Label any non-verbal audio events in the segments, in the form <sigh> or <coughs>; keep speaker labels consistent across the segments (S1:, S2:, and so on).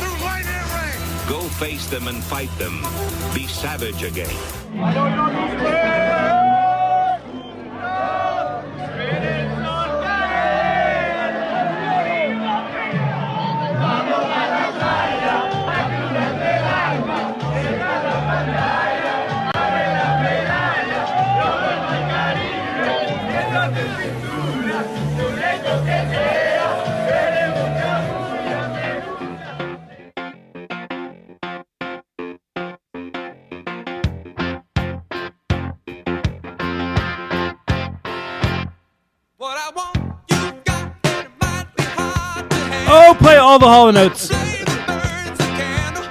S1: through lightning and rain.
S2: Go face them and fight them. Be savage again.
S3: What I want, you got, and it might be hard to have.
S4: Oh, play all the hollow notes.
S3: Say the bird's a candle,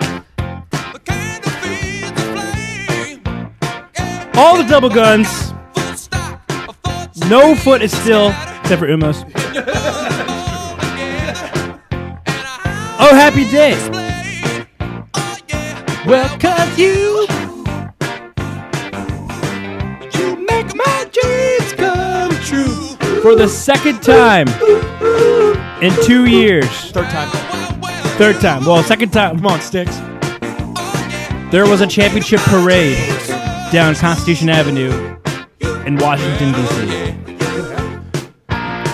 S3: the candle feeds the flame. Yeah,
S4: All the double guns.
S3: full stop, a foot
S4: No foot is still, except for Umos.
S3: together, and a house
S4: Oh, happy day.
S3: blade. Oh, yeah,
S4: Well, cause you,
S3: you make my dreams come true.
S4: for the second time in two years,
S5: Third time.
S3: Well, well,
S4: third time. Well, second time. Come on, sticks.
S3: oh, yeah,
S4: There was a championship parade down Constitution Avenue in Washington, D.C.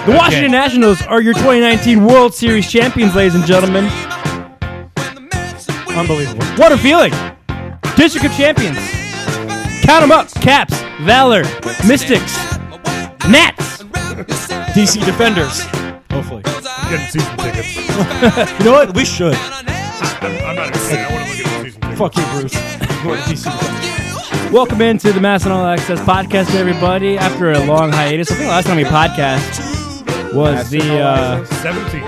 S4: The Washington Nationals are your 2019 World Series champions, ladies and gentlemen.
S3: when the mess and we
S5: Unbelievable.
S4: What a feeling! District of Champions. Count them up. Caps, Valor, Mystics, Nats.
S3: wrap
S4: <laughs>
S3: yourself
S5: DC Defenders. Hopefully.
S3: Getting
S1: season tickets.
S5: You know what? We
S4: <laughs>
S5: should.
S1: I'm not excited. I want to look at the season tickets.
S5: Fuck you, Bruce. Go to DC Defenders.
S4: Welcome into the Mass and All Access podcast, everybody. After a long hiatus, I think the last time we podcast was the uh,
S1: 17.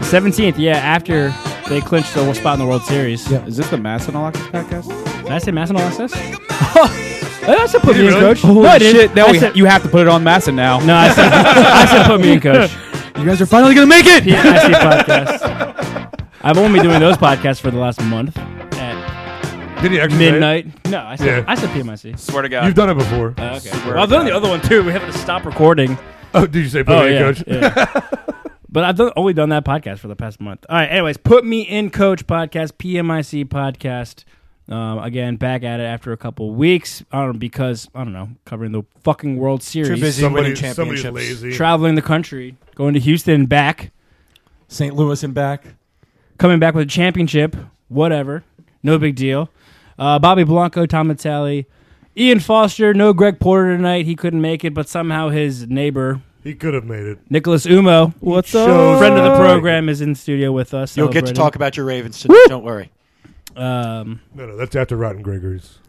S4: 17th. Yeah, after they clinched the spot in the World Series.
S6: Yeah, is this the Mass and All Access podcast?
S4: Did I say Mass and All Access? I said put me in,
S1: really?
S4: coach.
S6: Holy
S4: no, I didn't.
S6: shit! Now
S4: I
S6: we,
S4: said, <laughs>
S6: you have to put it on Masson now.
S4: no, I said, I said put me in, coach.
S6: You guys are finally gonna make it.
S1: <laughs>
S4: PIC podcast. I've only been doing those podcasts for the last month at
S1: Did you actually say it?
S4: midnight. No, I said,
S1: Yeah.
S4: I said PMIC.
S5: Swear to God.
S1: You've done it before.
S4: Okay. Well, I've done the other one too. We have to stop recording.
S1: oh, did you say put it in, coach? <laughs>
S4: yeah. but I've done, only done that podcast for the past month. All right. Anyways, put me in coach podcast, PMIC podcast. Um, again, back at it after a couple weeks. I don't know because I don't know covering the fucking World Series,
S5: Too busy
S1: Somebody,
S5: winning
S1: somebody's
S5: championships.
S1: lazy.
S4: traveling the country, going to Houston and back,
S5: St. Louis and back.
S4: coming back with a championship. Whatever, no big deal. Uh, Bobby Blanco, Tom Vitale, Ian Foster. No Greg Porter tonight. He couldn't make it, but somehow his neighbor
S1: He could have made it.
S4: Nicholas Umo,
S6: What's
S1: Shows-
S6: up?
S4: friend of the program, is in studio with us.
S5: You'll get to
S4: celebrating.
S5: talk about your Ravens tonight. Don't worry.
S4: Um,
S1: No, no, that's after Rotten Gregor's.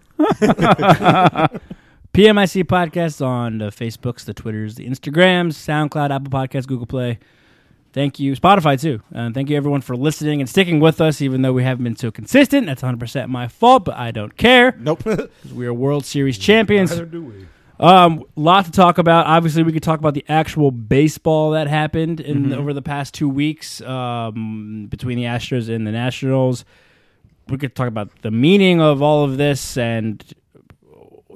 S4: PMIC podcast on the Facebooks, the Twitters, the Instagrams, SoundCloud, Apple Podcasts, Google Play. Thank you, Spotify too. And thank you everyone for listening and sticking with us, even though we haven't been so consistent. That's 100% my fault, but I don't care.
S1: <laughs>
S5: Nope.
S4: We are World Series champions.
S1: Neither do we.
S4: Um, lot to talk about. Obviously, we could talk about the actual baseball that happened in
S1: Mm-hmm.
S4: over the past two weeks um, between the Astros and the Nationals. We could talk about the meaning of all of this and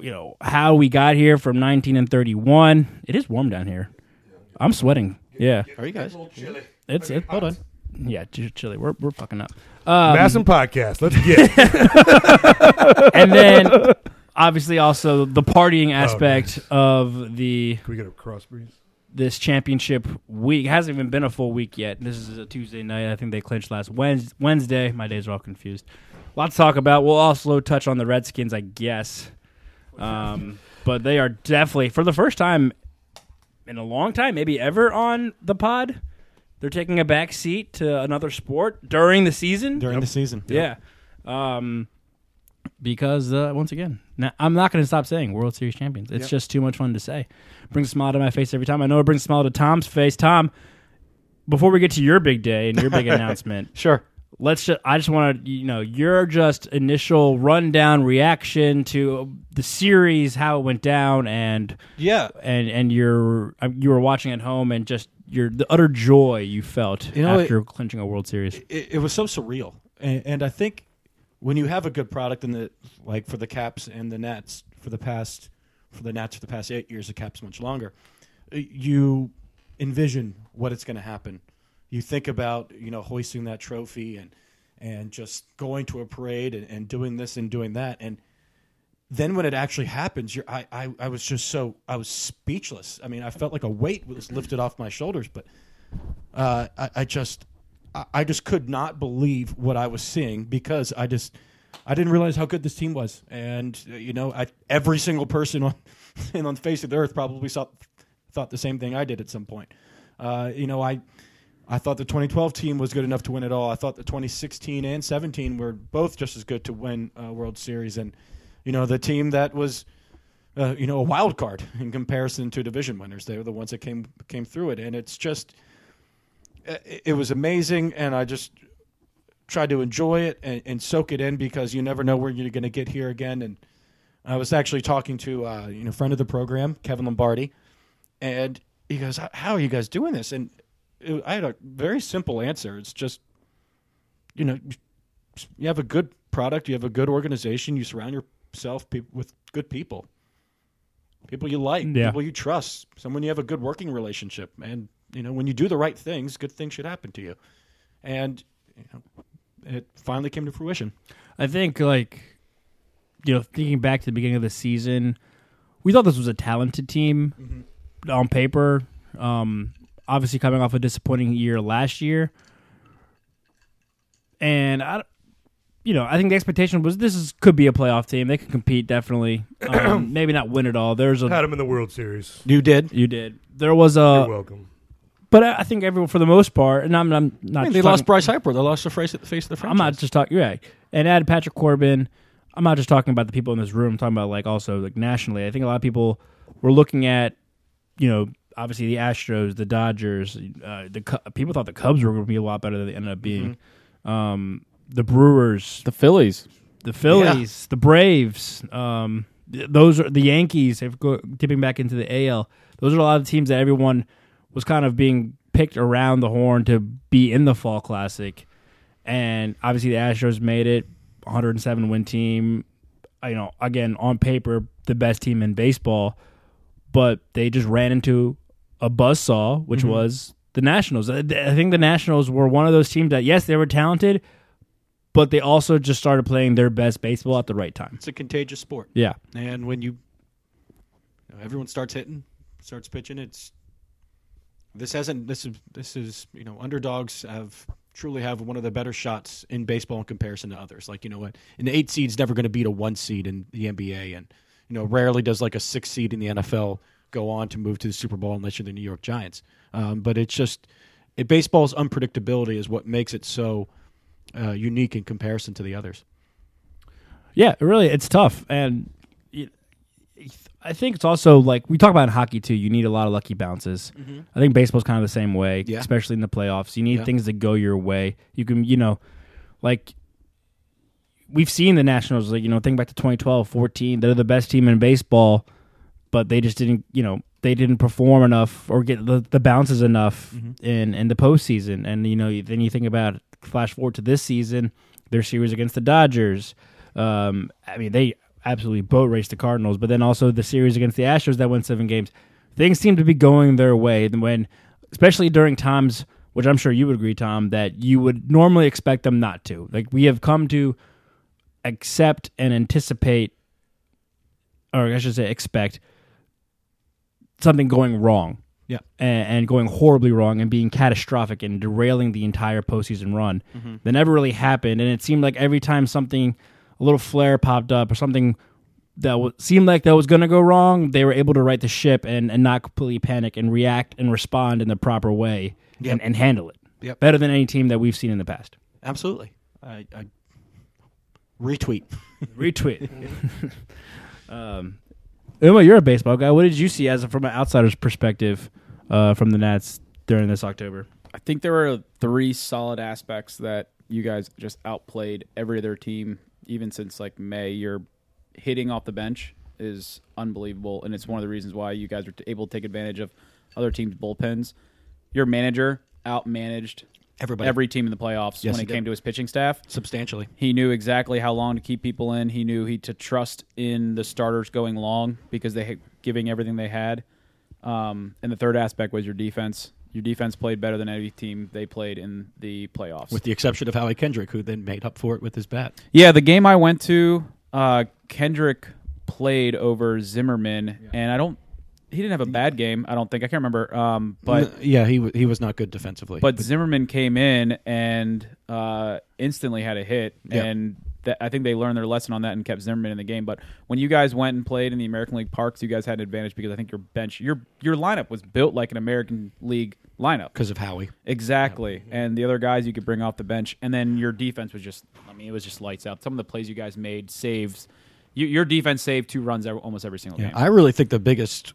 S4: you know how we got here from 19 and 31. It is warm down here. I'm sweating. Yeah,
S5: Are you guys?
S4: it's it.
S5: Hold on.
S4: Yeah, ch- chilly. We're we're fucking up.
S1: Masson podcast. Let's get it.
S4: And then obviously also the partying aspect of the
S1: Can we get a cross breeze?
S4: this championship week. It hasn't even been a full week yet. This is a Tuesday night. I think they clinched last Wednes- Wednesday. My days are all confused. A lot to talk about. We'll also touch on the Redskins, I guess. Um, but they are definitely, for the first time in a long time, maybe ever on the pod, they're taking a back seat to another sport during the season.
S5: During the season.
S4: Yeah. Um, because uh, once again, now, I'm not going to stop saying World Series champions. It's just too much fun to say. Brings a smile to my face every time. I know it
S5: <laughs>
S4: brings a smile to Tom's face. Tom, before we get to your big day and your big announcement,
S5: Sure.
S4: let's just I just want to you know your just initial rundown reaction to the series, how it went down, and
S5: Yeah.
S4: and and your um, you were watching at home and just your the utter joy you felt
S5: You know,
S4: after clinching a World Series.
S5: it, it was so surreal. And, and I think when you have a good product in the like for the Caps and the Nats for the past for the Nats for the past eight years, the Caps much longer, uh, you envision what it's going to happen. You think about you know hoisting that trophy and and just going to a parade and, and doing this and doing that and then when it actually happens, you're, I, I, I was just so I was speechless. I mean, I felt like a weight was lifted off my shoulders, but uh, I, I just I, I just could not believe what I was seeing because I just I didn't realize how good this team was, and uh, you know, I, every single person on <laughs> and on the face of the earth probably saw, thought the same thing I did at some point. Uh, you know, I I thought the 2012 team was good enough to win it all. I thought the 2016 and 17 were both just as good to win uh, World Series, and you know, the team that was uh, you know a wild card in comparison to division winners, they were the ones that came came through it, and it's just it- it was amazing, and I just tried to enjoy it and, and soak it in because you never know where you're going to get here again. And I was actually talking to uh, you know friend of the program, Kevin Lombardi, and he goes, "How- "How are you guys doing this?" And it, I had a very simple answer. It's just you know you have a good product, you have a good organization, you surround yourself peop with good people, people you like,
S4: Yeah.
S5: people you trust, someone you have a good working relationship, and you know when you do the right things, good things should happen to you, and you know, it finally came to fruition.
S4: I think like you know, thinking back to the beginning of the season, we thought this was a talented team
S5: Mm-hmm.
S4: on paper. Um, obviously, coming off a disappointing year last year, and I, you know, I think the expectation was this is could be a playoff team. They could compete definitely,
S5: <clears throat>
S4: um, maybe not win it all. There's a
S1: Had him in the World Series.
S5: You did.
S4: you did. There was
S1: You're
S4: a,
S1: welcome.
S4: but I I think everyone for the most part, and I'm, I'm not.
S5: I mean,
S4: just
S5: they
S4: talking-
S5: lost Bryce Harper. They lost the face of the face of the
S4: I'm
S5: franchise.
S4: not just talking right. And add Patrick Corbin. I'm not just talking about the people in this room. I'm talking about like also like nationally. I think a lot of people were looking at, you know, obviously the Astros, the Dodgers, uh, the Cu- people thought the Cubs were going to be a lot better than they ended up being. Um, the Brewers,
S6: The Phillies.
S4: the Phillies, the Braves. Um, th- those are the Yankees. Have go, dipping back into the AL. Those are a lot of teams that everyone was kind of being picked around the horn to be in the Fall Classic, and obviously the Astros made it. 107 win team. You know, again on paper the best team in baseball, but they just ran into a buzzsaw, which was the Nationals. I I think the Nationals were one of those teams that yes, they were talented, but they also just started playing their best baseball at the right time.
S5: It's a contagious sport,
S4: Yeah.
S5: and when you, you know, everyone starts hitting, starts pitching, it's this hasn't this is this is you know underdogs have truly have one of the better shots in baseball in comparison to others. Like you know what, an eight seed's never going to beat a one seed in the NBA, and you know rarely does like a six seed in the NFL go on to move to the Super Bowl unless you're the New York Giants. Um, but it's just it, baseball's unpredictability is what makes it so uh, unique in comparison to the others.
S4: Yeah, really, it's tough, and it, I think it's also like we talk about in hockey too. You need a lot of lucky bounces. I think baseball's kind of the same way,
S5: Mm-hmm. Yeah.
S4: especially in the playoffs. You need
S5: Yeah.
S4: things that go your way. You can, you know, like we've seen the Nationals. Like you know, think back to 2012, 14. They're the best team in baseball, but they just didn't. You know, they didn't perform enough or get the, the bounces enough in in the postseason. And you know, you- then you think about flash forward to this season, their series against the Dodgers. Um, I mean, they absolutely boat raced the Cardinals, but then also the series against the Astros that won seven games. Things seem to be going their way when, especially during times which I'm sure you would agree, Tom, that you would normally expect them not to. Like we have come to accept and anticipate, or I should say, expect something going wrong.
S5: Yeah.
S4: And, and going horribly wrong and being catastrophic and derailing the entire postseason run
S5: Mm-hmm.
S4: that never really happened. And it seemed like every time something, a little flare popped up or something that w- seemed like that was going to go wrong, they were able to right the ship and, and not completely panic and react and respond in the proper way and, and handle it
S5: Yep.
S4: better than any team that we've seen in the past.
S5: Absolutely. I, I retweet.
S4: Retweet. um, Uma, you're a baseball guy. What did you see as a, from an outsider's perspective uh, from the Nats during this October?
S6: I think there were three solid aspects that you guys just outplayed every other team, even since like May. Your hitting off the bench is unbelievable, and it's one of the reasons why you guys were t- able to take advantage of other teams' bullpens. Your manager outmanaged
S5: Everybody.
S6: every team in the playoffs
S5: Yes,
S6: when
S5: he
S6: it
S5: did.
S6: came to his pitching staff.
S5: substantially.
S6: He knew exactly how long to keep people in. He knew he to trust in the starters going long because they had giving everything they had. Um, and the third aspect was your defense. Your defense played better than any team they played in the playoffs.
S5: With the exception of Howie Kendrick, who then made up for it with his bat.
S6: yeah, the game I went to, uh, Kendrick played over Zimmerman, and I don't. He didn't have a bad game. I don't think. I can't remember. Um, but
S5: N- yeah, he wa- he was not good defensively.
S6: but Zimmerman came in and uh, instantly had a hit,
S5: Yeah.
S6: and that, I think they learned their lesson on that and kept Zimmerman in the game. But when you guys went and played in the American League parks, you guys had an advantage because I think your bench, your your lineup was built like an American League lineup.
S5: because of Howie.
S6: Exactly, and the other guys you could bring off the bench, and then your defense was just—I mean, it was just lights out. Some of the plays you guys made, saves. You, your defense saved two runs every, almost every single
S5: Yeah,
S6: game.
S5: I really think the biggest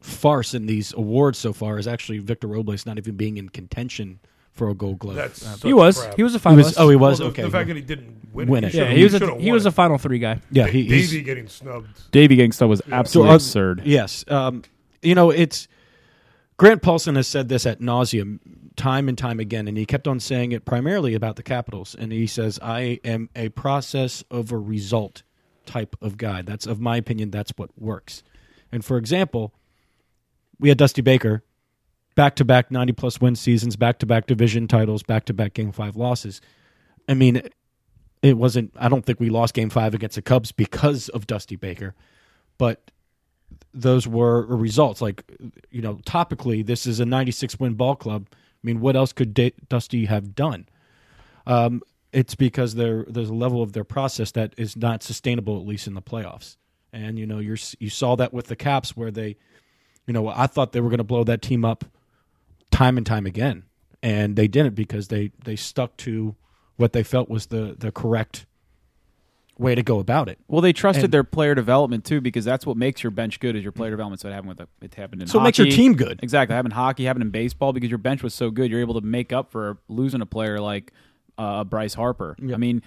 S5: farce in these awards so far is actually Victor Robles not even being in contention for a Gold Glove.
S1: That's
S5: Uh,
S1: such
S4: He was.
S1: crap.
S4: He was a
S5: he
S4: finalist.
S5: was, oh, he was
S1: Well, the,
S5: okay.
S1: The fact that he didn't win,
S5: Win
S1: it.
S5: it.
S4: yeah,
S1: should've-
S4: he was
S1: should've
S4: a he
S1: won
S4: was
S1: it.
S4: a final three guy.
S5: yeah, he, he's-
S1: Davey getting snubbed.
S6: Davey Gangsta was absolutely
S5: So, uh,
S6: absurd.
S5: Yes. Um, you know, it's Grant Paulson has said this at nauseum time and time again, and he kept on saying it primarily about the Capitals. And he says, I am a process over result type of guy. That's, of my opinion, that's what works. And for example, we had Dusty Baker, back to back 90 plus win seasons, back to back division titles, back to back game five losses. I mean, it wasn't, I don't think we lost game five against the Cubs because of Dusty Baker, but those were results. Like, you know, topically, this is a 96 win ball club. I mean, what else could Da- Dusty have done? Um, it's because there there's a level of their process that is not sustainable, at least in the playoffs. And you know, you're s- you saw that with the Caps, where they, you know, I thought they were going to blow that team up time and time again, and they didn't because they they stuck to what they felt was the the correct way to go about it.
S6: Well, they trusted
S5: And-
S6: their player development too, because that's what makes your bench good. Is your player development? So it happened with the, it happened in
S5: So it makes
S6: hockey.
S5: your team good.
S6: Exactly, it happened in hockey, it happened in baseball because your bench was so good, you're able to make up for losing a player like uh, Bryce Harper. I mean,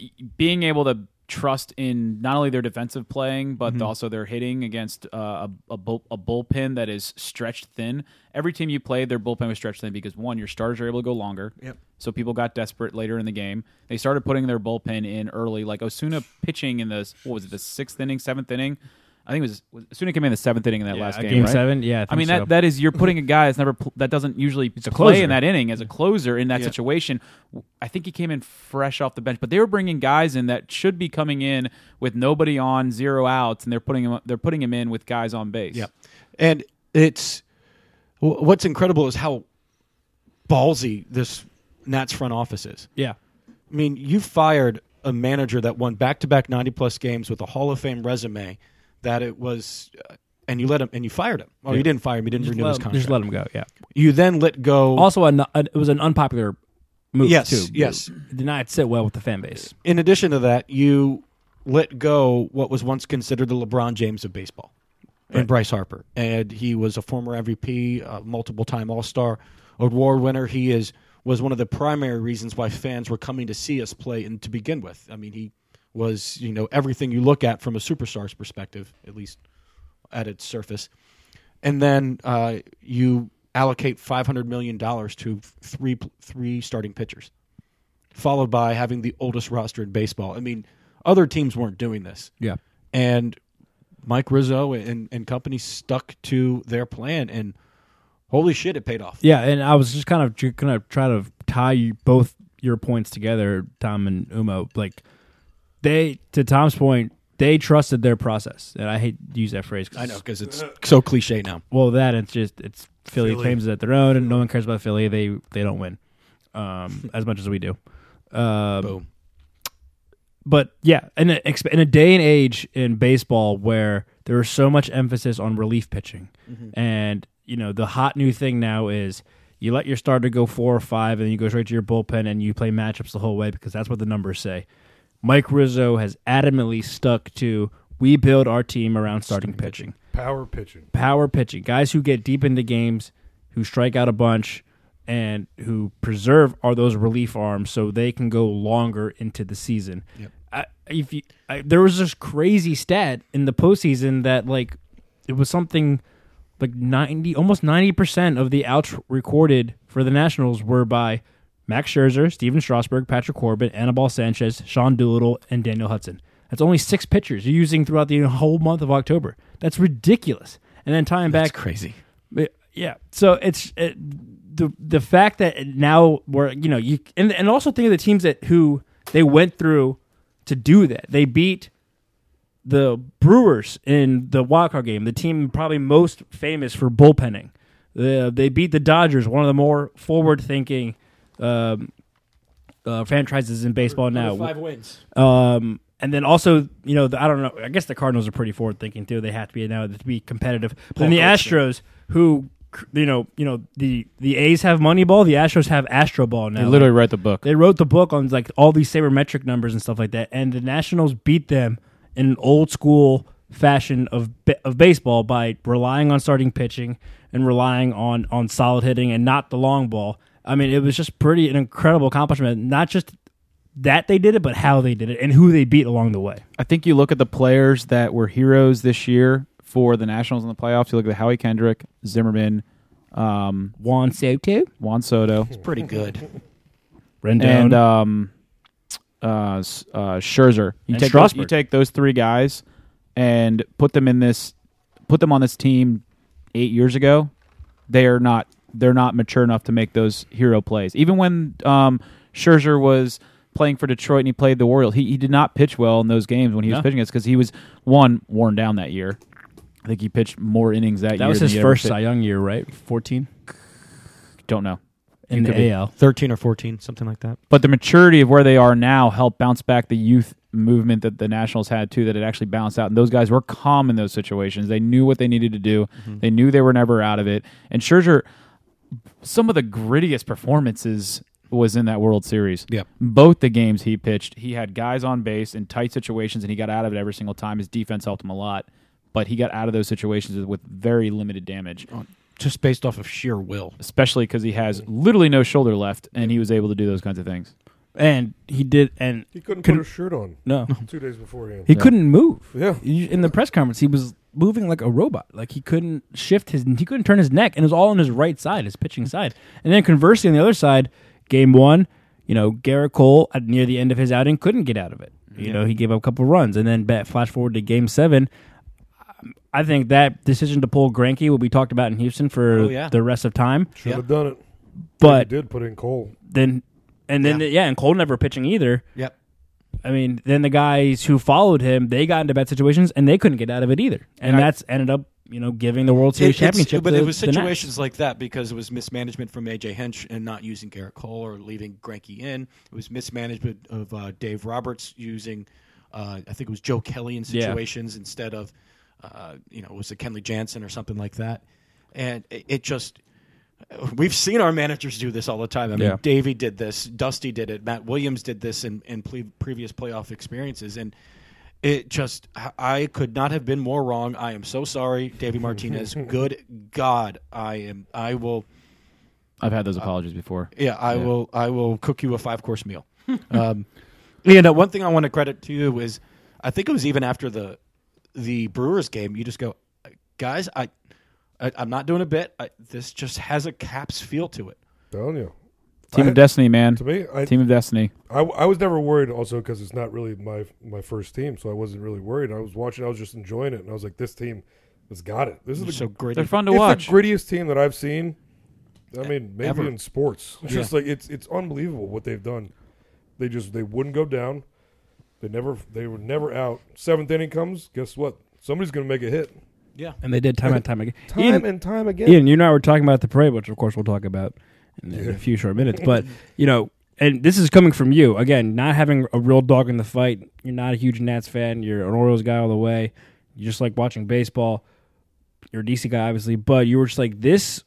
S6: y- being able to trust in not only their defensive playing but
S4: Mm-hmm.
S6: also their hitting against uh, a, a, bull, a bullpen that is stretched thin. Every team you played, their bullpen was stretched thin because one, your starters are able to go longer. Yep. So people got desperate later in the game. They started putting their bullpen in early, like Osuna pitching in the what was it, the sixth inning, seventh inning. I think it was, was Osuna came in the seventh inning in that last game,
S4: game
S6: right?
S4: seven? Yeah, I think
S6: mean
S4: so.
S6: that that is
S4: <laughs>
S6: you're putting a guy that's never pl- that doesn't usually
S4: a
S6: play
S4: closer.
S6: in that inning as a closer in that situation. W- I think he came in fresh off the bench, but they were bringing guys in that should be coming in with nobody on, zero outs, and they're putting him they're putting him in with guys on base.
S5: Yeah, and it's wh- what's incredible is how ballsy this Nats front office is.
S4: Yeah.
S5: I mean, you fired a manager that won back-to-back ninety-plus games with a Hall of Fame resume. That it was, uh, and you let him, and you fired him. Well, you didn't fire him; you didn't
S4: Just
S5: renew
S4: let,
S5: his
S4: him,
S5: contract.
S4: just let him go. Yeah.
S5: You then let go.
S4: Also, an, an, it was an unpopular move.
S5: Yes,
S4: too.
S5: yes.
S4: It did not sit well with the fan base.
S5: in addition to that, you let go what was once considered the LeBron James of baseball, and Bryce Harper, and he was a former MVP, uh, multiple-time All-Star, award winner. He is was one of the primary reasons why fans were coming to see us play, and to begin with, I mean, he was you know everything you look at from a superstar's perspective, at least at its surface, and then uh, you allocate five hundred million dollars to three three starting pitchers followed by having the oldest roster in baseball. I mean, other teams weren't doing this.
S4: Yeah.
S5: And Mike Rizzo and, and company stuck to their plan, and holy shit, it paid off.
S4: Yeah, and I was just kind of tr- gonna try to tie you, both your points together, Tom and Umo. Like they, to Tom's point, they trusted their process, and I hate to use that phrase. 'cause
S5: I know,
S4: it's-
S5: because it's so cliche now.
S4: Well, that it's just it's Philly,
S1: Philly.
S4: claims it at their own, and no one cares about Philly. They they don't win <laughs> um, as much as we do. Um,
S5: Boom.
S4: but yeah, in a, exp- in a day and age in baseball where there is so much emphasis on relief pitching, and you know the hot new thing now is you let your starter go four or five, and then you go straight to your bullpen, and you play matchups the whole way because that's what the numbers say. Mike Rizzo has adamantly stuck to we build our team around starting pitching
S1: Power pitching.
S4: power pitching, guys who get deep into games, who strike out a bunch, and who preserve are those relief arms so they can go longer into the season. I, if you, I, there was this crazy stat in the postseason that like it was something like ninety, almost ninety percent of the outs recorded for the Nationals were by Max Scherzer, Steven Strasburg, Patrick Corbin, Anibal Sanchez, Sean Doolittle, and Daniel Hudson. That's only six pitchers you're using throughout the whole month of October. That's ridiculous. And then tying back,
S5: crazy.
S4: but, Yeah. So it's it, the the fact that now we're you know you and and also think of the teams that who they went through to do that. They beat the Brewers in the wildcard game, the team probably most famous for bullpenning. Uh, they beat the Dodgers, one of the more forward thinking um, uh, franchises in baseball now.
S5: Five wins.
S4: Um, and then also, you know, the, I don't know. I guess the Cardinals are pretty forward thinking too. They have to be now to be competitive. But then the Astros, who cr- you know, you know, the the A's have Moneyball. The Astros have Astro Ball now.
S6: They literally write the book.
S4: They wrote the book on like all these sabermetric numbers and stuff like that, and the Nationals beat them in an old school fashion of ba- of baseball by relying on starting pitching and relying on on solid hitting and not the long ball. I mean, it was just pretty an incredible accomplishment. Not just that they did it, but how they did it and who they beat along the way.
S6: I think you look at the players that were heroes this year for the Nationals in the playoffs. You look at Howie Kendrick, Zimmerman, um,
S4: Juan Soto,
S6: Juan Soto,
S5: Pretty <laughs> good.
S4: Rendon,
S6: and um, uh, S- uh, Scherzer.
S4: And
S6: You take those,
S4: Strasburg.
S6: you take those three guys and put them in this, put them on this team eight years ago. They are not they're not mature enough to make those hero plays. Even when um, Scherzer was playing for Detroit and he played the Orioles, he, he did not pitch well in those games when he was
S4: No.
S6: pitching us because he was one worn down that year. I think he pitched more innings that, year.
S4: that was
S6: than
S4: his
S6: he ever
S4: first
S6: pitched-
S4: Cy Young year, right? Fourteen
S6: Don't know.
S4: in
S6: could be.
S4: the AL.
S5: Thirteen or fourteen, something like that.
S6: but the maturity of where they are now helped bounce back the youth movement that the Nationals had too. That it actually balanced out, and those guys were calm in those situations. They knew what they needed to do. They knew they were never out of it. And Scherzer, some of the grittiest performances was in that World Series.
S5: Yep.
S6: Both the games he pitched, he had guys on base in tight situations, and he got out of it every single time. His defense helped him a lot, but he got out of those situations with very limited damage
S5: Just based off of sheer will.
S6: especially because he has literally no shoulder left and he was able to do those kinds of things.
S4: And he did, and
S1: He couldn't
S4: Couldn't-
S1: put his shirt on
S4: no,
S1: two days beforehand.
S4: He couldn't move.
S1: Yeah.
S4: You- In the press conference, he was moving like a robot. Like he couldn't shift his, he couldn't turn his neck, and it was all on his right side, his pitching side. And then conversely, on the other side, game one, you know, Garrett Cole at near the end of his outing couldn't get out of it. You know, he gave up a couple runs, and then bat, flash forward to game seven. Um, I think that decision to pull Granke will be talked about in Houston for
S5: Oh, yeah.
S4: the rest of time.
S1: Should have done it.
S4: But
S1: he did put in Cole.
S4: then, and then, yeah. and Cole never pitching either.
S5: Yep.
S4: I mean, then the guys who followed him, they got into bad situations and they couldn't get out of it either. And that's ended up, you know, giving the World Series
S5: It- it's-
S4: championship.
S5: But
S4: to
S5: it was
S4: the Nats.
S5: situations like that because it was mismanagement from AJ Hinch and not using Garrett Cole or leaving Granke in. It was mismanagement of uh, Dave Roberts using, uh, I think it was Joe Kelly in
S4: Yeah.
S5: situations instead of, uh, you know, was it Kenley Jansen or something like that? And it, it just. We've seen our managers do this all the time. I mean,
S6: Yeah.
S5: Davey did this, Dusty did it, Matt Williams did this in, in ple- previous playoff experiences, and it just I could not have been more wrong. I am so sorry, Davey Martinez. Good God, I am. I will.
S6: I've had those apologies before.
S5: Yeah, I will. I will cook you a five course meal. <laughs> um, you know, one thing I want to credit to you is, I think it was even after the the Brewers game, you just go, guys, I, I I'm not doing a bit. I, this just has a Caps feel to it.
S1: Telling you.
S6: Team
S1: I-
S6: of Destiny, man.
S1: To me, I,
S6: Team of Destiny.
S1: I, I was never worried also because it's not really my my first team, so I wasn't really worried. I was watching, I was just enjoying it, and I was like, this team has got it. This is the,
S5: So great.
S6: They're fun to
S1: it's
S6: watch.
S1: the grittiest team that I've seen. I mean, maybe
S5: Ever.
S1: in sports, <laughs> It's just like it's it's unbelievable what they've done. They just they wouldn't go down. They never they were never out. Seventh inning comes, guess what? Somebody's going to make a hit.
S5: Yeah.
S4: And they did time and time again.
S1: Time
S4: Ian,
S1: and time again.
S4: Ian, you and I were talking about the parade, which of course we'll talk about in, in a few short minutes.
S5: <laughs>
S4: But you know, and this is coming from you again, not having a real dog in the fight. You're not a huge Nats fan. You're an Orioles guy all the way. You just like watching baseball. You're a DC guy, obviously, but you were just like, this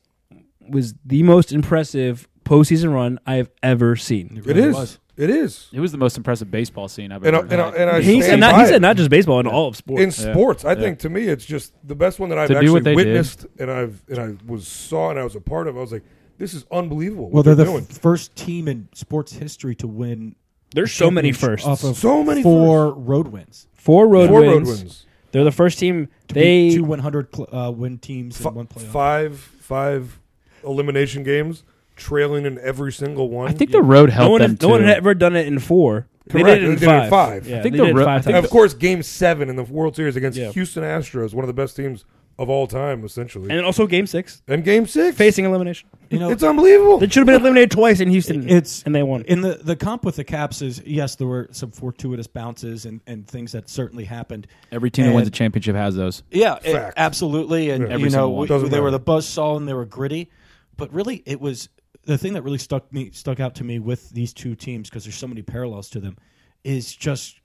S4: was the most impressive postseason run I have ever seen.
S1: It is. It is.
S6: It was the most impressive baseball scene I've
S1: And I,
S6: ever
S1: and I,
S6: had.
S1: and I
S4: He said,
S1: stand
S4: not, he
S1: by it.
S4: said not just baseball in all of sports.
S1: in sports. I think to me, it's just the best one that I've
S6: To do what
S1: actually
S6: they did.
S1: witnessed, and I've and I was saw and I was a part of. I was like, This is unbelievable.
S5: Well,
S1: What
S5: they're
S1: they're,
S5: the
S1: doing.
S5: f- first team in sports history to win.
S4: There's so many
S5: championship
S4: firsts.
S5: Off of
S1: So many
S5: four road wins.
S4: Four road,
S1: Four
S4: wins.
S1: road wins.
S4: They're the first team. They
S5: two 100 cl- uh, win teams in
S1: Fi-
S5: one playoff.
S1: five five elimination games, trailing in every single one.
S6: I think the road
S4: no
S6: helped
S4: one,
S6: them
S4: had, no one
S6: too.
S4: had ever done it in four. They
S1: Correct.
S4: did it in
S1: They did it
S4: five.
S1: in five.
S4: Yeah,
S6: I think
S4: they
S6: the
S4: did
S6: ro-
S4: five
S6: I think
S1: And
S4: times.
S1: of course, Game Seven in the World Series against
S4: Yeah.
S1: Houston Astros, one of the best teams of all time, essentially.
S4: and also game six,
S1: And Game Six,
S4: facing elimination.
S5: You know,
S1: it's unbelievable.
S4: They
S1: <laughs>
S4: should have been eliminated twice in Houston.
S5: It's-
S4: and they won.
S5: in the, the comp with the Caps is yes, there were some fortuitous bounces and, and things that certainly happened.
S6: Every team that wins a
S5: And-
S6: championship has those.
S5: Yeah, it-
S1: Fact.
S5: absolutely. And
S1: Yeah.
S6: Every
S5: you know,
S6: single one.
S5: we-
S1: Doesn't
S5: they were
S1: matter.
S5: the buzzsaw and they were gritty, but really, it was the thing that really stuck me stuck out to me with these two teams because there's so many parallels to them is just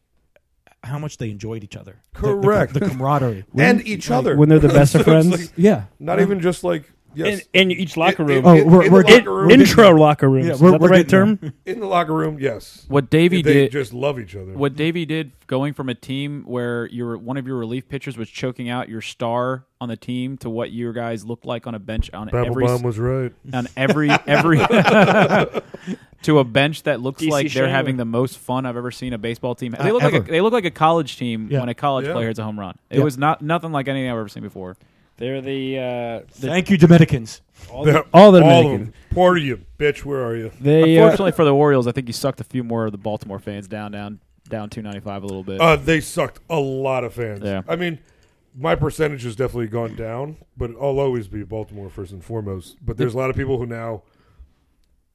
S5: how much they enjoyed each other. The- the-
S1: Correct.
S5: The, camaradeaux.
S1: <laughs> and each other
S4: when <laughs> they're the best of
S1: So it's
S4: friends.
S1: like-
S5: yeah.
S1: not even just like yes.
S4: in, in each locker
S1: In-
S4: room.
S1: in-
S5: Oh,
S1: in
S5: we're-
S1: the
S5: we're
S1: locker
S5: getting-
S1: room-
S5: we're
S4: intro locker rooms.
S5: Yeah,
S4: Is
S5: we're-
S4: that the
S5: we're
S4: right term?
S5: getting
S1: in the locker room. Yes,
S6: What Davey
S1: they
S6: did,
S1: just love each other.
S6: what Davey did, going from a team where your one of your relief pitchers was choking out your star on the team to what you guys looked like on a bench on
S1: Babble
S6: every
S1: Bomb was right.
S6: on every every <laughs> to a bench that looks
S4: DC
S6: like they're
S4: Shane.
S6: having the most fun I've ever seen a baseball team.
S5: Uh,
S6: They look like
S5: ever.
S6: a, they look like a college team
S5: Yeah.
S6: when a college
S1: Yeah.
S6: player hits a home run. It
S5: Yeah.
S6: was not nothing like anything I've ever seen before.
S4: They're the, uh, the
S5: Thank you, Dominicans.
S4: all,
S1: They're-
S4: the all the
S1: all of
S4: Dominicans.
S1: them. Porter, you bitch, where are you?
S4: They uh,
S6: Unfortunately for the Orioles, I think you sucked a few more of the Baltimore fans down down down 295 a little bit.
S1: Uh, they sucked a lot of fans.
S6: Yeah.
S1: I mean, my percentage has definitely gone down, but I'll always be Baltimore first and foremost. But there's a lot of people who now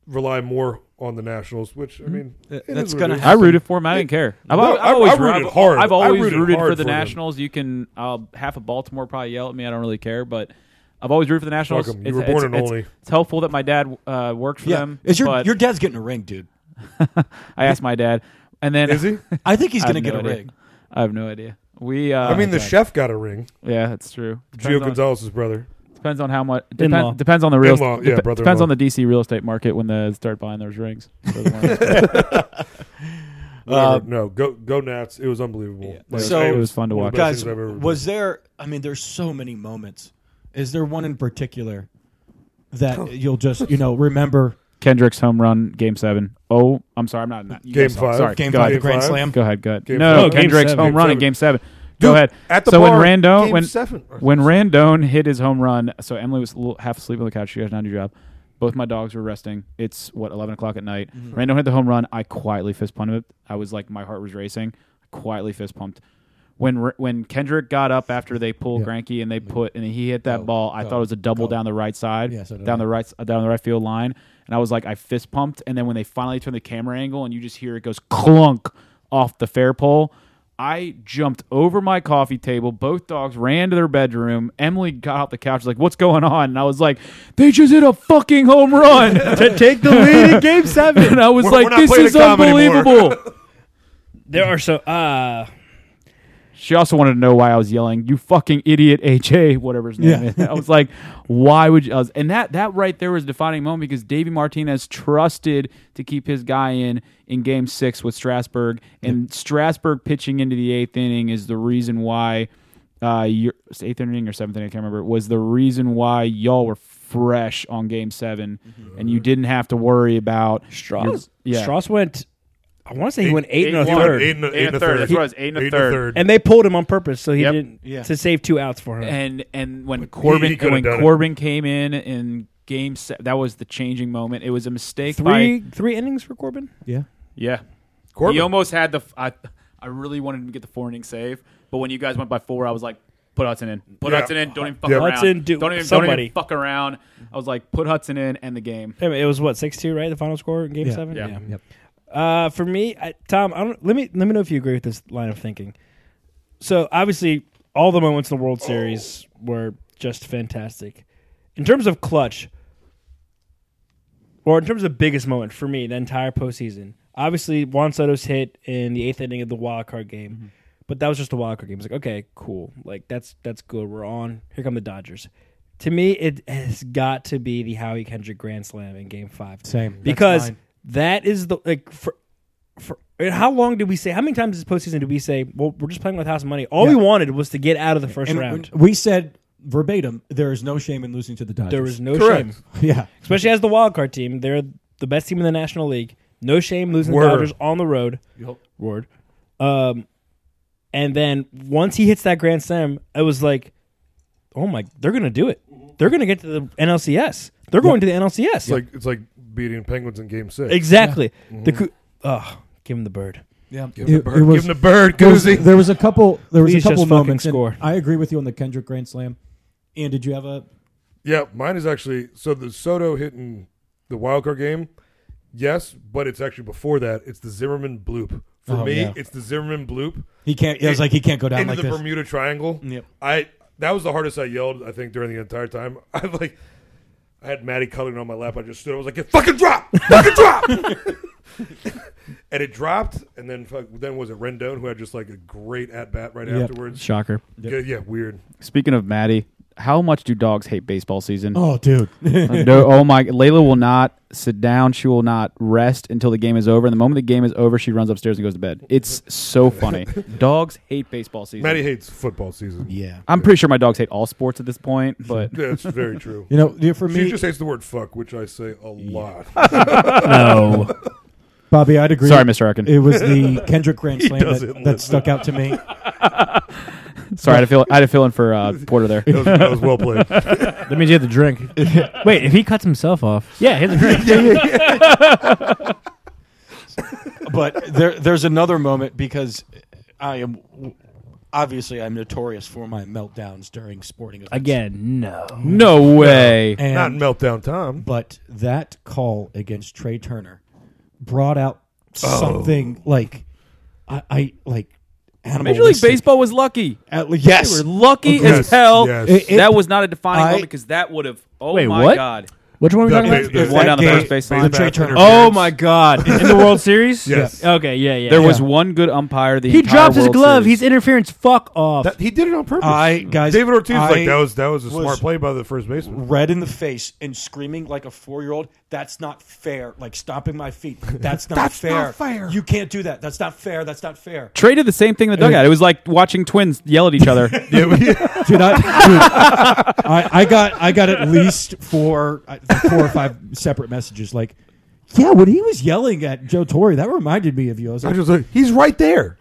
S1: rely more on the Nationals, which I mean, it
S5: That's
S1: is what
S5: gonna
S1: it is.
S6: I rooted for him. I didn't care. I've, al-
S1: No, I-
S6: I've always
S1: I rooted
S6: I've-
S1: hard.
S6: I've
S1: I
S6: always
S1: rooted
S6: rooted,
S1: hard
S6: for the
S1: for them.
S6: Nationals. You can uh, half of Baltimore probably yell at me. I don't really care, but I've always rooted for the Nationals.
S1: Fuck 'em. You
S6: It's-
S1: were
S6: it's-
S1: born an
S6: it's-
S1: only.
S6: <laughs> It's, helpful that my dad uh, worked for
S5: Yeah.
S6: them.
S5: Is your
S6: but
S5: your dad's getting a ring, dude?
S6: I asked my dad, and then
S1: Is he?
S5: I think he's
S6: I have
S5: going to get
S6: no
S5: a
S6: idea.
S5: ring.
S6: I have no idea. We, uh,
S1: I mean, the chef got a ring.
S6: yeah, that's true.
S1: Gio
S6: Depends on,
S1: Gonzalez's brother.
S6: depends on how much.
S4: In-law.
S6: Depends, depends on the real.
S1: In-law, yeah,
S6: dep-
S1: brother-in-law.
S6: depends on the DC real estate market when they start buying those rings. So they
S1: <laughs>
S6: wanna-
S5: Uh,
S1: Whatever. no, go go Nats. It was unbelievable.
S5: Yeah.
S1: Like,
S5: So-
S1: I-
S5: It
S6: was fun to
S1: one
S6: watch.
S1: of the best
S5: Guys,
S1: things I've ever-
S5: was there? I mean, there's so many moments. Is there one in particular
S1: Oh.
S5: that you'll just you know remember?
S6: Kendrick's home run, game seven. Oh, I'm sorry, I'm not. in that. You
S1: Game
S6: guys saw it.
S1: five.
S6: Sorry,
S5: Game
S6: go
S5: five,
S6: ahead.
S5: the Grand
S1: five.
S5: Slam.
S6: Go ahead, go ahead.
S1: Game
S6: no, no,
S1: seven.
S4: Game
S6: Kendrick's
S4: seven.
S6: home
S1: Game
S6: run in
S1: seven.
S6: game seven.
S1: Dude,
S6: go ahead.
S1: At the
S6: so
S1: bar,
S6: when Randone
S1: game
S6: when
S1: seven.
S6: when Randone hit his home run, so Emily was a little, half asleep on the couch. She goes, "Not your job." Both my dogs were resting. It's what eleven o'clock at night.
S5: Mm-hmm.
S6: Randone hit the home run. I quietly fist pumped it. I was like, my heart was racing. I quietly fist pumped. When R- when Kendrick got up after they pulled Granky and they put and he hit that
S5: Go,
S6: ball, I
S5: go,
S6: thought it was a double
S5: go.
S6: down the right side,
S5: Yeah, so did
S6: down
S5: I.
S6: the right s- down the right field line, and I was like, I fist pumped. And then when they finally turn the camera angle and you just hear it goes clunk off the fair pole, I jumped over my coffee table. Both dogs ran to their bedroom. Emily got off the couch, was like, "What's going on?" And I was like, "They just hit a fucking home <laughs> run to take the lead in Game 7. <laughs> And I was
S1: We're-
S6: like,
S1: we're not
S6: "This
S1: playing
S6: is
S1: a com anymore." <laughs>
S6: unbelievable."
S4: there are so uh
S6: She also wanted to know why I was yelling, "You fucking idiot, HA, whatever his name
S5: Yeah.
S6: is." I was like, "Why would you?" I was, and that that right there was a defining moment because Davey Martinez trusted to keep his guy in in Game Six with Strasburg, and Strasburg pitching into the eighth inning is the reason why uh, your it's eighth inning or seventh inning, I can't remember, was the reason why y'all were fresh on Game 7 and you didn't have to worry about
S4: Strauss.
S6: your- yeah.
S4: Strauss went. I want to say he
S1: Eight-
S4: went eight, and a
S1: He went
S4: third,
S1: Eight and a, eight and a third.
S6: That's what it was, eight and a third.
S4: and they pulled him on purpose so he
S6: Yep.
S4: didn't
S5: Yeah.
S4: to save two outs for him.
S6: and and when Corbin
S1: he
S6: and
S1: could've
S6: when
S1: done it.
S6: Corbin came in in game se- that was the changing moment. It was a mistake
S4: three
S6: by
S4: three innings for Corbin.
S5: Yeah.
S6: yeah.
S1: Corbin.
S6: He almost had the f- I I really wanted him to get the four inning save, but when you guys went by four, I was like, put Hudson in, put
S1: Yeah.
S6: Hudson in, don't even fuck
S1: Yeah.
S6: around,
S4: Hudson, do-
S6: not even don't
S4: somebody.
S6: even fuck around. I was like, put Hudson in, end the game.
S4: I mean, it was what six two, right? The final score in Game
S5: Yeah.
S4: Seven.
S6: Yeah.
S5: Yep.
S4: Uh, for me, I, Tom, I don't, let me let me know if you agree with this line of thinking. So obviously, all the moments in the World Series were just fantastic. In terms of clutch, or in terms of biggest moment for me, the entire postseason. Obviously, Juan Soto's hit in the eighth inning of the wild card game,
S5: Mm-hmm.
S4: but that was just a wild card game. It's like okay, cool, like that's that's good. We're on. Here come the Dodgers. To me, it has got to be the Howie Kendrick grand slam in Game Five
S5: Same. That's
S4: because
S5: mine.
S4: that is the like for for and how long did we say? How many times this postseason did we say? Well, we're just playing with house money. All we
S5: Yeah.
S4: wanted was to get out of the first
S5: And
S4: round.
S5: we said verbatim, there is no shame in losing to the Dodgers.
S7: There was no
S1: Correct.
S5: <laughs>
S7: shame,
S5: yeah.
S7: especially as the wild card team. They're the best team in the National League. No shame losing
S1: Word.
S7: the Dodgers on the road. Word. Um, and then once he hits that grand slam, I was like, "Oh my! They're gonna do it. They're gonna get to the NLCS. They're going to the NLCS.
S1: It's like it's like beating Penguins in Game Six.
S7: exactly. The coo- oh, give him the bird.
S5: Yeah.
S1: Give him the bird. Give him the bird, Goosey.
S5: There was a couple. There was
S7: Please
S5: a couple
S7: just fucking
S5: moments. and
S7: score.
S5: I agree with you on the Kendrick Grand Slam. And did you have a?
S1: Yeah, mine is actually so the Soto hitting the wild card game. Yes, but it's actually before that. It's the Zimmerman bloop. For
S5: Oh,
S1: me,
S5: yeah.
S1: it's the Zimmerman bloop
S5: He can't. It was like he can't go down
S1: into
S5: like
S1: the
S5: this.
S1: Bermuda Triangle.
S5: Yep.
S1: I that was the hardest I yelled. I think during the entire time. <laughs> I like I had Maddie Cullen on my lap. I just stood. I was like, "It fucking drop, fucking drop," <laughs> and it dropped. And then fuck, then was it Rendon who had just like a great at bat right
S5: Yep.
S1: afterwards?
S4: Shocker.
S1: Yeah, yeah, weird.
S6: Speaking of Maddie, how much do dogs hate baseball season?
S5: Oh, dude.
S6: <laughs> no, oh my! Layla will not sit down. She will not rest until the game is over. And the moment the game is over, she runs upstairs and goes to bed. It's so funny. dogs hate baseball season.
S1: Maddie hates football season.
S5: <laughs> yeah.
S6: I'm pretty sure my dogs hate all sports at this point,
S1: <laughs>
S6: but
S1: That's very
S5: <laughs>
S1: true.
S5: You know, yeah, for
S1: She
S5: me,
S1: just hates the word "fuck," which I say a
S5: <laughs>
S1: lot.
S4: No.
S5: Bobby, I'd agree.
S6: sorry, Mr. Arkin.
S5: It was <laughs> the Kendrick
S1: <laughs>
S5: Grand Slam
S1: doesn't
S5: that,
S1: listen.
S5: that stuck out to me.
S6: Sorry, I had to fill. I had to fill in for uh, Porter there.
S1: That was, that was well
S5: <laughs>
S1: played.
S4: That means you have to drink. Wait, if he cuts himself off. <laughs> Yeah, he has a drink.
S5: but there, there's another moment because I am obviously I'm notorious for my meltdowns during sporting events.
S4: Again, no.
S6: No way.
S5: and,
S1: Not meltdown, Tom.
S5: but that call against Trey Turner brought out something like I, I like animal.
S6: Major League Baseball was lucky.
S5: At le- yes,
S6: They were lucky
S1: Yes,
S6: as hell.
S1: yes.
S5: It- it-
S6: that was not a defining
S5: I-
S6: moment because that would have. Oh
S4: Wait,
S6: my
S4: what?
S6: god!
S4: Which one are we
S1: The-
S4: talking about?
S1: the-
S5: If
S1: the-
S6: One
S5: that
S6: down the
S5: game-
S6: first baseline.
S5: Trey Turner.
S4: Oh my God! In the World Series?
S1: Yes.
S4: Okay. Yeah. Yeah.
S6: There was one good umpire. The
S4: He
S6: entire
S4: drops his
S6: World
S4: glove.
S6: Series.
S4: He's interference. Fuck off.
S1: That- he did it on purpose.
S5: I guys,
S1: David Ortiz was
S5: I
S1: like that was that was a
S5: was
S1: smart play by the first baseman.
S5: Red in the face and screaming like a four year old. That's not fair. Like stomping my feet. That's not
S1: That's
S5: fair.
S1: not fair.
S5: You can't do that. That's not fair. That's not fair.
S6: Trey did the same thing in the dugout. It was like watching twins yell at
S4: <laughs>
S6: each other.
S1: Yeah, we-
S5: Dude, I, dude, I, I got I got at least four uh, four or five separate messages like, yeah, when he was yelling at Joe Torre, that reminded me of you. I was
S1: I
S5: like,
S1: just like he's right <laughs> there.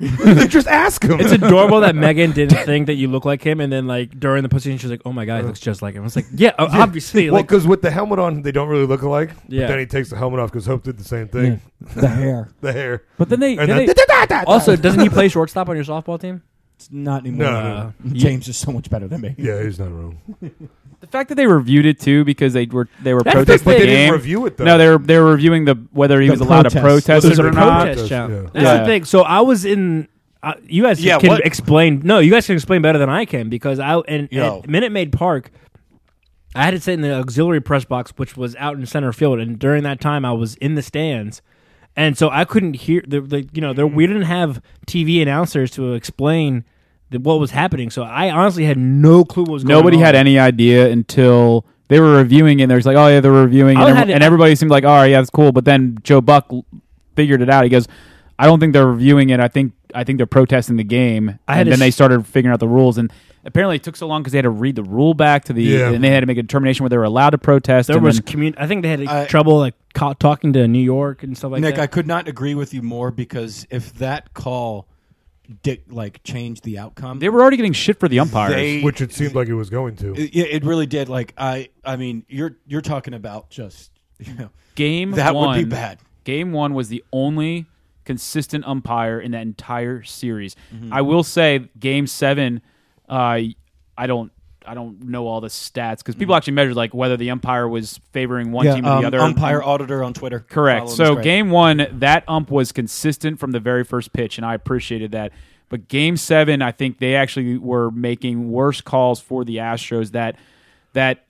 S1: just ask him. <laughs>
S4: It's adorable that Megan didn't think that you look like him, and then like during the pussy, she's like, "Oh my god, he looks just like him." I was like, "Yeah, o- obviously."
S1: Well,
S4: Like,
S1: because with the helmet on, they don't really look alike.
S4: Yeah.
S1: But then he takes the helmet off because Hope did the same thing.
S5: the hair,
S1: The hair.
S4: but then they,
S1: And
S4: then
S1: Hmm. then-
S4: they- also doesn't he play shortstop on your softball team?
S5: it's not anymore.
S1: No, no,
S4: no.
S5: James is so much better than me.
S1: <laughs> Yeah, he's not wrong.
S6: the fact that they reviewed it too because they were they were
S4: That's the
S6: protesting
S4: thing.
S6: the
S1: They
S6: game.
S1: didn't review it though.
S6: No, they were they were reviewing the whether he
S5: The
S6: was allowed to
S5: protest.
S6: protest
S1: Was
S6: it
S1: it
S6: or
S1: a
S6: not.
S1: protest,
S4: challenge.
S1: yeah.
S4: That's
S6: Yeah.
S4: the thing. So I was in. Uh, you guys
S5: Yeah,
S4: can
S5: what-
S4: explain. No, you guys can explain better than I can because I and
S5: Yo.
S4: at Minute Maid Park, I had to sit in the auxiliary press box, which was out in center field, and during that time I was in the stands, and so I couldn't hear the, the you know there, we didn't have TV announcers to explain the, what was happening, so I honestly had no clue what was going
S6: Nobody
S4: on.
S6: had any idea until they were reviewing it. and They're just like, oh yeah, they're reviewing, it.
S4: I
S6: and,
S4: had
S6: every-
S4: it-
S6: and everybody seemed like, oh yeah, that's cool. But then Joe Buck l- figured it out. He goes, I don't think they're reviewing it. I think I think they're protesting the game.
S4: I had a
S6: and then they
S4: s-
S6: started figuring out the rules and. Apparently, it took so long because they had to read the rule back to the,
S1: Yeah.
S6: and they had to make a determination whether they were allowed to protest.
S4: There
S6: and
S4: was
S6: then-
S4: commun- I think they had
S5: I-
S4: trouble like ca- talking to New York and stuff like
S5: Nick,
S4: that.
S5: I could not agree with you more because if that call, Dick, like changed the outcome,
S6: they were already getting shit for the umpires.
S5: They-
S1: Which it seemed like it was going to.
S5: It, it really did. Like I, I mean, you're you're talking about just you know
S6: Game
S5: that
S6: one,
S5: would be bad.
S6: Game one was the only consistent umpire in that entire series.
S5: Mm-hmm.
S6: I will say, Game seven, uh, I don't. I don't know all the stats because people actually measured like whether the umpire was favoring one team or
S5: Mm-hmm. um,
S6: the other.
S5: umpire auditor on Twitter.
S6: Correct.
S5: Follow him,
S6: So
S5: it's great.
S6: game one, that ump was consistent from the very first pitch, and I appreciated that. But game seven, I think they actually were making worse calls for the Astros that that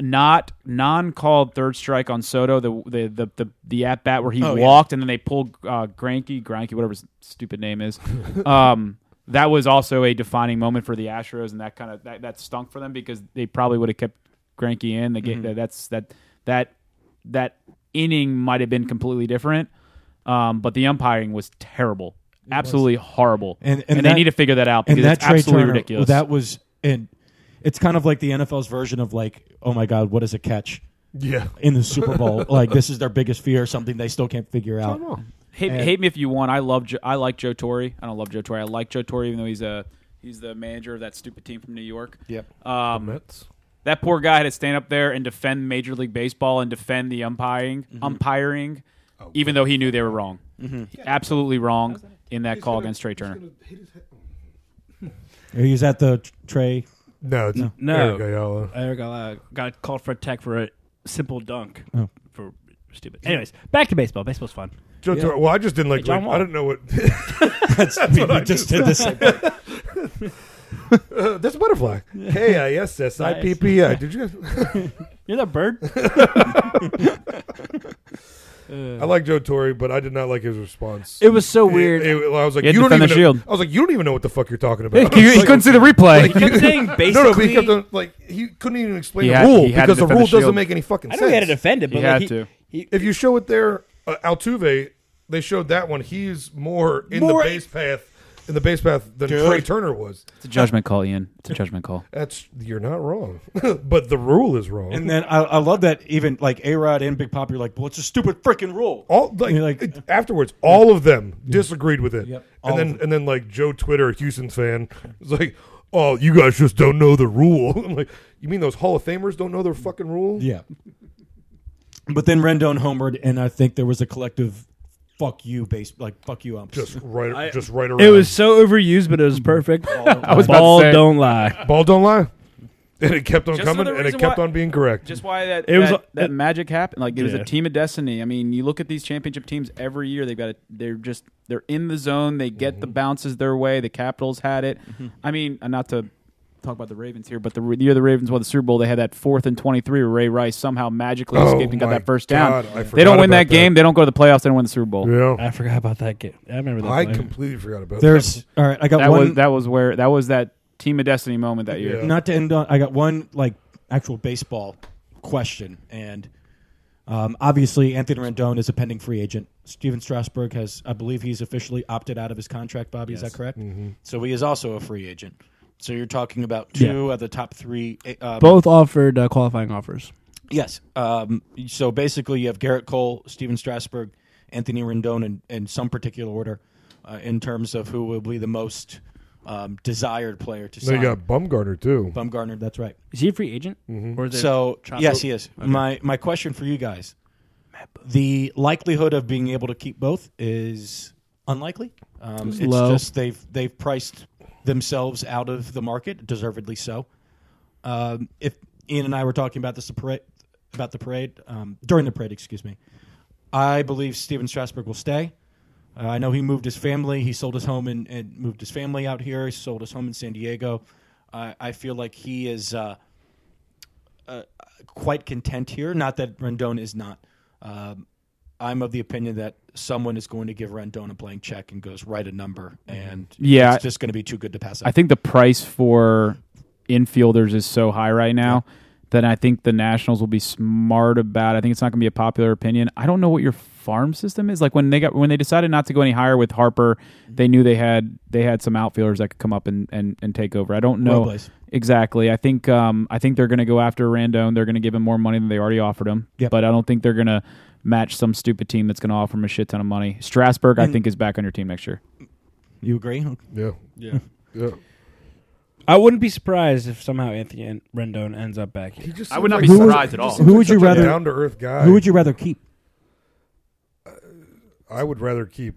S6: not non called third strike on Soto, the the the the, the at bat where he
S5: Oh, yeah.
S6: walked and then they pulled uh, Granky, Granky, whatever his stupid name
S5: <laughs>
S6: is. um, that was also a defining moment for the Astros, and that kind of that, that stunk for them because they probably would have kept Granky in. The
S5: Mm-hmm.
S6: game that's that that that inning might have been completely different. Um, but the umpiring was terrible, absolutely horrible,
S5: And- and
S6: they
S5: that-
S6: need to figure that out
S5: and
S6: because
S5: that
S6: that's
S5: Trey
S6: absolutely
S5: Turner,
S6: ridiculous.
S5: That was and it's kind of like the NFL's version of like, oh my god, what is a catch
S1: Yeah.
S5: in the Super Bowl? like this is their biggest fear, something they still can't figure out.
S6: Hate,
S5: And-
S6: hate me if you want. I love. Jo- I like Joe Torre. I don't love Joe Torre. I like Joe Torre, even though he's a he's the manager of that stupid team from New York.
S5: Yep.
S6: Um,
S1: Mets.
S6: that poor guy had to stand up there and defend Major League Baseball and defend the umpiring,
S5: Mm-hmm.
S6: umpiring,
S5: Oh,
S6: even though he knew they were wrong, absolutely wrong in that call against Trey Turner.
S5: He's at the t- tray.
S1: No, it's
S4: No.
S1: Eric Ayala.
S4: Eric Alaa got called for a tech for a simple dunk
S5: Oh.
S4: for stupid. Anyways, back to baseball. Baseball's fun.
S1: Joe Torre- Well, I just didn't like.
S4: John
S1: like-
S4: Wall.
S1: I didn't know what. <laughs>
S5: That's, we we just did this.
S1: That's a
S4: <laughs>
S1: butterfly. K I S S I P P I. Did you guys?
S4: You're that
S1: <laughs>
S4: bird.
S1: I like Joe Torre, but I did not like his response.
S4: Uh. It was so weird.
S1: <laughs> It- it- I was like,
S6: He
S1: you,
S6: had to
S1: don't
S6: defend
S1: even.
S6: the
S1: know,
S6: shield.
S1: I was like, you don't even know what the fuck you're
S6: <laughs>
S1: talking about.
S6: he,
S1: Like,
S6: couldn't see the replay.
S4: he
S1: <laughs>
S4: kept saying basically.
S1: no, no, but he kept on, like he couldn't even explain
S6: He
S1: the
S6: had-
S1: rule
S6: he had to
S1: because the
S6: defend the
S1: rule doesn't
S6: shield.
S1: make any fucking
S7: I
S1: sense.
S7: know he had to defend it,
S6: He
S7: but
S6: had
S7: like, he,
S6: to.
S7: He,
S1: if you show it there, uh, Altuve, they showed that one. He's more in
S7: More-
S1: the base path in the base path than Trey Turner was.
S6: it's a judgment call, Ian. It's a judgment call.
S1: That's you're not wrong, <laughs> but the rule is wrong.
S5: And then I, I love that even like A Rod and Big Pop, you're like, well, it's a stupid freaking rule.
S1: all like,
S5: You're like-
S1: it- afterwards, all of them disagreed with it.
S5: Yep. All
S1: And
S5: of
S1: then
S5: them.
S1: and then like Joe Twitter, a Houston fan, was like, "Oh, you guys just don't know the rule." <laughs> I'm like, "You mean those Hall of Famers don't know their fucking rule?"
S5: Yeah. But then Rendon homered, and I think there was a collective "fuck you" base, like "fuck you" umps.
S1: Just right, just right around.
S4: It was so overused, but it was
S1: <laughs>
S4: perfect.
S1: Oh,
S4: I
S6: was about to
S4: Ball
S6: say.
S4: don't lie.
S1: ball don't lie, and it kept on
S6: Just
S1: coming,
S6: another
S1: and it
S6: reason
S1: kept
S6: why-
S1: on being correct.
S6: Just why that
S4: It was-
S6: that, that magic happened. Like it was
S4: Yeah.
S6: a team of destiny. I mean, you look at these championship teams every year. They've got a, they're just they're in the zone. They get
S1: Mm-hmm.
S6: the bounces their way. The Capitals had it. I mean, uh, not to talk about the Ravens here, but the, the year the Ravens won the Super Bowl, they had that fourth and twenty three. where Ray Rice somehow magically
S1: Oh
S6: escaped and got
S1: my
S6: that first
S1: God,
S6: down.
S1: I
S6: they
S1: forgot
S6: don't win
S1: about
S6: that
S1: that.
S6: game. They don't go to the playoffs. They don't win the Super Bowl.
S1: yeah,
S4: I forgot about that game. I remember that.
S1: I
S4: play.
S1: completely forgot about
S5: There's all right. I got
S6: That
S5: one.
S6: was that was where that was that team of destiny moment that year.
S1: Yeah.
S5: not to end on i got one like actual baseball question and um, obviously anthony rendon is a pending free agent steven strasberg has i believe he's officially opted out of his contract bobby is that correct so he is also a free agent so you're talking about two of the top three uh,
S4: Both offered uh, qualifying offers.
S5: yes um, so basically you have garrett cole steven strasberg anthony rendon in, in some particular order uh, in terms of who will be the most um, desired player to
S1: They
S5: sign
S1: got Bumgarner too.
S5: Bumgarner, that's right.
S4: Is he a free agent? Or is it
S5: Mm-hmm. So
S4: chopped
S5: yes,
S4: up?
S5: he is. My my question for you guys: the likelihood of being able to keep both is unlikely. Um, it's
S4: low.
S5: just they've they've priced themselves out of the market, deservedly so. Um, if Ian and I were talking about this parade, about the parade um, during the parade, excuse me, I believe Steven Strasberg will stay. Uh, I know he moved his family. He sold his home and, and moved his family out here. He sold his home in San Diego. I I feel like he is. Uh, quite content here. Not that Rendon is not. Um, I'm of the opinion that someone is going to give Rendon a blank check and goes write a number, and
S6: Yeah.
S5: it's just going to be too good to pass up.
S6: I think the price for infielders is so high right now that I think the Nationals will be smart about. it. I think it's not going to be a popular opinion. I don't know what your farm system is like when they got when they decided not to go any higher with Harper. They knew they had they had some outfielders that could come up and and, and take over. I don't know
S5: Robles.
S6: exactly. I think um I think they're going to go after Randone. They're going to give him more money than they already offered him.
S5: Yep.
S6: But I don't think they're going to match some stupid team that's going to offer him a shit ton of money. Strasburg, I
S5: And-
S6: think, is back on your team next year.
S5: you agree.
S1: Yeah,
S7: Yeah.
S1: yeah.
S7: I wouldn't be surprised if somehow Anthony An- Rendon ends up back
S1: He
S7: here.
S1: just
S8: I would
S1: seems
S8: not
S1: like
S8: be
S1: such-
S8: surprised at
S1: he just
S8: all.
S1: seems
S5: Who
S1: like
S5: would you
S1: such a
S5: rather-
S1: down to earth guy?
S5: Who would you rather keep?
S1: I would rather keep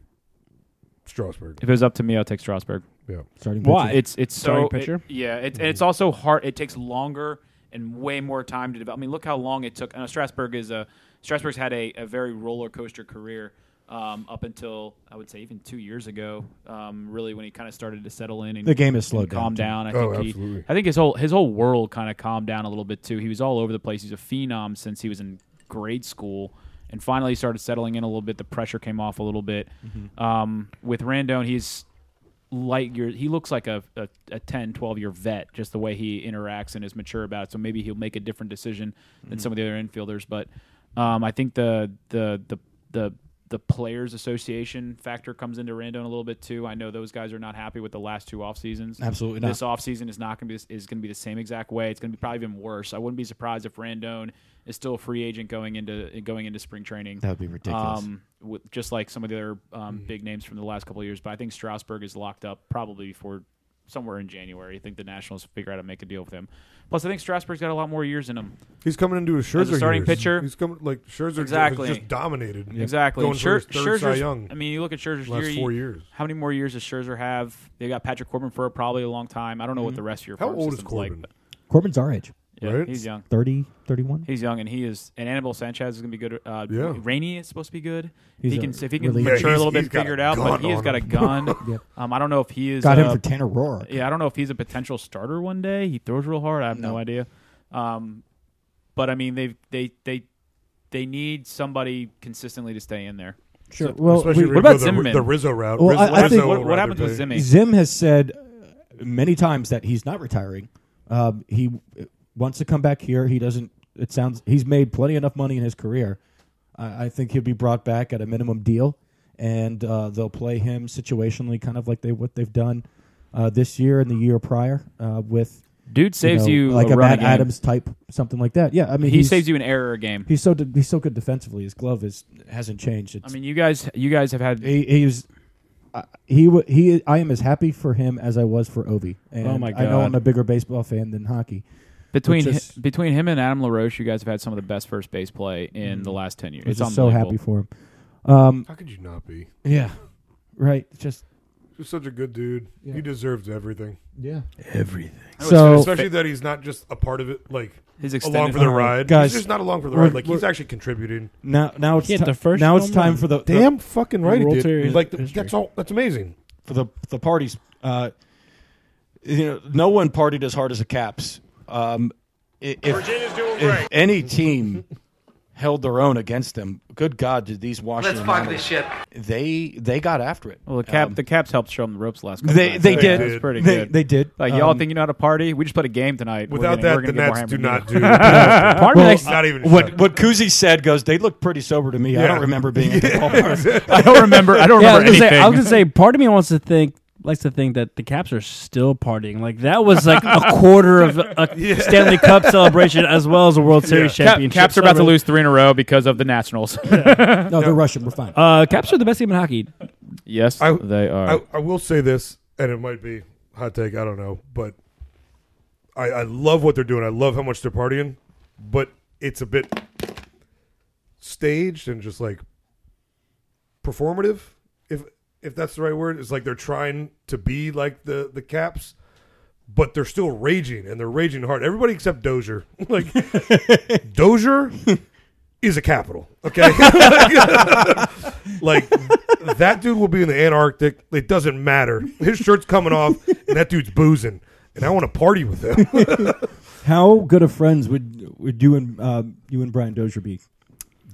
S1: Strasburg.
S6: If it was up to me, I'll take Strasburg.
S1: Yeah.
S5: Starting Mm-hmm.
S7: Why?
S6: it's it's
S7: Starting
S6: so
S7: pitcher?
S6: it- yeah, it, and it's also hard. It takes longer and way more time to develop. I mean, look how long it took. I know Strasburg is a Strasburg's had a, a very roller coaster career um, up until I would say even two years ago. Um, really, when he kind of started to settle in and
S5: The game has slowed
S6: and calm
S5: down,
S6: down. I
S1: Oh,
S6: think he,
S1: absolutely.
S6: I think his whole his whole world kind of calmed down a little bit too. He was all over the place. He's a phenom since he was in grade school, and finally he started settling in a little bit. The pressure came off a little bit.
S5: Mm-hmm.
S6: Um, with Randone, he's light year he looks like a, a, a 10 12 year vet just the way he interacts and is mature about it so maybe he'll make a
S5: Mm-hmm.
S6: different decision than some of the other infielders but um, i think the the the the the players association factor comes into Randon a little bit too. I know those guys are not happy with the last two off seasons.
S5: Absolutely
S6: This
S5: not.
S6: off season is not going to be is going to be the same exact way. It's going to be probably even worse. I wouldn't be surprised if Randon is still a free agent going into going into spring training.
S5: That would be ridiculous.
S6: Um, with, just like some of the other
S1: Mm.
S6: um, big names from the last couple of years, but I think Strasburg is locked up probably before somewhere in January. I think the Nationals figure out how to make a deal with him. Plus, I think Strasburg's got a lot more years in him.
S1: He's coming into a Scherzer
S6: As a starting
S1: years.
S6: pitcher.
S1: He's coming like Scherzer
S6: Exactly.
S1: just dominated.
S6: Exactly.
S1: Going
S6: Scher-
S1: for his third Cy
S6: Scherzer's-
S1: Young.
S6: I mean, you look at Scherzer's
S1: last
S6: year,
S1: four
S6: you-
S1: years.
S6: How many more years does Scherzer have? They got Patrick Corbin for probably a long time. I don't know what the rest of your
S1: Mm-hmm. How
S6: farm
S1: old is
S6: system's like,
S1: Corbin?
S6: but-
S8: Corbin's our age.
S6: yeah,
S1: Right?
S6: he's young.
S8: 30, 31.
S6: He's young, and he is. And Annabelle Sanchez is going to be good. Uh,
S1: Yeah.
S6: Rainey is supposed to be good.
S8: He's
S6: if he
S8: a
S6: can, if he can
S8: reliever.
S6: mature
S1: Yeah,
S6: a little
S1: he's-
S6: bit,
S1: he's got
S6: figure it
S1: a
S6: out. But
S1: gun
S6: he has
S1: on
S6: got a
S1: him. <laughs>
S6: gun.
S8: Yep.
S6: um, I don't know if he is.
S8: Got him
S6: uh,
S8: for Tanner Roark.
S6: yeah, I don't know if he's a potential starter one day. He throws real hard. I have no,
S5: No.
S6: idea. Um, but I mean, they they they they need somebody consistently to stay in there.
S8: Sure.
S6: So-
S8: well,
S1: Especially
S8: we-
S6: what
S1: if you
S6: about
S1: go the,
S6: Zimmerman?
S1: the Rizzo route.
S8: Well,
S1: Rizzo,
S8: I- I
S1: Rizzo
S8: think-
S6: what,
S1: would
S6: what
S1: rather
S6: happened with
S1: take-
S6: Zimmy?
S8: Zim has said uh, many times that he's not retiring. Um, he uh, wants to come back here. He doesn't. It sounds he's made plenty enough money in his career. I, I think he'll be brought back at a minimum deal, and uh, they'll play him situationally, kind of like they what they've done uh, this year and the year prior uh, with
S6: Dude saves
S8: know,
S6: you,
S8: like
S6: a
S8: a
S6: run a
S8: Matt
S6: game.
S8: Adams type, something like that. Yeah, I mean
S6: He
S8: he's-
S6: saves you an error a game.
S8: He's so de- he's so good defensively. His glove is hasn't changed. It's,
S6: I mean, you guys, you guys have had.
S8: he he was I- he wa- he I am as happy for him as I was for Ovi. And
S4: Oh, my
S8: I know
S4: God.
S8: I'm a bigger baseball fan than hockey.
S6: Between
S8: It's just-
S6: hi- between him and Adam LaRoche, you guys have had some of the best first base play in the last ten years.
S8: I'm
S6: It's
S8: just so happy
S6: unbelievable.
S8: for him. Um,
S1: How could you not be?
S8: yeah, right. Just
S1: He's such a good dude.
S8: Yeah.
S1: He deserves everything.
S8: yeah.
S7: Everything.
S8: So
S1: Especially that he's not just a part of it, like
S6: His
S1: along
S6: extended
S1: for the
S8: All right,
S1: ride.
S8: guys,
S1: he's just not along for the
S8: we're-
S1: ride. Like he's
S8: we're-
S1: actually contributing.
S8: now now it's
S7: He hit
S8: ti-
S7: the first
S8: now it's
S7: home
S8: time
S7: run.
S8: for the, the-
S1: fucking
S7: right he World did. Series
S1: Like the,
S7: history.
S1: that's all. That's amazing.
S5: for the the parties. Uh, you know, no one partied as hard as the Caps. Um, i- if,
S9: Virginia's doing
S5: if
S9: great.
S5: any team held their own against them, good God, did these Washington? Monarchs- They they got after it.
S6: Well, the cap
S5: Um,
S6: the caps helped show him the ropes last. Couple
S5: they
S6: times.
S5: they
S6: That
S5: did.
S6: was pretty
S8: they,
S6: good.
S8: they did.
S6: like y'all
S8: Um,
S6: think you know how to party? We just played a game tonight. We're gonna-
S1: Without that,
S6: we're
S1: the
S6: gonna get more
S1: Nats
S6: hammered
S1: do
S6: than
S1: not
S6: that. <laughs>
S1: do.
S4: Part of
S5: Well,
S4: me
S5: I-
S1: not even
S5: what
S1: shot.
S5: what Kuzi said goes. They looked pretty sober to me. I don't
S1: Yeah.
S5: remember being at the ballpark.
S6: I don't remember. I don't
S4: yeah, I was
S6: remember
S4: gonna
S6: anything.
S4: say, I was gonna say, part of me wants to think, likes to think that the Caps are still partying. Like that was like a quarter of a Stanley Cup celebration as well as a World Series
S6: Cap-
S4: championship.
S6: Caps are about to
S4: celebration.
S6: lose three in a row because of the <laughs> Nationals.
S8: No, they're Russian. We're fine.
S4: Uh, Caps are the best team in hockey.
S6: yes,
S1: I-
S6: they are.
S1: I, I will say this, and it might be hot take. I don't know, but I, I love what they're doing. I love how much they're partying, but it's a bit staged and just like performative. If if that's the right word, it's like they're trying to be like the the Caps, but they're still raging and they're raging hard. Everybody except Dozier, <laughs>
S6: <laughs>
S1: like Dozier. Is a capital
S6: <laughs>
S1: okay? <laughs> Like that dude will be in the Antarctic. It doesn't matter. His shirt's coming off, and that dude's boozing, and I want to party with him.
S8: How good of friends would would you and um, you and Brian Dozier be?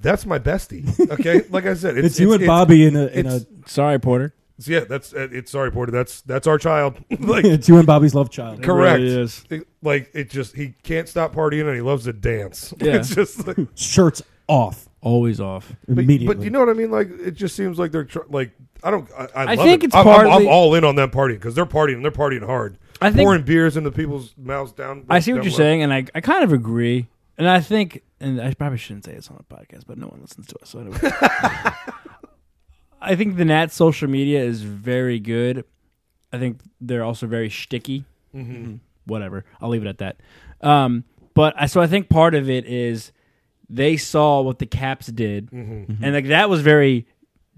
S1: That's my bestie. Okay, like I said,
S8: It's, you and uh, Bobby in a in
S1: it's-
S8: a.
S4: Sorry, Porter.
S1: it's- yeah, that's uh, it's sorry, Porter. That's that's our child. <laughs>
S8: <laughs>
S1: like
S8: It's you and Bobby's love child.
S1: correct.
S4: really is.
S1: It- like it just he can't stop partying, and he loves to dance. <laughs>
S4: Yeah.
S1: It's just like,
S8: Shirts off
S4: Always off.
S1: but,
S8: immediately.
S1: but you know what I mean. Like it just seems like they're tr- like I don't. I, I,
S4: I
S1: love
S4: think
S1: it.
S4: it's
S1: I'm, I'm- I'm
S4: partly-
S1: all in on them partying because they're partying. and They're partying hard.
S4: I think-
S1: pouring beers into people's mouths down.
S4: I see what
S1: down
S4: you're
S1: low.
S4: saying, and I, I kind of agree. And I think, and I probably shouldn't say this on a podcast, but no one listens to us. So anyway. <laughs> I think the Nats social media is very good. I think they're also very shticky. Whatever. I'll leave it at that. Um, but I, so I think part of it is they saw what the Caps did, and like that was very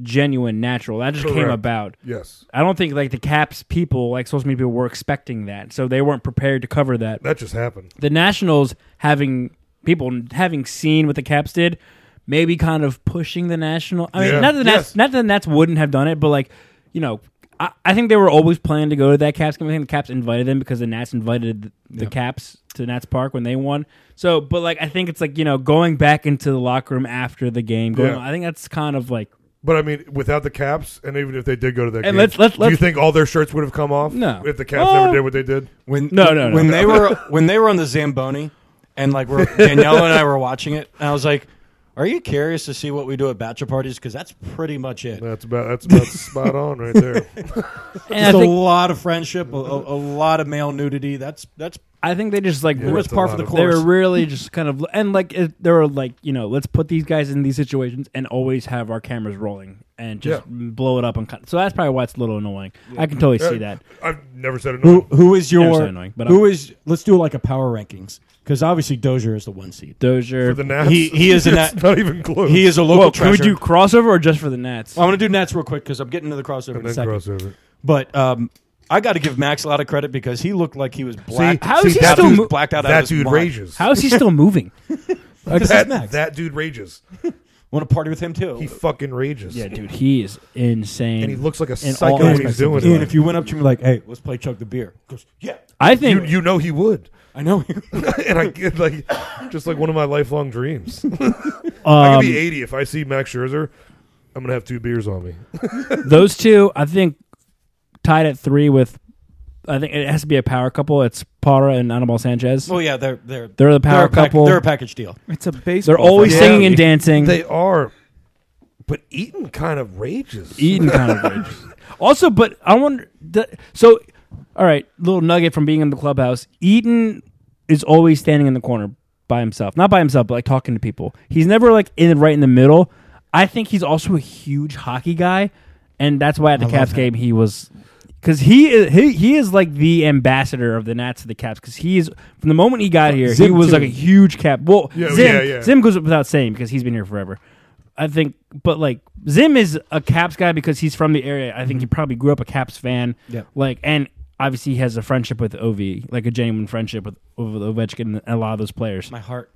S4: genuine, natural. That just came
S1: Correct.
S4: about.
S1: Yes,
S4: I don't think like the Caps people, like social media people, were expecting that, so they weren't prepared to cover that
S1: that just happened.
S4: the Nationals having people having seen what the Caps did, maybe kind of pushing the National. I mean,
S1: Yeah.
S4: not that the Nats,
S1: Yes.
S4: not that the Nats wouldn't have done it, but like you know, I, I think they were always planning to go to that Caps game. I think the Caps invited them because the Nats invited the, the Caps to Nats Park when they won. So, but like I think it's like you know going back into the locker room after the game. Going,
S1: Yeah.
S4: I think that's kind of like
S1: But I mean, without the caps, and even if they did go to that
S4: And
S1: game,
S4: let's- let's-
S1: do you
S4: let's-
S1: think all their shirts would have come off?
S4: No.
S1: If the caps
S4: Oh.
S1: never did what they did?
S5: When
S4: No, no, no.
S5: when they were when they were on the Zamboni, and like we're, Danielle and I were watching it, and I was like, Are you curious to see what we do at bachelor parties? Because that's pretty much it.
S1: That's about
S4: <laughs>
S1: that's about spot on right there.
S4: And I
S5: Just a
S4: think-
S5: lot of friendship, a, a, a lot of male nudity. That's that's
S4: I think they just like
S1: Yeah,
S4: were-
S1: that's a
S5: par for
S1: lot
S5: the
S1: of-
S5: course.
S4: they were really just kind of and like it, they were like you know let's put these guys in these situations and always have our cameras rolling and just blow it up and cut. So that's probably why it's a little annoying. I can totally <laughs> see that.
S1: Uh, I've never said it.
S8: Who
S1: No.
S8: who is
S4: Never
S8: your
S4: said annoying, but
S8: who is? Let's do like a power rankings because obviously Dozier is the one seed.
S4: Dozier.
S1: For the Nats,
S5: He-
S1: <laughs>
S5: he is an
S1: it's
S5: act-
S1: not even close. <laughs>
S5: he is a local
S4: Whoa, can we
S5: treasure.
S4: do crossover or just for the Nats?
S1: Oh.
S5: I'm going to do Nats real quick because I'm getting to the crossover in
S1: and
S5: a
S1: then
S5: second.
S1: crossover.
S5: But um, I got to give Max a lot of credit because he looked like he was black.
S4: how is he
S5: that
S4: still
S5: dude's
S4: mo-
S5: blacked out? out
S1: That
S5: of
S1: dude rages.
S4: How is he
S1: <laughs>
S4: still moving?
S5: Because
S1: that,
S5: that's Max.
S1: that dude rages.
S5: Want to party with him too?
S1: He fucking rages.
S4: yeah, dude, he is insane.
S1: And he looks like a
S4: in
S1: psycho
S4: all
S1: when
S4: aspects
S1: he's
S4: of
S1: doing
S8: Ian,
S1: it.
S8: if you went up to me like, "Hey, let's play Chug the Beer," he goes, "Yeah,
S4: I
S1: You,
S4: think
S1: you know he would.
S8: I know."
S1: <laughs> and I get like just like one of my lifelong dreams. <laughs> I
S4: um,
S1: could be 80 if I see Max Scherzer. I'm gonna have two beers on me.
S4: those two. I think tied at three with. I think it has to be a power couple. It's Parra and Anibal Sanchez.
S5: oh yeah, they're they're
S4: They're the power
S5: a pack-
S4: couple.
S5: they're a package <laughs> deal.
S6: It's a baseball.
S4: They're always
S1: Yeah.
S4: singing and dancing.
S1: They are, but Eaton kind of rages.
S4: Eaton kind of rages. <laughs> Also, but I wonder. th- So, all right, little nugget from being in the clubhouse. Eaton is always standing in the corner by himself, not by himself, but like talking to people. He's never like in right in the middle. I think he's also a huge hockey guy, and that's why at the Caps game he was. Because he is he, he is like the ambassador of the Nats to the Caps. Because he is from the moment he got here, he
S8: Zim,
S4: was
S8: too.
S4: like a huge Cap. Well,
S1: Yeah,
S4: Zim,
S1: yeah, yeah.
S4: Zim goes without saying because he's been here forever. I think, but like Zim is a Caps guy because he's from the area. I
S5: Mm-hmm.
S4: think he probably grew up a Caps fan.
S8: Yeah.
S4: Like, and obviously he has a friendship with Ovi, like a genuine friendship with, with Ovechkin and a lot of those players.
S5: My heart.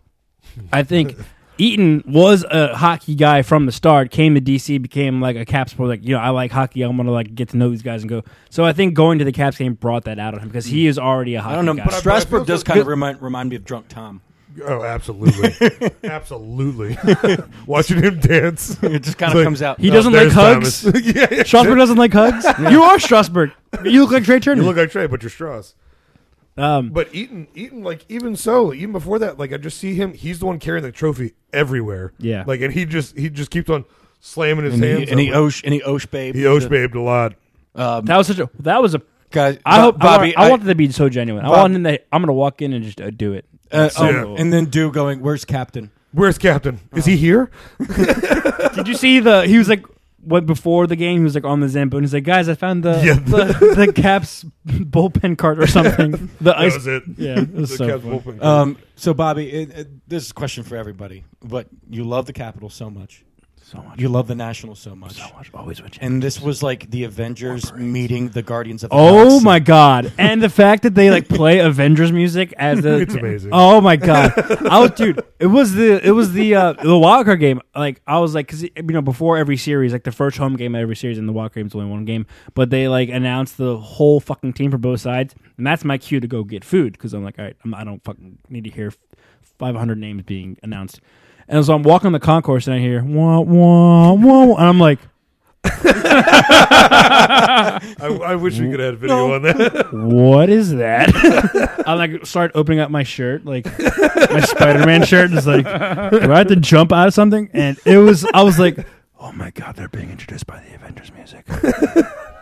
S4: I
S5: <laughs>
S4: think Eaton was a hockey guy from the start. Came to DC, became like a Caps player. Like, you know, I like hockey. I'm gonna like get to know these guys and go. So I think going to the Caps game brought that out of him because he is already a hockey
S5: Mm. I don't know.
S4: guy.
S5: But Strasburg
S1: feel
S5: does
S1: so
S5: kind of
S1: good-
S5: remind remind me of drunk Tom.
S1: Oh,
S4: <laughs>
S1: absolutely, absolutely. <laughs> Watching him dance,
S5: It just kind of
S1: Like,
S5: comes out.
S4: he
S1: Oh,
S4: doesn't like
S1: there's
S4: hugs.
S1: Thomas. <laughs> yeah, yeah.
S4: Strasburg doesn't like
S5: <laughs>
S4: hugs. You are Strasburg. You look like Trey Turner.
S1: You look like Trey, but you're Strauss.
S4: um,
S1: But Eaton, Eaton, like even so, even before that, like I just see him. He's the one carrying the trophy everywhere.
S4: Yeah.
S1: like and he just he just keeps on slamming his
S5: and
S1: hands.
S5: he, and he
S1: up.
S5: Osh and he Osh babe. Uh,
S1: he Osh babed a lot.
S5: Um,
S4: That was such a. That was a.
S5: guys,
S4: I
S5: Bo-
S4: hope
S5: Bobby.
S4: I, want, I wanted to be so genuine. I
S5: Bob-
S4: wanted to. I'm gonna walk in and just uh, do it.
S5: uh,
S4: So
S5: um,
S1: Yeah.
S4: cool.
S5: and then do going. Where's Captain?
S1: Where's Captain? Is he here?
S4: Did you see the? He was like. Went before the game, he was like on the Zambo, and he's like, "Guys, I found the
S1: Yeah.
S4: the, the Caps bullpen cart or something." The
S1: That
S4: ice,
S1: was it. <laughs>
S4: yeah, it was
S1: The
S4: so
S1: Cavs
S4: funny.
S1: bullpen.
S5: Um, so Bobby, it, it, this is a question for everybody. But you love the Capitol so much.
S4: so much,
S5: You love the Nationals so much.
S4: so much, always with you.
S5: And this was like the Avengers meeting the Guardians of the
S4: Oh
S5: Galaxy.
S4: my god! And the fact that they like
S1: <laughs>
S4: play Avengers music as the
S1: It's amazing.
S4: Oh my god! I was dude. It was the it was the uh, the wild card game. Like I was like because you know before every series, like the first home game of every series, and the wild card game's only one game. But they like announced the whole fucking team for both sides, and that's my cue to go get food because I'm like, all right, I'm, I don't fucking need to hear 500 names being announced. And so I'm walking the concourse and I hear wah wah wah, wah," and I'm like,
S1: I, I wish we could have had video
S4: <laughs>
S1: on that.
S4: what is that? <laughs> I like start opening up my shirt, like my Spider Man shirt, and it's like, do I have to jump out of something? And it was, I was like, oh my god, they're being introduced by the Avengers music.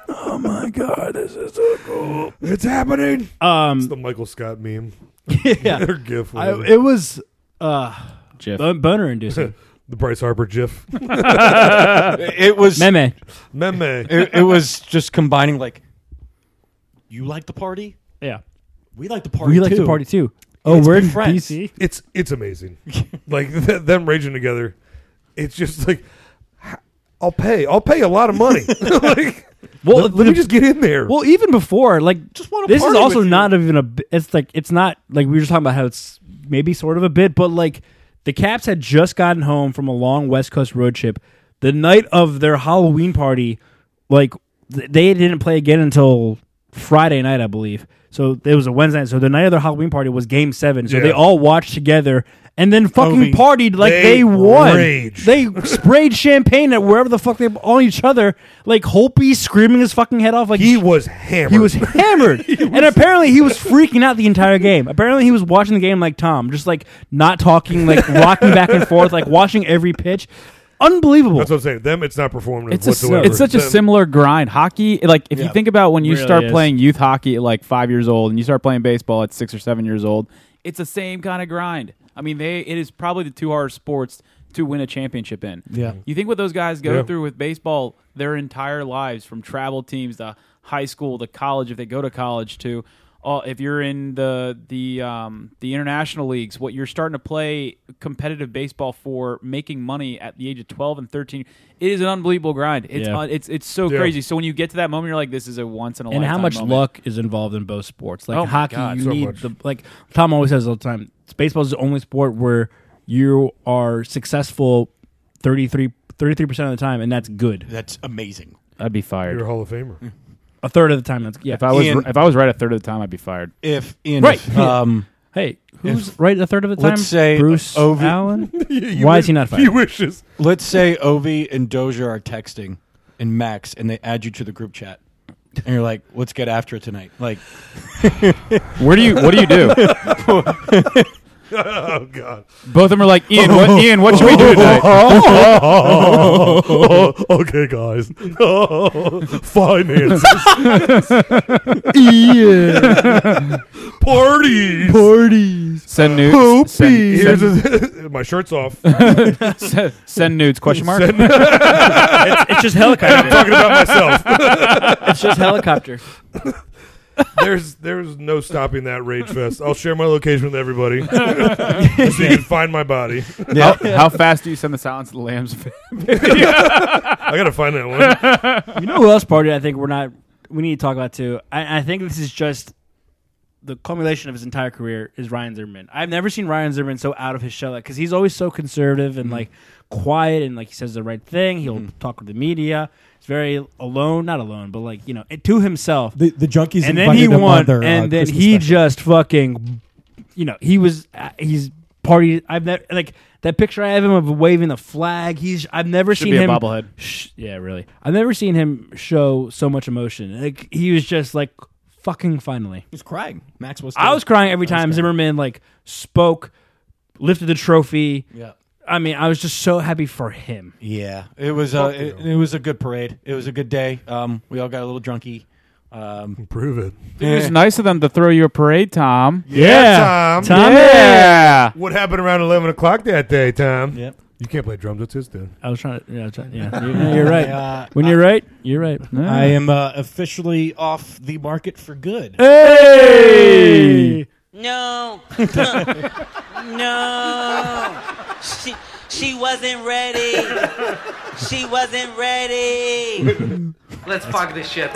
S4: oh my god, this is so cool.
S1: it's happening. It's
S4: Um,
S1: the Michael Scott meme
S4: <laughs> yeah,
S1: or GIF.
S4: I,
S1: whatever.
S4: it was uh <laughs>
S6: Jeff.
S4: bon- boner
S1: <laughs>
S4: inducing.
S1: the Bryce
S4: <laughs>
S1: Harper GIF.
S5: It was
S4: Meme,
S1: Meme.
S5: it, it was just combining like you like the party,
S4: yeah,
S5: we like the party.
S4: we like
S5: too.
S4: to party too. Oh,
S5: Let's
S4: we're
S5: be
S4: in
S5: friends.
S4: DC.
S1: It's
S4: <laughs>
S1: it's amazing. like th- them raging together. It's just like h- I'll pay. I'll pay a lot
S4: <laughs>
S1: of money. <laughs> like,
S4: Well,
S1: let, let me just get in there.
S4: Well, even before, like,
S5: Just wanna
S4: this is
S5: party
S4: also
S5: with you.
S4: not even a. bi- It's like it's not like we were just talking about how it's maybe sort of a bit, but like the Caps had just gotten home from a long West Coast road trip. The night of their Halloween party, like th- they didn't play again until Friday night, I believe. So it was a Wednesday night. So the night of their Halloween party was Game Seven. So they
S1: Yeah.
S4: all watched together and then fucking
S5: Obi.
S4: partied like they,
S1: They
S4: won.
S1: raged.
S4: They sprayed champagne at wherever the fuck they on each other. Like Holpe screaming his fucking head off. Like
S1: He was hammered.
S4: he was hammered, and apparently <laughs> he was freaking out the entire game. Apparently he was watching the game like Tom, just like not talking, like rocking back and forth, like watching every pitch. Unbelievable.
S1: That's what I'm saying. Them, it's not performative
S6: It's a, s-
S1: whatsoever.
S6: it's such a
S1: Them-
S6: similar grind. Hockey, like if you think about when you
S4: Really
S6: start
S4: is.
S6: playing youth hockey at like five years old, and you start playing baseball at six or seven years old, it's the same kind of grind. I mean, they it is probably the two hardest sports to win a championship in.
S8: Yeah.
S6: you think what those guys go
S1: Yeah.
S6: through with baseball their entire lives, from travel teams to high school to college, if they go to college to. Uh, if you're in the the um, the international leagues, what you're starting to play competitive baseball for, making money at the age of 12 and 13, it is an unbelievable grind. It's
S4: Yeah.
S6: un- it's it's so
S1: Yeah.
S6: crazy. So when you get to that moment, you're like, this is a once in a
S4: and
S6: lifetime.
S4: how much
S6: moment.
S4: luck is involved in both sports? Like
S6: Oh my
S4: hockey,
S6: God,
S4: you
S1: so
S4: need
S1: much.
S4: the like Tom always says all the time. Baseball is the only sport where you are successful 33 percent of the time, and that's good.
S5: That's amazing.
S6: I'd be
S1: You're a
S6: fired.
S1: Hall of Famer.
S4: A third of the time, that's yeah.
S6: If I was
S5: Ian-
S6: if I was right a third of the time, I'd be fired.
S5: If Ian,
S4: Right.
S5: if, um,
S4: hey, who's right a third of the time?
S5: Let's say
S4: Bruce
S5: Ovi-
S4: Allen.
S1: You-
S4: <laughs>
S1: you
S4: Why
S1: wish-
S4: is he not
S1: <laughs> He
S4: fired?
S1: wishes.
S5: let's say Ovi and Dozier are texting and Max, and they add you to the group chat, and you're like, "Let's get after it tonight." Like,
S6: Where do you what do you do?
S4: <laughs>
S1: Oh God.
S6: <laughs> Both of them are like Ian.
S4: Oh.
S6: What Ian? What should we do tonight?
S1: Oh, <laughs> okay, guys. Oh, finances. Parties. Parties.
S6: Send nudes. Send,
S1: Here's
S6: send,
S1: a, my shirt's off.
S6: send, send
S4: <laughs>
S6: nudes? Question mark.
S4: it's just
S6: <laughs>
S4: helicopter.
S1: talking about myself.
S4: it's just helicopter.
S1: <laughs> There's there's no stopping that rage fest. I'll share my location with <laughs> everybody so you can find my body.
S6: How, how fast do you send the silence of the lambs?
S1: I gotta find that one.
S4: You <laughs> know who else party? I think we're not. We need to talk about too. I, I think this is just the culmination of his entire career is Ryan Zimmerman. I've never seen Ryan Zimmerman so out of his shell because he's always so conservative
S8: Mm-hmm.
S4: and like quiet and like he says the right thing. He'll talk with the media. He's very alone, not alone, but like you know, to himself.
S8: The, the junkies
S4: and then
S8: invited
S4: he
S8: him
S4: won,
S8: on their, uh,
S4: and then
S8: Christmas
S4: he
S8: special.
S4: just fucking, you know, he was uh, he's party. I've never like that picture I have him of waving the flag. He's I've never
S6: Should
S4: seen
S6: be a
S4: him
S6: bobblehead.
S4: Sh- yeah, really. I've never seen him show so much emotion. Like he was just like fucking finally.
S5: he's crying. Max was.
S4: I was crying every time
S5: crying.
S4: Zimmerman like spoke, lifted the trophy.
S5: Yeah.
S4: I mean, I was just so happy for him.
S5: Yeah, it was a it, it was a good parade. It was a good day. Um, we all got a little drunky. Um,
S1: Prove it.
S6: It was nice of them to throw you a parade, Tom.
S1: Tom.
S4: Tom.
S6: Yeah.
S1: What happened around eleven o'clock that day, Tom?
S5: Yep.
S1: You can't play drums. That's his thing.
S4: I was trying to. Yeah, I was trying, yeah. You're, you're right.
S5: Uh,
S4: When you're right, you're right.
S5: I am uh, officially off the market for good.
S4: Hey.
S5: <laughs>
S10: No. no. She, she wasn't ready. She wasn't ready. Let's fuck this shit.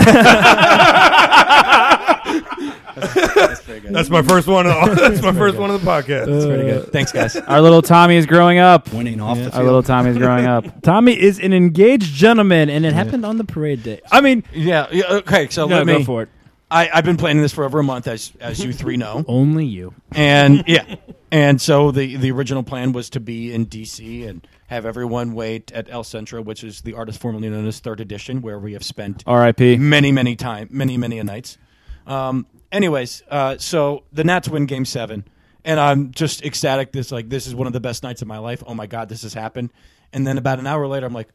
S1: That's my first one. Of, <laughs> that's my first one of the podcast.
S5: Thanks,
S6: <laughs>
S5: guys.
S6: Our little Tommy is growing up.
S7: winning off the
S6: Our little Tommy is growing
S7: <laughs>
S6: up.
S4: Tommy is an engaged gentleman, and it happened on the parade day. I mean,
S5: yeah, yeah. Okay. So
S4: no,
S5: let
S4: go
S5: me.
S4: for it.
S5: I, I've been planning this for over a month, as as you three know.
S4: Only you.
S5: and
S4: <laughs>
S5: yeah and so the the original plan was to be in dc and have everyone wait at el centro which is the artist formerly known as third edition where we have spent
S6: R.I.P.
S5: many many time many many a nights um anyways uh so the nats win game seven and i'm just ecstatic this like this is one of the best nights of my life oh my god this has happened and then about an hour later i'm like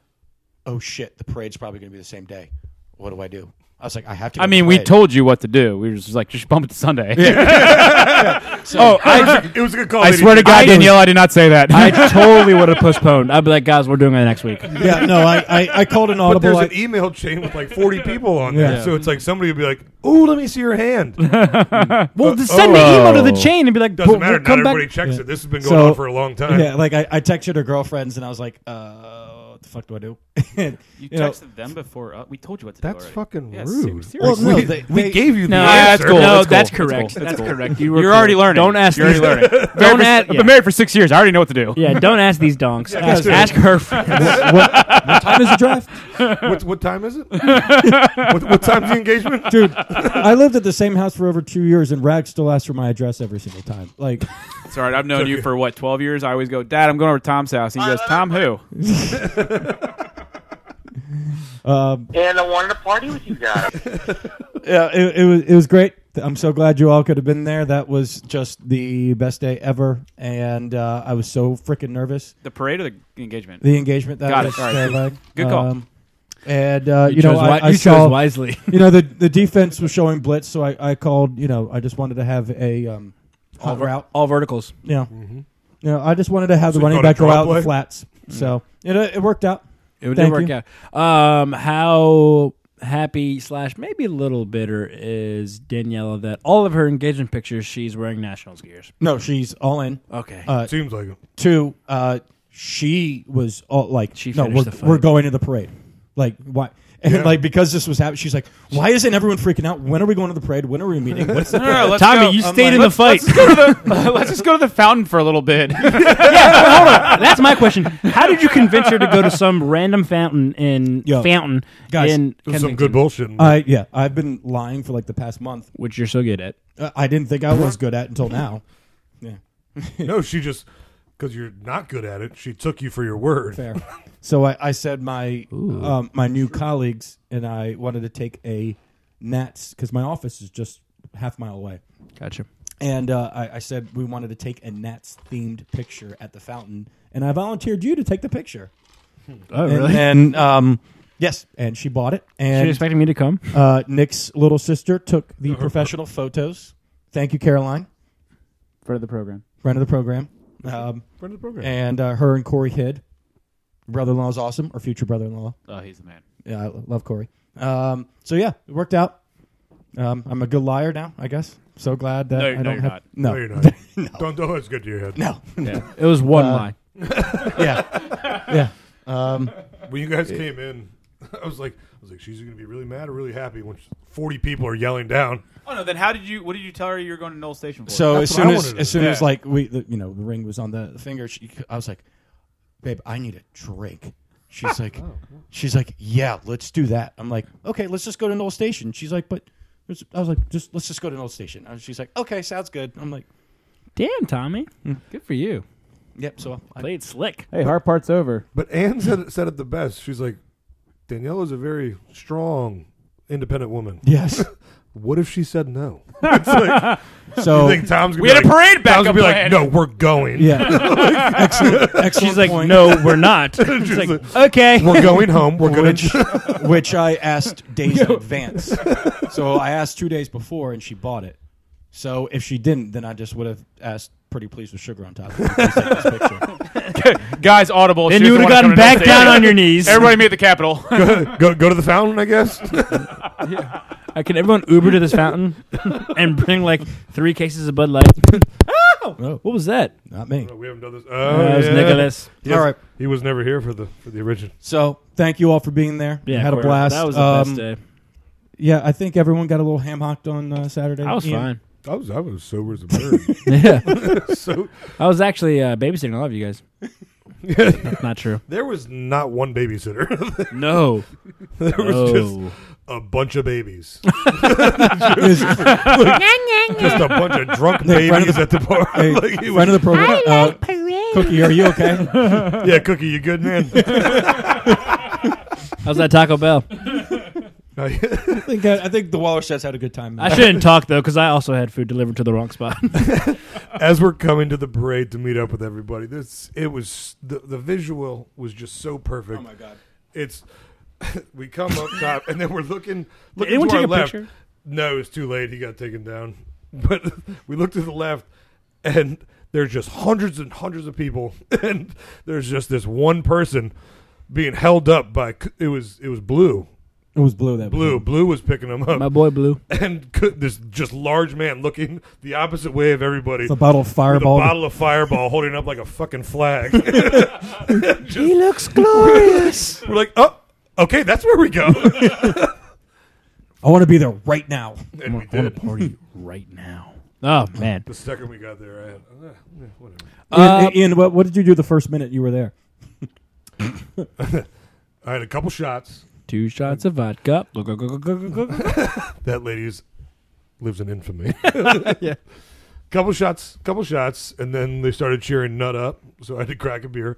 S5: oh shit the parade's probably going to be the same day what do i do i was like i have to go
S6: I
S5: to
S6: mean,
S5: the
S6: we
S5: parade. <laughs>
S6: told you what to do. We were just like, just bump it to Sunday.
S5: So-
S6: I,
S1: It was a good call.
S6: I
S1: They
S6: swear to
S1: didn't-
S6: God, Danielle, I did not say that. <laughs>
S4: I totally would have postponed. I'd be like, guys, we're doing it next week.
S8: yeah, no, I, I, I called an
S1: But
S8: audible.
S1: there's
S8: I-
S1: an email chain with like <laughs> 40 people on
S8: Yeah.
S1: there, so it's like somebody would be like, "Oh, let me see your hand."
S4: Well, just send an email to the chain and be like,
S1: Doesn't
S4: "We'll-
S1: matter.
S4: we'll come
S1: Not
S4: back.
S1: everybody checks it. This has been
S8: So-
S1: going on for a long time.
S8: yeah, like I, I texted her girlfriends and I was like, uh, what the
S7: the fuck do I do?
S6: <laughs>
S5: <laughs>
S6: You,
S7: know,
S6: texted them before. Uh, we told you what to
S7: That's
S6: do. already.
S7: fucking
S6: Yeah,
S7: rude.
S6: ser-
S7: Well,
S6: seriously.
S7: no, they- We they- gave you the
S6: no,
S7: answer.
S6: That's cool.
S7: No, that's
S6: cool. cool.
S7: correct.
S6: That's,
S7: That's
S6: cool. <laughs>
S7: correct. You
S6: You
S7: were
S6: are already
S7: cool.
S6: learning.
S7: Don't ask
S6: You're already
S7: these-
S6: learning.
S7: <laughs>
S6: Married
S7: Don't
S6: for-
S7: ask-
S6: I've
S7: yeah.
S6: been married for six years. I already know what to do.
S4: Yeah, don't ask these donks.
S1: Yeah,
S4: ask,
S1: that's
S4: ask
S1: true.
S4: her
S6: <laughs>
S4: friends.
S1: What- what- what time is the draft? What- what time is it? What- what time's the engagement?
S7: Uh,
S5: dude? I lived at the same house for over two years, and Rag still asks for my address every single time. Like,
S6: It's all right. I've known you for what twelve years. I always go, Dad, I'm going over to Tom's house. He goes, Tom, who?
S5: um,
S11: And I wanted to party with you guys.
S5: yeah, it, it was it was great. I'm so glad you all could have been there. That was just the best day ever, and uh, I was so freaking nervous.
S6: The parade or the engagement?
S5: The engagement that
S6: Got
S5: was
S6: it. All right.
S5: terrifying.
S6: Good call.
S5: Um, and uh,
S6: You
S5: you, know,
S6: chose
S5: I,
S6: wi-
S5: I
S6: you chose
S5: saw-
S4: <laughs>
S6: wisely.
S5: you know, the the defense was showing blitz, so I, I called. You know, I just wanted to have a um,
S4: All,
S5: hot
S4: ver-
S5: route.
S4: all verticals.
S5: Yeah.
S1: Mm-hmm.
S5: You know, I just wanted to have
S4: So
S5: the
S4: you
S5: running
S4: called it
S5: back go
S4: draw
S5: out in
S4: play?
S5: the flats.
S4: Mm.
S5: So it,
S8: uh,
S5: it worked out.
S4: It did
S5: Thank
S4: work
S5: you.
S4: out. Um, how happy slash maybe a little bitter is Daniela that all of her engagement pictures she's wearing Nationals gears.
S5: No, she's all in.
S4: Okay.
S5: Uh,
S1: Seems like it.
S5: Two, uh, she was all like, she no,
S4: finished
S5: we're,
S4: the fight.
S5: we're going to the parade. Like, why? And
S4: Yeah.
S5: like, because this was happening, she's like, why isn't everyone freaking out? When are we going to the parade? When are we meeting? What's
S4: <laughs>
S5: the
S6: No, no, no, let's
S5: Tommy,
S6: go.
S5: you
S6: I'm
S5: stayed
S6: like,
S5: in the
S6: let's-
S5: fight.
S6: Let's, go to the, <laughs> let's just go to the fountain for a
S12: <laughs>
S6: little bit.
S4: Hold on. That's my question. How did you convince her to go to some random fountain in
S5: Yo,
S4: fountain
S5: guys,
S4: in
S5: it was some
S4: Kensington?
S5: good bullshit. I yeah, I've been lying for like the past month,
S4: which you're so good at.
S5: Uh, I didn't think I was good at until now. Yeah.
S1: no, she just because you're not good at it. She took you for your word.
S5: Fair. <laughs> So I, I said my um, my new colleagues and I wanted to take a Nats because my office is just half mile away.
S4: Gotcha.
S5: And uh, I, I said we wanted to take a Nats themed picture at the fountain, and I volunteered you to take the picture.
S4: Oh,
S5: And-
S4: really?
S5: And um, yes, and she bought it. And
S4: She expected me to come?
S5: Uh, Nick's little sister took the professional photos. Thank you, Caroline.
S6: Friend of the program.
S5: Friend of the program. Um,
S1: Friend of the program.
S5: And uh, her and Corey Hidd. Brother in law is awesome, or future brother in law.
S6: Oh, he's the man.
S5: Yeah, I lo- love Corey. Um, so yeah, it worked out. Um, I'm a good liar now, I guess. So glad that
S1: No,
S5: I
S1: no,
S5: don't
S1: you're
S5: have
S1: not.
S5: no.
S1: No, you're not. Don't- don't let it get to your head.
S5: <laughs> No,
S6: <laughs>
S1: Yeah, it was one
S5: Uh,
S1: lie.
S5: yeah, yeah. Um,
S1: when you guys
S5: it-
S1: came in, <laughs> I was like, I was like, she's gonna be really mad or really happy when she- forty people are yelling down.
S6: Oh no! Then how did you? What did you tell her you were going to Knoll Station for?
S5: So
S6: That's
S5: as
S6: what
S5: soon
S6: I
S5: as
S6: wanted to
S5: as
S6: do.
S5: soon as
S6: Yeah.
S5: like we the, you know the ring was on the finger, she, I was like, "Babe, I need a drink."
S6: <laughs>
S5: She's like,
S6: Oh,
S5: "She's like, yeah, let's do that." I'm like, "Okay, let's just go to Knoll Station." She's like, "But," there's- I was like, "Just let's just go to Knoll Station." And she's like, "Okay, sounds good." I'm like,
S4: Damn, Tommy.
S6: Hmm.
S4: Good for you.
S5: Yep. So I
S4: played slick.
S6: Hey, hard
S8: <laughs>
S6: part's over.
S1: But Anne said it, said it the best. She's like, Danielle is a very strong, independent woman.
S5: Yes.
S1: what if she said
S5: <laughs>
S1: no? <laughs> It's like,
S5: So-
S1: you think Tom's gonna
S5: We
S1: be
S5: had a
S1: like-
S5: parade
S1: Tom's
S5: backup
S1: gonna be like,
S5: plan.
S1: no, we're going.
S5: Yeah. excellent,
S4: She's like, "No,
S6: <laughs>
S4: we're not." It's like, okay.
S1: we're going home. We're gonna.
S5: <laughs> which, which I asked days in advance. So I asked two days before, and she bought it. So if she didn't, then I just would have asked "Pretty Please" with sugar on top. Of it. Please take this picture.
S6: Guys, audible.
S5: Then
S6: She
S5: you
S6: doesn't
S5: would've
S6: wanna come
S5: gotten
S6: to Knoll
S5: back
S6: Station.
S5: down on your knees.
S6: Everybody meet at the Capitol.
S1: go, go go to the fountain, I guess.
S4: I Uh, can everyone Uber to this fountain and bring like three cases of Bud Light. oh, what was that?
S5: Not me.
S1: we haven't done this. Oh,
S4: that was
S1: yeah.
S4: Nicholas.
S1: Yes,
S5: All right.
S1: He was never here for the for the original.
S5: So thank you all for being there.
S4: Yeah,
S5: had a
S4: Corey,
S5: blast.
S4: that was the
S5: um,
S4: best day.
S5: Yeah, I think everyone got a little ham hocked on uh, Saturday.
S4: I was
S5: Ian? <laughs>
S4: fine.
S1: I was I was sober as a bird.
S4: Yeah.
S1: <laughs> so
S4: I was actually uh, babysitting all of you <laughs> guys. That's not true.
S1: There was not one babysitter. <laughs>
S4: No.
S1: there was
S4: No.
S1: just a bunch of babies.
S4: <laughs>
S1: just, just a bunch of
S5: <laughs>
S1: drunk
S5: Hey, friend
S1: babies at the bar.
S5: <laughs> Hey,
S1: <laughs> Like, it was-
S5: friend of the program. uh, Cookie, are you okay?
S1: yeah, Cookie, you good man? <laughs>
S4: How's that Taco <laughs> Bell?
S1: I
S5: think <laughs> I, I think the Waller Sets had a good time. <laughs>
S4: I shouldn't talk though because I also had food delivered to the wrong spot. <laughs>
S1: As we're coming to the parade to meet up with everybody, this it was the the visual was just so perfect. Oh my
S5: god!
S1: It's <laughs> we come up top and then we're looking. looking
S4: anyone
S1: to our
S4: take a
S1: left.
S4: picture?
S1: No, it's too late. He got taken down. <laughs> But we look to the left, and there's just hundreds and hundreds of people, <laughs> and there's just this one person being held up by c- it was it was blue
S8: It was Blue that was
S1: Blue.
S8: him.
S1: Blue was picking him up.
S8: My boy Blue.
S1: And could, this just large man looking the opposite way of everybody.
S8: With a bottle of Fireball.
S1: With a bottle of fireball holding up like a fucking
S8: <laughs>
S1: flag.
S8: He looks glorious.
S1: <laughs> We're like, oh, okay, that's where
S8: <laughs>
S1: we go.
S8: I want to be there right now.
S1: And we
S8: I want
S1: did.
S8: to party right now.
S4: Oh man.
S1: The second we got there, I had, uh, yeah, whatever.
S4: Uh,
S8: Ian, Ian, what, what did you do the first minute you were
S4: <laughs>
S8: there?
S1: I had a couple shots.
S4: Two shots of vodka.
S1: that lady's lives in infamy.
S4: <laughs> Yeah.
S1: Couple shots, couple shots, and then they started cheering "Nut Up," so I had to crack a beer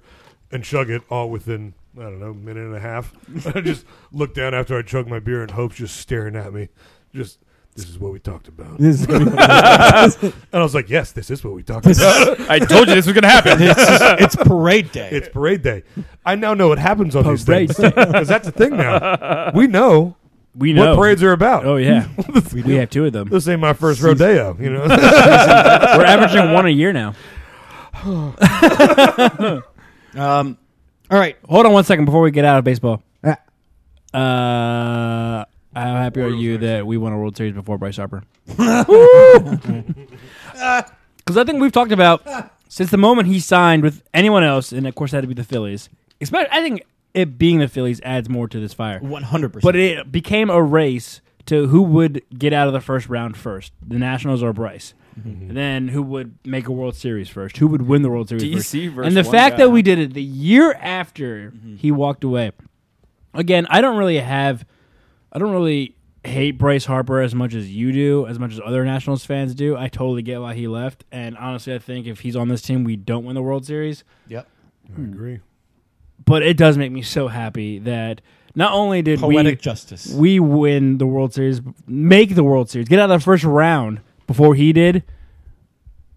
S1: and chug it all within I don't know a minute and a half.
S4: <laughs>
S1: I just looked down after I chugged my beer, and Hope's just staring at me. Just this is what we talked about.
S8: This is
S1: and
S4: <laughs>
S8: gonna be-
S1: I was like, "Yes, this is what we talked
S8: This is-
S4: <laughs>
S1: about."
S8: I told you this was gonna happen. It's just- it's parade day.
S1: It's parade day. I now know what happens on these
S4: Parade
S1: things
S4: day.
S1: because that's the thing now.
S4: <laughs>
S1: We know.
S4: We
S1: what
S4: know.
S1: parades are about.
S4: Oh, <laughs> yeah. We do.
S1: do.
S4: have two <laughs> of them.
S1: This ain't my first
S4: Season-
S1: rodeo, you
S4: <laughs>
S1: know.
S4: We're averaging one a year now.
S5: um, all right.
S4: Hold on one second before we get out of baseball. Uh,
S8: Uh,
S4: how happy are you that we won a World Series before Bryce Harper? <laughs> Because I think we've talked about since the moment he signed with anyone else, and of course, it had to be the Phillies. Especially, I think it being the Phillies adds more to this fire.
S5: 100%.
S4: But it became a race to who would get out of the first round first the Nationals or Bryce.
S6: Mm-hmm.
S4: And then who would make a World Series first? Who would win the World Series?
S6: DC
S4: first?
S6: versus
S4: And the
S6: one
S4: fact
S6: guy. Mm-hmm.
S4: that we did it the year after he walked away. Again, I don't really have, I don't really hate Bryce Harper as much as you do, as much as other Nationals fans do. I totally get why he left, and honestly, I think if he's on this team, we don't win the World Series.
S5: Yep.
S1: I agree.
S4: But it does make me so happy that not only did we
S5: Poetic justice.
S4: we win the World Series, make the World Series, get out of the first round before he did,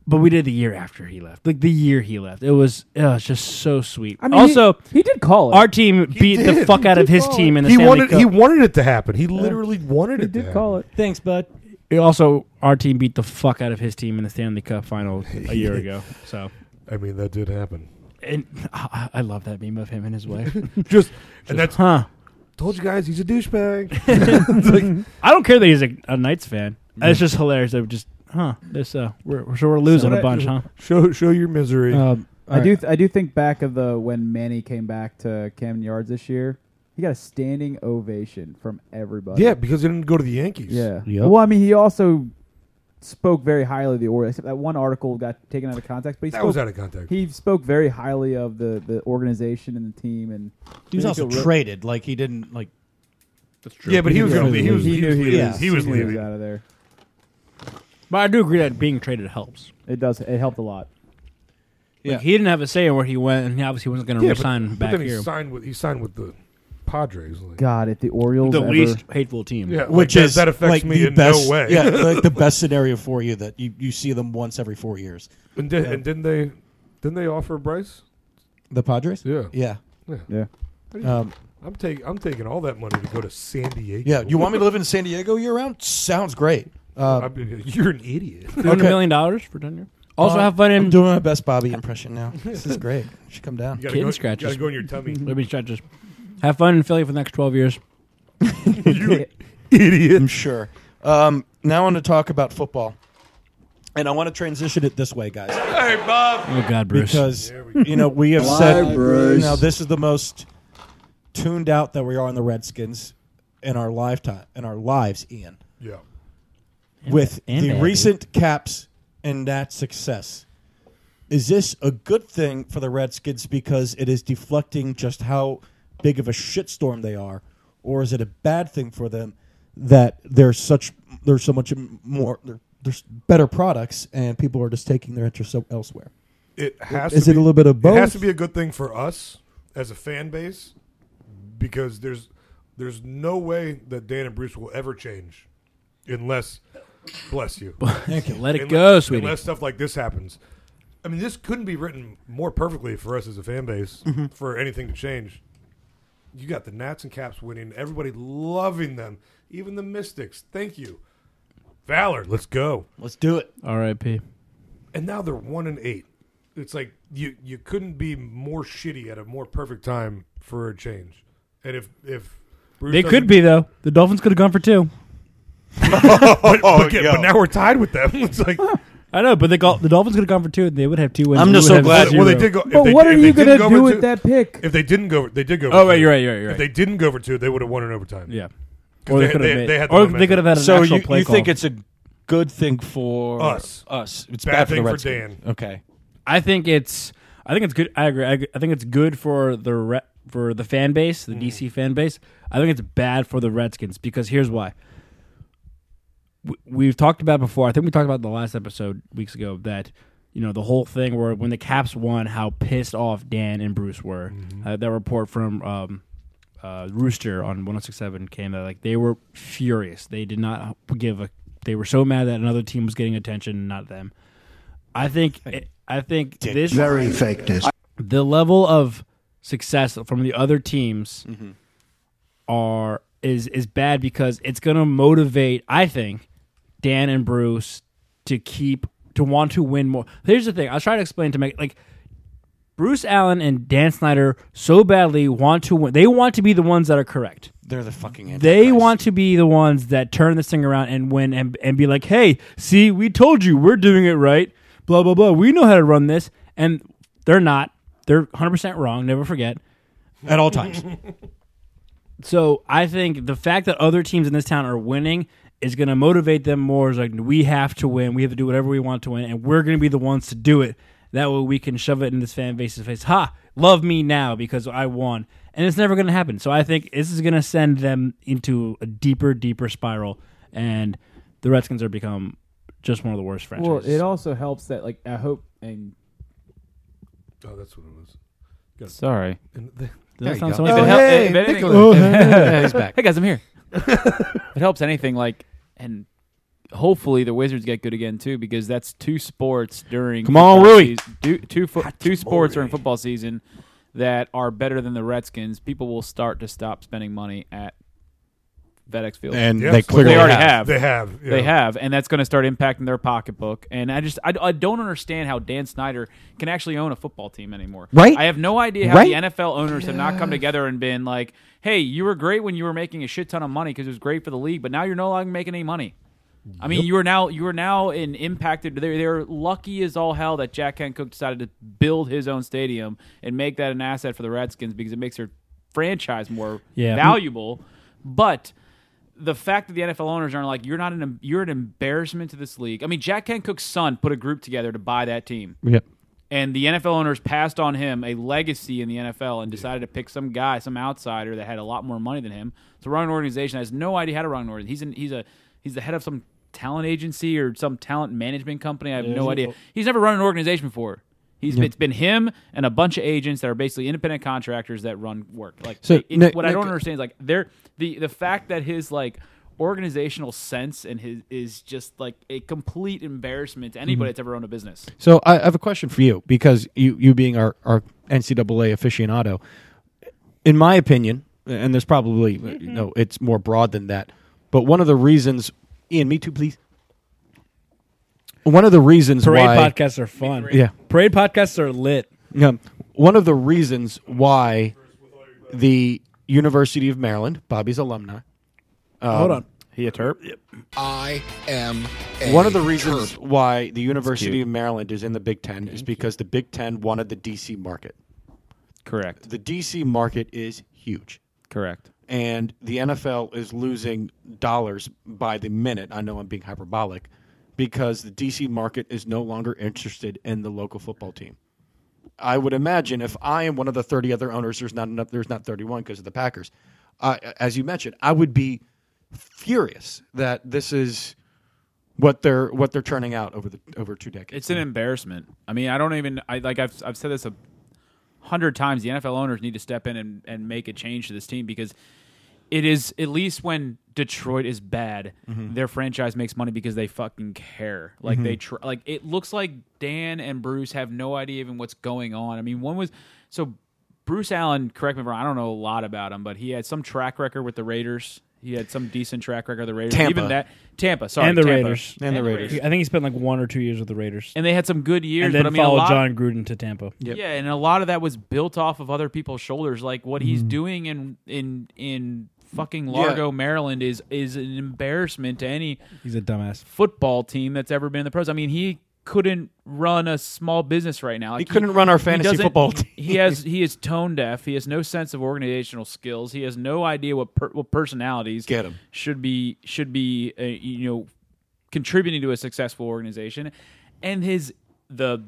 S4: but we did the year after he left, like the year he left. It was, it was just so sweet.
S7: I mean,
S4: also,
S7: he- he did call it.
S4: Our team beat the
S1: did.
S4: fuck
S1: He
S4: out
S1: did
S4: of his
S1: call
S4: team
S1: it.
S4: in the
S1: He
S4: Stanley
S1: wanted-
S4: Cup.
S1: he wanted it to happen. He literally wanted it. He did
S8: call it.
S5: Thanks, bud.
S4: It also, our team beat the fuck out of his team in the Stanley Cup final a
S1: <laughs>
S4: year ago. So,
S1: I mean, that did happen.
S4: and <laughs> I, I love that meme of him and his wife.
S1: Just and that's
S4: huh.
S1: <laughs> Told you guys he's a douchebag. It's like,
S4: I don't care that he's a, a Knights fan. It's just hilarious. That we just, huh? This, uh, we're, we're- so we're losing a bunch, huh?
S1: <laughs> Show show your misery.
S7: Oh,
S8: Um,
S12: I do. Th- I do think back of the when Manny came back to Camden Yards this year. He got a standing ovation from everybody.
S1: <laughs> yeah, because he didn't go to the Yankees.
S12: Yeah. Well, I mean, he also spoke very highly of the Orioles. Except that one article got taken out of context. But he
S1: That
S12: spoke-
S1: was out of context.
S12: He spoke very highly of the, the organization and the team, and
S5: He
S12: made
S5: was
S12: me
S5: also
S12: feel real-
S5: traded. Like he didn't like. That's
S1: true. Yeah, but he was gonna leave. He was-
S12: He
S1: he
S12: knew
S1: was
S12: he
S1: leaving.
S12: was.
S1: He was leaving.
S12: out of there.
S4: But I do agree that being traded helps.
S12: It does. It helped a lot.
S4: Like, he didn't have a say in where he went, and he obviously wasn't going to
S1: Yeah, but-
S4: resign
S1: but
S4: back
S1: then
S4: here.
S1: He signed with he signed with the Padres. Like,
S12: God, if the Orioles
S4: the
S12: ever-
S4: least hateful team.
S1: Yeah, like,
S5: Which
S1: that-
S5: is
S1: that affects
S5: like,
S1: me
S5: the
S1: in
S5: best,
S1: no way. <laughs>
S5: Yeah, like the best scenario for you that you, you see them once every four years.
S1: and, did, and didn't they didn't they offer Bryce?
S5: The Padres.
S1: Yeah.
S5: Yeah.
S1: Yeah.
S12: Yeah.
S1: What do you-
S5: Um,
S1: I'm taking I'm taking all that money to go to San Diego.
S5: Yeah. You want me to live in San Diego year round? Sounds great. Uh,
S1: I mean, you're an idiot.
S4: $100 million dollars for tenure. Also,
S5: uh,
S4: have fun
S5: I'm
S4: in
S5: doing my best Bobby impression now. This
S1: <laughs>
S5: is great. You should come down.
S1: You gotta
S4: kitten
S1: go, You
S4: scratches.
S1: gotta go in your tummy.
S4: Let me stretch this. Have fun in Philly for the next twelve years.
S1: you idiot.
S5: I'm sure. Um, now I want to talk about football, and I want to transition it this way, guys.
S4: Oh God, Bruce.
S5: because you know we have said you know this is the most tuned out that we are on the Redskins in our lifetime in our lives, Ian.
S1: Yeah.
S5: With
S7: and
S5: the
S7: bad,
S5: recent caps and that success, is this a good thing for the Redskins because it is deflecting just how big of a shitstorm they are, or is it a bad thing for them that there's such there's so much more there's better products and people are just taking their interest so- elsewhere?
S1: It has.
S5: Is
S1: to
S5: it
S1: be,
S5: a little bit of
S1: It has
S5: both?
S1: to be a good thing for us as a fan base because there's there's no way that Dan and Bruce will ever change unless, bless
S4: <laughs>
S1: you,
S5: Thank you.
S4: Let it
S1: Unless-
S4: go, sweetie.
S1: Unless stuff like this happens. I mean, this couldn't be written more perfectly for us as a fan base
S5: Mm-hmm.
S1: for anything to change. You got the Nats and Caps winning, everybody loving them, even the Mystics. Thank you, Valor. Let's go
S5: Let's do it.
S4: R.I.P.
S1: and now they're one and eight. It's like you you couldn't be more shitty at a more perfect time for a change. And if if
S7: they could be though. The Dolphins could have gone for two.
S1: but, but, get- but now we're tied with them. <laughs> It's like
S7: I know, but the, Gol- the Dolphins could have gone for two, and they would have two wins.
S1: I'm
S7: and we
S1: just
S7: would
S1: so
S7: have
S1: glad-
S7: zero.
S1: well, they did go- if they- if they didn't go over two- If they didn't go, they did go.
S7: Oh,
S1: over
S7: right,
S1: two.
S7: you're right, you're right, you're
S1: If
S7: right.
S1: they didn't go over two, they would have won in overtime.
S7: Yeah.
S1: 'Cause
S7: Or they
S1: they,
S7: could
S1: they,
S7: have made-
S1: they had the
S7: or
S1: momentum.
S7: they could have had an
S5: so
S7: actual
S5: you,
S7: play
S5: you
S7: call.
S5: think it's a good thing for
S1: Us.
S5: Us. It's
S1: Bad
S5: bad,
S1: thing for
S5: for, the Redskins.
S1: Dan.
S5: Okay.
S7: I think it's. I think it's good. I agree. I, agree. I think it's good for the re, for the fan base, the DC fan base. I think it's bad for the Redskins because here's why. W- We've talked about before. I think we talked about in the last episode weeks ago that you know the whole thing where when the Caps won, how pissed off Dan and Bruce were. Uh, that report from um, uh, Rooster on 106.7 came out like they were furious. They did not give a. They were so mad that another team was getting attention, and not them. I think. I think this
S13: Very fakeness.
S7: The level of success from the other teams are is is bad because it's going to motivate. I think Dan and Bruce to keep to want to win more. Here's the thing. I'll try to explain to make like Bruce Allen and Dan Snyder so badly want to win. They want to be the ones that are correct.
S5: They're the fucking
S7: They want to be the ones that turn this thing around and win and, and be like, hey, see, we told you we're doing it right. Blah, blah, blah. We know how to run this. And they're not. They're 100% wrong. Never forget.
S5: At all times.
S7: so I think the fact that other teams in this town are winning is going to motivate them more. It's like, we have to win. We have to do whatever we want to win. And we're going to be the ones to do it. That way we can shove it in this fan base's face. Ha! Love me now because I won. And it's never going to happen. So I think this is going to send them into a deeper, deeper spiral. And the Redskins are become just one of the worst
S12: Well,
S7: franchises.
S12: it also helps that like I hope and
S1: Oh, that's what it was. Got it.
S6: Sorry.
S1: And the-
S6: Does that
S1: There
S6: sound
S1: you go.
S6: so much better?
S1: Oh,
S6: If
S1: hey,
S6: anything-
S1: Nicholas.
S6: <laughs> if- Hey guys, I'm here. it helps anything like, and hopefully the Wizards get good again too because that's two sports during.
S7: Come on,
S6: football
S7: Rui.
S6: season- Two two, fo- two sports during football season that are better than the Redskins. People will start to stop spending money at FedEx Field,
S5: And Yes. they
S6: Which
S5: clearly
S6: they already
S5: have.
S6: have.
S5: They have, yeah.
S6: They have, and that's going to start impacting their pocketbook. And I just I, I don't understand how Dan Snyder can actually own a football team anymore.
S8: Right.
S6: I have no idea how
S8: Right.
S6: the NFL owners have not come together and been like, "Hey, you were great when you were making a shit ton of money because it was great for the league, but now you're no longer making any money." I mean,
S7: Yep.
S6: you are now you are now in impacted. They're, they're lucky as all hell that Jack Hancock decided to build his own stadium and make that an asset for the Redskins because it makes their franchise more
S7: Yeah.
S6: valuable. But the fact that the NFL owners aren't like you're not an you're an embarrassment to this league. I mean, Jack Hancock's son put a group together to buy that team.
S8: Yep.
S6: And the NFL owners passed on him a legacy in the NFL and decided to pick some guy, some outsider that had a lot more money than him to run an organization that has no idea how to run an organization. He's an, he's a he's the head of some talent agency or some talent management company. I have
S5: Yeah,
S6: no
S5: he's a-
S6: idea. He's never run an organization before. He's
S5: Yeah.
S6: it's been him and a bunch of agents that are basically independent contractors that run work. Like
S5: So,
S6: it-
S5: Nick-
S6: what I
S5: Nick- uh,
S6: don't understand is like there the the fact that his like organizational sense and his is just like a complete embarrassment to
S5: Mm-hmm.
S6: anybody
S8: Mhm.
S6: that's ever owned a business.
S8: So I I have a question for you because you, you being our, our NCAA aficionado, in my opinion, and there's probably no, it's more broad than that. But one of the reasons, Ian, me too, please. One of the reasons
S7: Parade
S8: why
S7: podcasts are fun.
S8: Yeah.
S7: Parade podcasts are lit.
S8: Yeah. One of the reasons why the University of Maryland, Bobby's alumni. um,
S14: Hold on.
S8: He a terp.
S14: I am
S8: One of the reasons why the University of Maryland is in the Big Ten is because the Big Ten wanted the DC market.
S6: Correct.
S8: The DC market is huge.
S6: Correct.
S8: And the NFL is losing dollars by the minute. I know I'm being hyperbolic because the DC market is no longer interested in the local football team. I would imagine if I am one of the 30 other owners, there's not enough, there's not 31 because of the Packers. Uh, as you mentioned, I would be furious that this is what they're what they're turning out over the over two decades.
S6: It's an embarrassment. I mean, I don't even I like I've I've said this a hundred times. The NFL owners need to step in and, and make a change to this team because it is at least when Detroit is bad,
S7: Mm-hmm.
S5: Mhm.
S6: their franchise makes money because they fucking care. Like
S5: Mhm.
S6: they
S7: Mm-hmm.
S6: tr- like it looks like Dan and Bruce have no idea even what's going on. I mean, one was so Bruce Allen. Correct me if I'm wrong. I don't know a lot about him, but he had some track record with the Raiders. He had some decent track record with the Raiders. Even that Tampa. Sorry,
S7: and the
S6: Tampa.
S7: Raiders, I think he spent like one or two years with the Raiders,
S6: And they had some good years,
S7: And then
S6: but I mean, a
S7: followed
S6: lot-
S7: John Gruden to Tampa.
S6: Yeah,
S7: Mm-hmm.
S6: and a lot of that was built off of other people's shoulders, like what he's
S7: Mhm.
S6: doing in in in fucking Largo, Maryland is is an embarrassment to any
S7: He's a dumbass.
S6: football team that's ever been in the pros. I mean, he couldn't run a small business right now. Like,
S5: couldn't run our fantasy
S6: doesn't-
S8: <laughs>
S5: football team.
S6: He has he is tone deaf. He has no sense of organizational skills. He has no idea what per, what personalities
S5: Get him.
S6: should be should be uh, you know contributing to a successful organization. And his the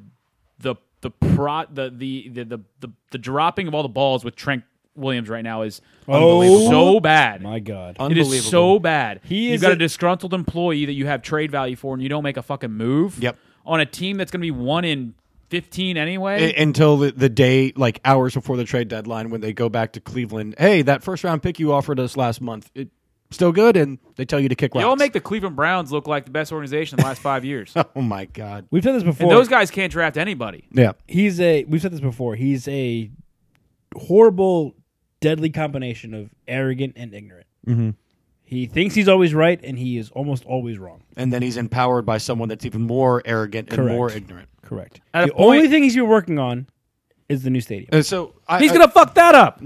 S6: the the pro the the the the, the, the dropping of all the balls with Trent Williams right now is
S7: Oh,
S6: so bad.
S7: My God,
S6: It is so bad.
S7: He
S6: You've
S7: is
S6: got a,
S7: a-
S6: disgruntled employee that you have trade value for, and you don't make a fucking move. Yep. On a team that's going to be one in fifteen anyway.
S5: I- until the, the day, like hours before the trade deadline, when they go back to Cleveland. Hey, that first round pick you offered us last month, it, still good, and they tell you to kick
S6: Y'all
S5: rocks.
S6: make the Cleveland Browns look like the best organization in the last five
S7: <laughs>
S6: years.
S5: <laughs> oh my god,
S7: We've done this before.
S6: And those guys can't draft anybody.
S5: Yeah.
S7: He's a we've said this before. He's a horrible deadly combination of arrogant and ignorant.
S6: Mm-hmm.
S5: Mhm.
S7: He thinks he's always right and he is almost always wrong.
S5: and then he's empowered by someone that's even more arrogant and
S7: Correct.
S5: more ignorant.
S7: Correct.
S5: At a
S7: the only thing he's been working on is the new stadium.
S6: Uh,
S5: And so I-
S6: He's
S5: I-
S6: gonna fuck that up.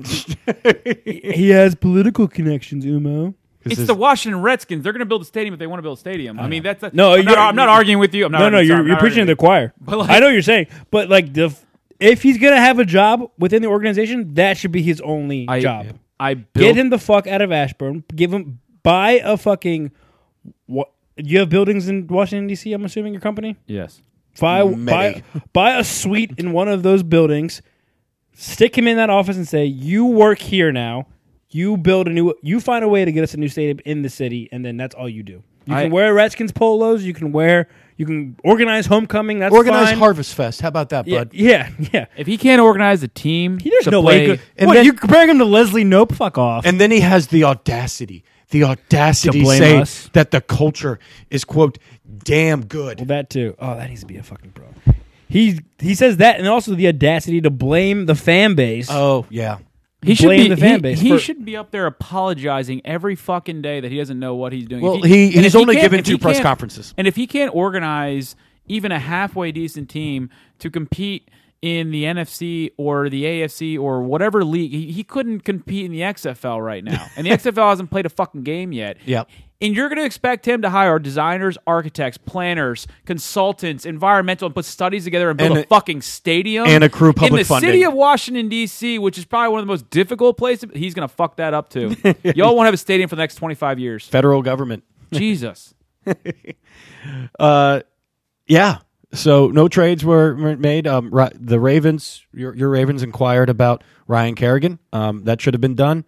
S7: he has political connections, Umo.
S6: It's the Washington Redskins. They're going to build a stadium if they want to build a stadium. I, mean, that's a,
S7: No,
S6: I'm not,
S7: you're-
S6: I'm not arguing with you. <laughs> I'm not.
S7: no, no,
S6: arguing-
S7: you're,
S6: sorry, I'm
S7: you're
S6: not
S7: preaching to
S6: arguing.
S7: the choir.
S6: <laughs> But like-
S7: I know what you're saying, but like the f- if he's gonna have a job within the organization, that should be his only
S6: I-
S7: job.
S6: I
S7: get
S6: built-
S7: him the fuck out of Ashburn. Give him buy a fucking what? You have buildings in Washington D.C. I'm assuming your company.
S6: Yes.
S7: Buy
S6: Many.
S7: buy buy a suite in one of those buildings. Stick him in that office and say, "You work here now. You build a new. You find a way to get us a new stadium in the city, and then that's all you do. You
S5: I-
S7: can wear Redskins polos. You can wear. You can organize homecoming. That's
S5: Organize
S7: fine.
S5: Harvest Fest. How about that,
S7: Yeah,
S5: bud?
S7: yeah, yeah.
S6: If he can't organize a team, he
S7: there's
S6: to
S7: no way.
S6: play-
S7: he could- what, you're comparing him to Leslie Nope? Fuck off.
S5: And then he has the audacity, the audacity
S7: To
S5: to
S7: blame
S5: say
S7: us?
S5: that the culture is quote damn good. Well,
S7: that too. Oh, that needs to be a fucking pro. He he says that, and also the audacity to blame the fan base.
S5: Oh yeah,
S6: He should
S7: blame
S6: be
S7: the fan
S6: he-
S7: base.
S6: He
S7: for-
S6: should be up there apologizing every fucking day that he doesn't know what he's doing.
S5: Well,
S6: If
S5: he-
S6: and if
S5: he's only
S6: can't-
S5: given
S6: if he
S5: two press
S6: can't-
S5: conferences.
S6: and if he can't organize even a halfway decent team to compete in the NFC or the AFC or whatever league, he, he couldn't compete in the XFL right now, and
S5: <laughs>
S6: the XFL hasn't played a fucking game yet.
S5: Yep.
S6: And you're going to expect him to hire designers, architects, planners, consultants, environmental, and put studies together and build
S5: And
S6: a,
S5: a-
S6: fucking stadium
S5: and
S6: Um,
S5: accrue
S6: in the
S5: public
S6: city
S5: funding.
S6: of Washington D.C., which is probably one of the most difficult places. He's going to fuck that up
S5: <laughs>
S6: too. Y'all won't have a stadium for the next twenty five years.
S5: Federal government.
S6: Jesus.
S5: Uh, yeah. So no trades were were made. Um, Ra- the Ravens, your, your Ravens inquired about Ryan Kerrigan. Um, that should have been done.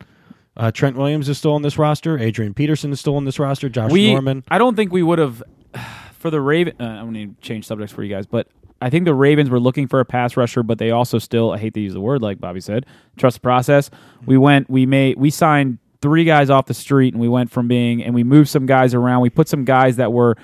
S5: Uh, Trent Williams is still on this roster. Adrian Peterson is still on this roster. Josh
S6: we,
S5: Norman.
S6: I don't think we would have <sighs> for the Raven. Uh, I'm going to change subjects for you guys, but I think the Ravens were looking for a pass rusher, but they also still. I hate to use the word, like Bobby said, trust the process. We went. We made. We signed three guys off the street, and we went from being and we moved some guys around. We put some guys that were.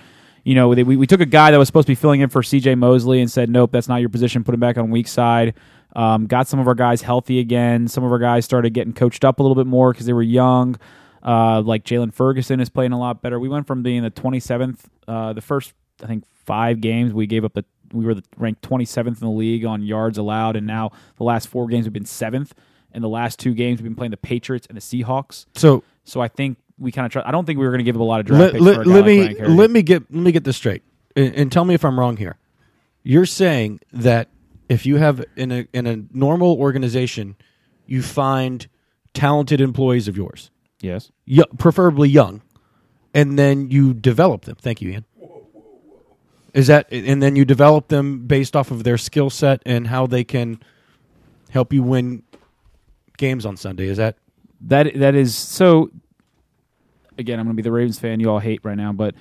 S6: You know, they, we, we took a guy that was supposed to be filling in for CJ Mosley and said, nope, that's not your position. Put him back on weak side. Um, got some of our guys healthy again. Some of our guys started getting coached up a little bit more because they were young. Uh, like Jalen Ferguson is playing a lot better. We went from being the 27th, uh, the first I think five games we gave up the we were the, ranked 27th in the league on yards allowed, and now the last four games we've been seventh, and the last two games we've been playing the Patriots and the Seahawks.
S5: So-
S6: so I think we kind of try. I don't think we were going to give up a lot of draft
S5: Let,
S6: picks
S5: let-
S6: for a guy
S5: let
S6: like
S5: me
S6: Ryan Kerrigan.
S5: let me get let me get this straight, and, and tell me if I'm wrong here. You're saying that if you have in a in a normal organization, you find talented employees of yours.
S6: Yes.
S5: Yo- preferably young, and then you develop them. Thank you, Ian. Is that and then you develop them based off of their skill set and how they can help you win games on Sunday? Is that
S6: That that is so. Again, I'm going to be the Ravens fan you all hate right now, but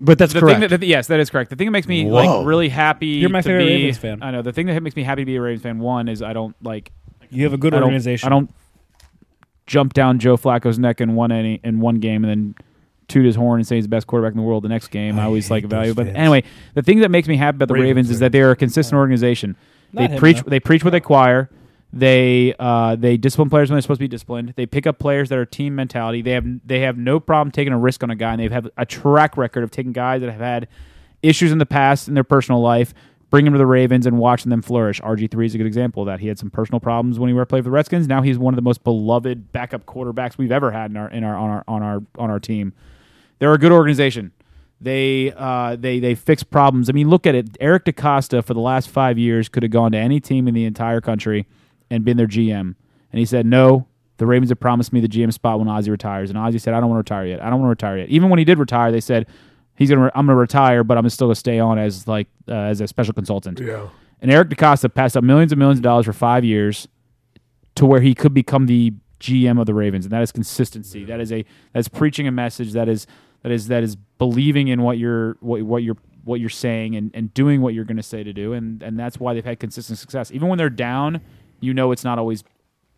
S5: But that's
S6: the
S5: correct.
S6: Thing that, that- yes, that is correct. The thing that makes me
S5: Whoa.
S6: like really happy.
S5: You're my
S6: to
S5: favorite
S6: be-
S5: Ravens fan.
S6: I know the thing that makes me happy to be a Ravens fan. One is I don't like.
S7: You have a good
S6: I don't-
S7: organization.
S6: I don't jump down Joe Flacco's neck in one inning, in one game and then toot his horn and say he's the best quarterback in the world the next game. I, always like value. But anyway, the thing that makes me happy about the Ravens,
S5: Ravens
S6: is that they are a consistent organization.
S5: Not
S6: they
S5: him,
S6: preach
S5: though.
S6: they preach what they acquire. They uh, they discipline players when they're supposed to be disciplined. They pick up players that are team mentality. They have they have no problem taking a risk on a guy, and they have a track record of taking guys that have had issues in the past in their personal life, bring him to the Ravens and watching them flourish. RG3 is a good example of that. He had some personal problems when he were- played for the Redskins. Now he's one of the most beloved backup quarterbacks we've ever had in our in our on our on our on our team. They're a good organization. They uh, they they fix problems. I mean, look at it. Eric DaCosta for the last five years could have gone to any team in the entire country and been their GM, and he said no. The Ravens have promised me the GM spot when Ozzy retires, and Ozzy said, "I don't want to retire yet. I don't want to retire yet." Even when he did retire, they said, "He's gonna. Re- I'm gonna retire, but I'm still gonna stay on as like uh, as a special consultant."
S1: Yeah.
S6: And Eric DaCosta passed up millions and millions of dollars for five years to where he could become the GM of the Ravens, and that is consistency. That is a that's preaching a message. That is that is that is believing in what you're what what you're what you're saying and, and doing what you're going to say to do, and and that's why they've had consistent success. Even when they're down, you know it's not always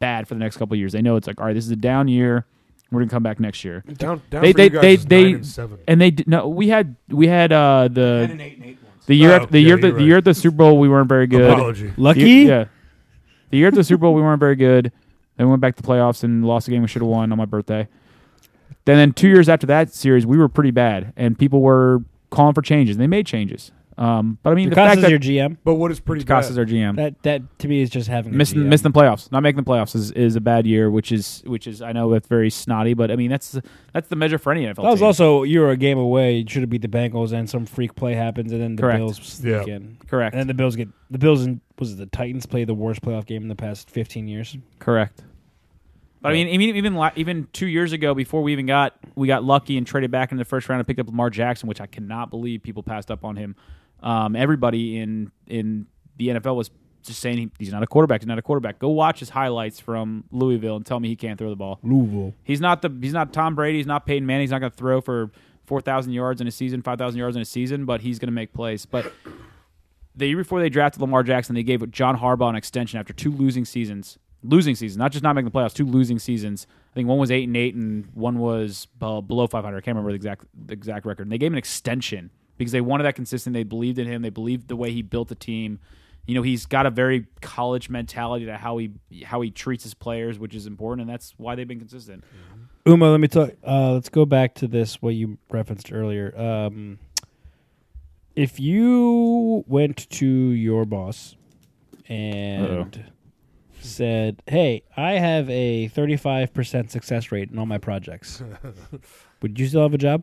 S6: bad for the next couple of years. They know it's like all right, this is a down year. We're going to come back next year.
S1: Down- down
S6: they
S1: for
S6: they
S1: you guys
S6: they
S1: is
S6: they
S1: nine and seven.
S6: and they d- no we had we had uh the the year
S1: Oh,
S6: after, the
S1: yeah,
S6: year after,
S1: you're
S6: the year at the Super Bowl we weren't very good.
S1: Apology.
S6: The-
S1: Lucky?
S6: yeah. The year at the Super Bowl, we weren't very good. Then we went back to playoffs and lost a game we should have won on my birthday. Then, then two years after that series, we were pretty bad, and people were calling for changes. They made changes, um, but I mean, the fact
S7: DaCosta's
S6: that
S7: your GM.
S1: But what is pretty
S6: DaCosta's bad? our GM.
S7: That that to me is just having a
S6: missing
S7: GM.
S6: missing the playoffs, not making the playoffs is, is a bad year, which is which is I know that's very snotty, but I mean that's that's the measure for any NFL.
S7: That was
S6: team.
S7: also you were a game away. You should have beat the Bengals, and some freak play happens, and then the
S6: Correct.
S7: Bills sneak
S6: Yeah.
S7: in.
S6: Correct.
S7: And then the Bills get the Bills and was it the Titans play the worst playoff game in the past fifteen years?
S6: Correct. But I mean, I mean, even la- even two years ago, before we even got we got lucky and traded back in the first round and picked up Lamar Jackson, which I cannot believe people passed up on him. Um, everybody in in the NFL was just saying he, he's not a quarterback. He's not a quarterback. Go watch his highlights from Louisville and tell me he can't throw the ball.
S7: Louisville.
S6: He's not the he's not Tom Brady. He's not Peyton Manning. He's not going to throw for four thousand yards in a season, five thousand yards in a season, but he's going to make plays. But the year before they drafted Lamar Jackson, they gave John Harbaugh an extension after two losing seasons. Losing seasons, not just not making the playoffs, two losing seasons. I think one was eight and eight, and one was uh, below five hundred. I can't remember the exact the exact record. And they gave him an extension because they wanted that consistent. They believed in him. They believed the way he built the team. You know, he's got a very college mentality to how he how he treats his players, which is important, and that's why they've been consistent.
S7: Uma, let me talk. Uh, let's go back to this what you referenced earlier. Um, if you went to your boss and said, "Hey, I have a thirty-five percent success rate in all my <laughs> projects," would you still have a job?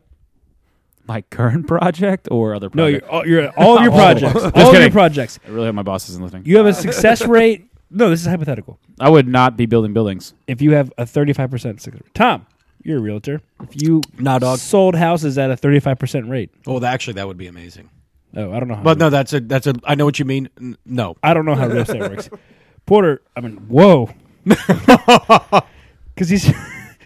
S6: My current <laughs> project or other
S7: No,
S6: project?
S7: you're- all- you're- <laughs> all of your projects.
S6: Just
S7: All of your
S6: kidding.
S7: projects.
S6: I really hope my boss isn't listening.
S7: You have a <laughs> success rate. No, this is hypothetical.
S6: I would not be building buildings.
S7: If you have a thirty-five percent success rate, Tom, you're a realtor. If you sold houses at a thirty-five percent rate,
S5: Oh, that, actually, that would be amazing.
S7: Oh, I don't know how
S5: But no, that's a that's a. I know what you mean. N-
S1: <laughs>
S5: no,
S7: I don't know how real estate <laughs> works. Porter, I mean, <laughs> whoa, because he's <laughs>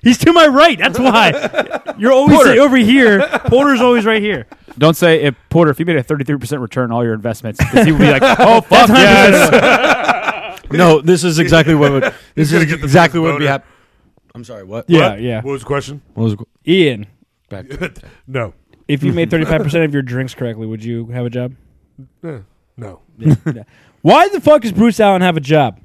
S7: he's to my right. That's why you're always
S6: Porter.
S7: over here. Porter's always right <laughs> here.
S6: Don't say if Porter, if you made a thirty three percent return on all your investments, because he would be like, Oh fuck
S5: That's not
S6: yes.
S5: no, this is exactly what would. This
S1: gonna
S5: is
S1: get the
S5: exactly
S1: biggest
S5: what would be
S1: boner.
S5: happening. I'm sorry. What?
S7: Yeah, yeah.
S1: What was the question?
S5: What was the qu-
S7: Ian?
S5: Back.
S1: no.
S7: If you <laughs> made thirty five percent of your drinks correctly, would you have a job?
S1: Eh, no.
S7: Yeah. Why the fuck does Bruce Allen have a job?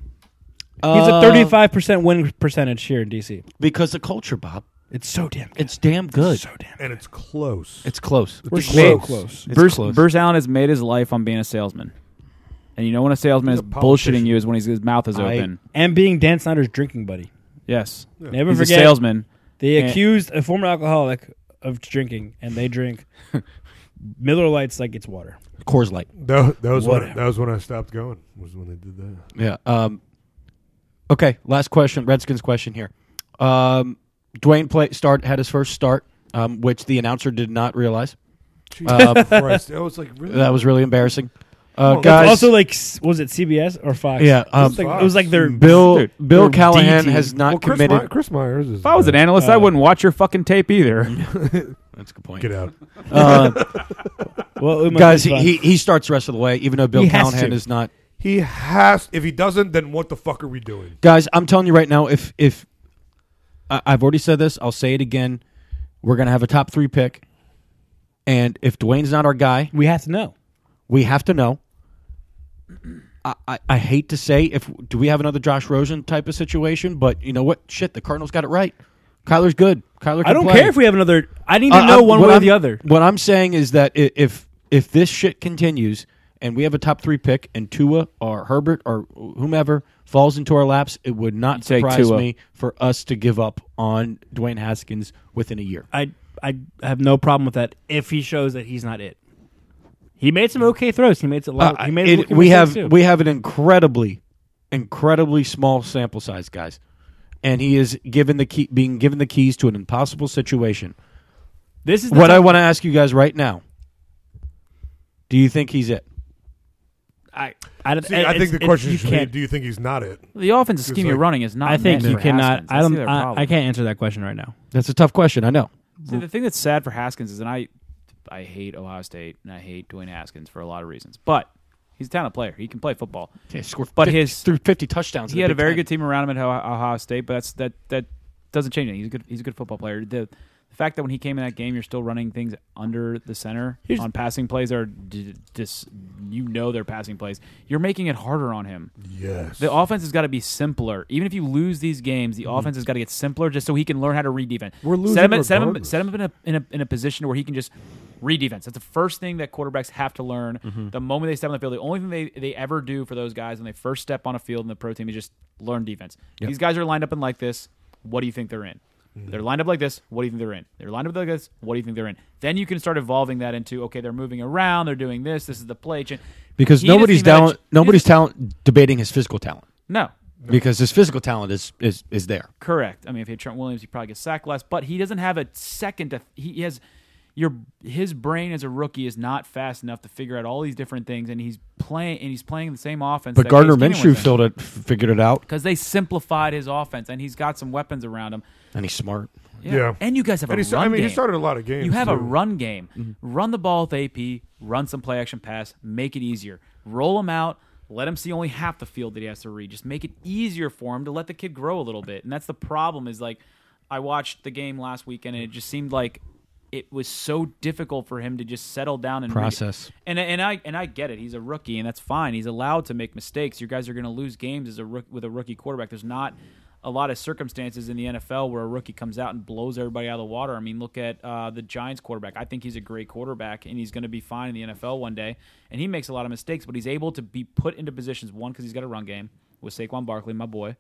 S7: He's a
S5: Uh,
S7: thirty five percent win percentage here in DC.
S5: Because the culture, Bob.
S7: It's so damn. Good.
S5: It's damn good.
S7: so damn.
S1: And it's close.
S5: It's close.
S7: We're <laughs> so close.
S6: Bruce, Bruce Allen has made his life on being a salesman. And you know when a salesman is bullshitting you is when he's, his mouth is
S7: I-
S6: open.
S7: and being Dan Snyder's drinking buddy.
S6: Yes. Yeah.
S7: Never
S6: He's a
S7: forget.
S6: salesman.
S7: They
S6: And-
S7: accused a former alcoholic of drinking, and they drink Miller Lights like it's water.
S5: Coors Light.
S1: Tha- That was when,
S7: Whatever.
S1: that was when I stopped going. Was when they did that.
S5: Yeah. Um, okay. Last question. Redskins question here. Um, Dwayne play, start had his first start, um, which the announcer did not realize.
S1: Jesus
S5: Uh,
S1: Christ. That was, like,
S5: <laughs>
S1: really-
S5: that was really embarrassing.
S7: Well,
S5: Uh,
S7: it's
S5: guys,
S7: also like s- was it CBS or Fox?
S5: Yeah,
S7: it was,
S5: um,
S7: like, it was like their
S5: Bill-
S7: their
S5: Bill
S7: D
S5: Callahan
S7: team.
S5: has not Well, Chris committed- My- Chris
S1: Myers is.
S6: If I was
S7: Uh,
S6: an analyst, I wouldn't watch your fucking tape either.
S5: That's a good point.
S1: Get out.
S5: Uh,
S7: well,
S5: guys, he, he he starts the rest of the way, even though Bill
S1: He has
S5: Callahan
S1: to.
S5: is not.
S1: He has. If he doesn't, then what the fuck are we doing?
S5: Guys, I'm telling you right now, if if I, I've already said this, I'll say it again. We're gonna have a top three pick, and if Dwayne's not our guy,
S7: we have to know.
S5: We have to know. I, I, I hate to say if do we have another Josh Rosen type of situation, but you know what? Shit, the Cardinals got it right. Kyler's good. Kyler. Can
S7: I don't
S5: play.
S7: care if we have another. I need to
S5: Uh,
S7: know
S5: I'm-
S7: one
S5: what
S7: way or
S5: I'm-
S7: the other.
S5: What I'm saying is that i- if if this shit continues and we have a top three pick, and Tua or Herbert or whomever falls into our laps, it would not
S6: take
S5: surprise
S6: Tua.
S5: me for us to give up on Dwayne Haskins within a year.
S4: I I have no problem with that if he shows that he's not it. He made some okay throws. He made a lot.
S7: Oh,
S5: Uh,
S4: he made
S5: it-
S4: rookie
S5: we
S4: mistakes,
S5: have
S4: too.
S5: we have an incredibly, incredibly small sample size, guys, and he is given the key, being given the keys to an impossible situation.
S4: This is the
S5: what
S4: type-
S5: I want to ask you guys right now. Do you think he's it?
S4: I
S1: See, I think the question should be: Do you think he's not it?
S6: The offensive scheme
S1: It's
S6: you're running is not.
S4: I think
S6: meant
S4: you
S6: for
S4: cannot.
S6: Haskins.
S4: I
S6: That's
S4: don't.
S6: the other
S4: I, I
S6: problem.
S4: can't answer that question right now.
S5: That's a tough question. I know.
S6: See, the thing that's sad for Haskins is, and I, I hate Ohio State and I hate Dwayne Haskins for a lot of reasons, but he's a talented player. He can play football.
S5: Yeah, scored
S6: but
S5: 50
S6: his
S5: threw 50 touchdowns in
S6: He
S5: the
S6: had a
S5: Big
S6: very
S5: Ten.
S6: good team around him at Ohio, Ohio State, but that's that that doesn't change anything. He's a good. He's a good football player. The, the fact that when he came in that game, you're still running things under the center
S4: Here's-
S6: on passing plays that are d- dis, you know they're passing plays. You're making it harder on him.
S1: Yes.
S6: The offense has got to be simpler. Even if you lose these games, the offense has got to get simpler just so he can learn how to read defense.
S1: Mm-hmm. We're losing
S6: Set him, in- set him,
S1: regardless.
S6: set him up in a, in a in a position where he can just read defense. That's the first thing that quarterbacks have to learn.
S5: Mhm.
S1: Mm-hmm.
S6: The moment they step on the field, the only thing they, they ever do for those guys when they first step on a field in the pro team is just learn defense.
S5: Yep.
S6: These guys are lined up in like this. What do you think they're in?
S1: Mm-hmm.
S6: They're lined up like this. What do you think they're in? They're lined up like this. What do you think they're in? Then you can start evolving that into okay, they're moving around. They're doing this. This is the play. change.
S5: Because
S6: He doesn't
S5: nobody's
S6: even have a
S5: talent,
S6: ch- he
S5: nobody's talent debating his physical talent.
S6: No.
S5: because his physical talent is is is there.
S6: Correct. I mean, if he had Trent Williams, he probably gets sacked less, but he doesn't have a second to. He has your his brain as a rookie is not fast enough to figure out all these different things, and he's playing and he's playing the same offense.
S5: But Gardner Minshew filled it, f- figured it out,
S6: because they simplified his offense, and he's got some weapons around him.
S5: and he's smart.
S6: and you guys have
S1: And
S6: a
S1: he sta-
S6: run
S1: I mean,
S6: game.
S1: he started a lot of games,
S6: You have a
S1: too.
S6: run game. Run the ball with AP. Run some play action pass. Make it easier. Roll him out. Let him see only half the field that he has to read. Just make it easier for him to let the kid grow a little bit. And that's the problem. Is like, I watched the game last weekend, and it just seemed like it was so difficult for him to just settle down and read it.
S5: Process.
S6: And and I and I get it. He's a rookie, and that's fine. He's allowed to make mistakes. You guys are going to lose games as a rook, with a rookie quarterback. There's not a lot of circumstances in the NFL where a rookie comes out and blows everybody out of the water. I mean, look at uh, the Giants quarterback. I think he's a great quarterback, and he's going to be fine in the NFL one day. And he makes a lot of mistakes, but he's able to be put into positions one because he's got a run game with Saquon Barkley, my boy,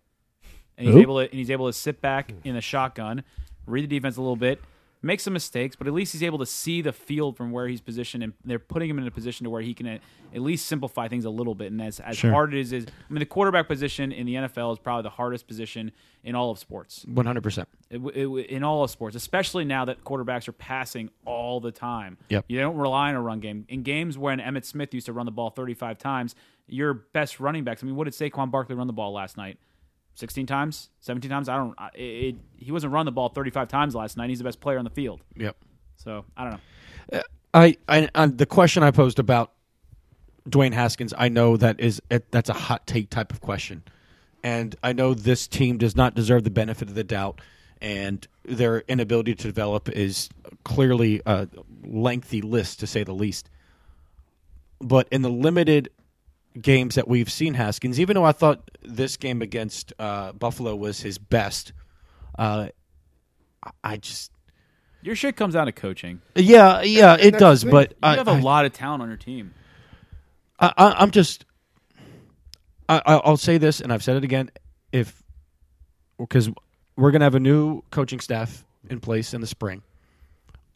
S6: and he's
S4: Who?
S6: able to and he's able to sit back in the shotgun, read the defense a little bit, make some mistakes, but at least he's able to see the field from where he's positioned, and they're putting him in a position to where he can at at least simplify things a little bit. And as as
S5: Sure.
S6: hard as it is, I mean, the quarterback position in the NFL is probably the hardest position in all of sports.
S5: One hundred percent.
S6: It, w- it, w- in all of sports, especially now that quarterbacks are passing all the time.
S5: Yep.
S6: You don't rely on a run game. In games when Emmett Smith used to run the ball 35 times, your best running backs, I mean, what did Saquon Barkley run the ball last night? 16 times? 17 times? I don't I- it, it, he wasn't running the ball 35 times last night. He's the best player on the field.
S5: Yep.
S6: So, I don't know.
S5: I, I on the question I posed about Dwayne Haskins, I know that is it, that's a hot take type of question, and I know this team does not deserve the benefit of the doubt, and their inability to develop is clearly a lengthy list to say the least. But in the limited games that we've seen Haskins, even though I thought this game against uh, Buffalo was his best, uh, I- I just
S6: Your shit comes down to coaching.
S5: yeah yeah it does. But
S6: you
S5: I-
S6: have a
S5: I-
S6: lot of talent on your team.
S5: I, I, I'm just. I, I- I'll say this, and I've said it again. If because we're gonna have a new coaching staff in place in the spring,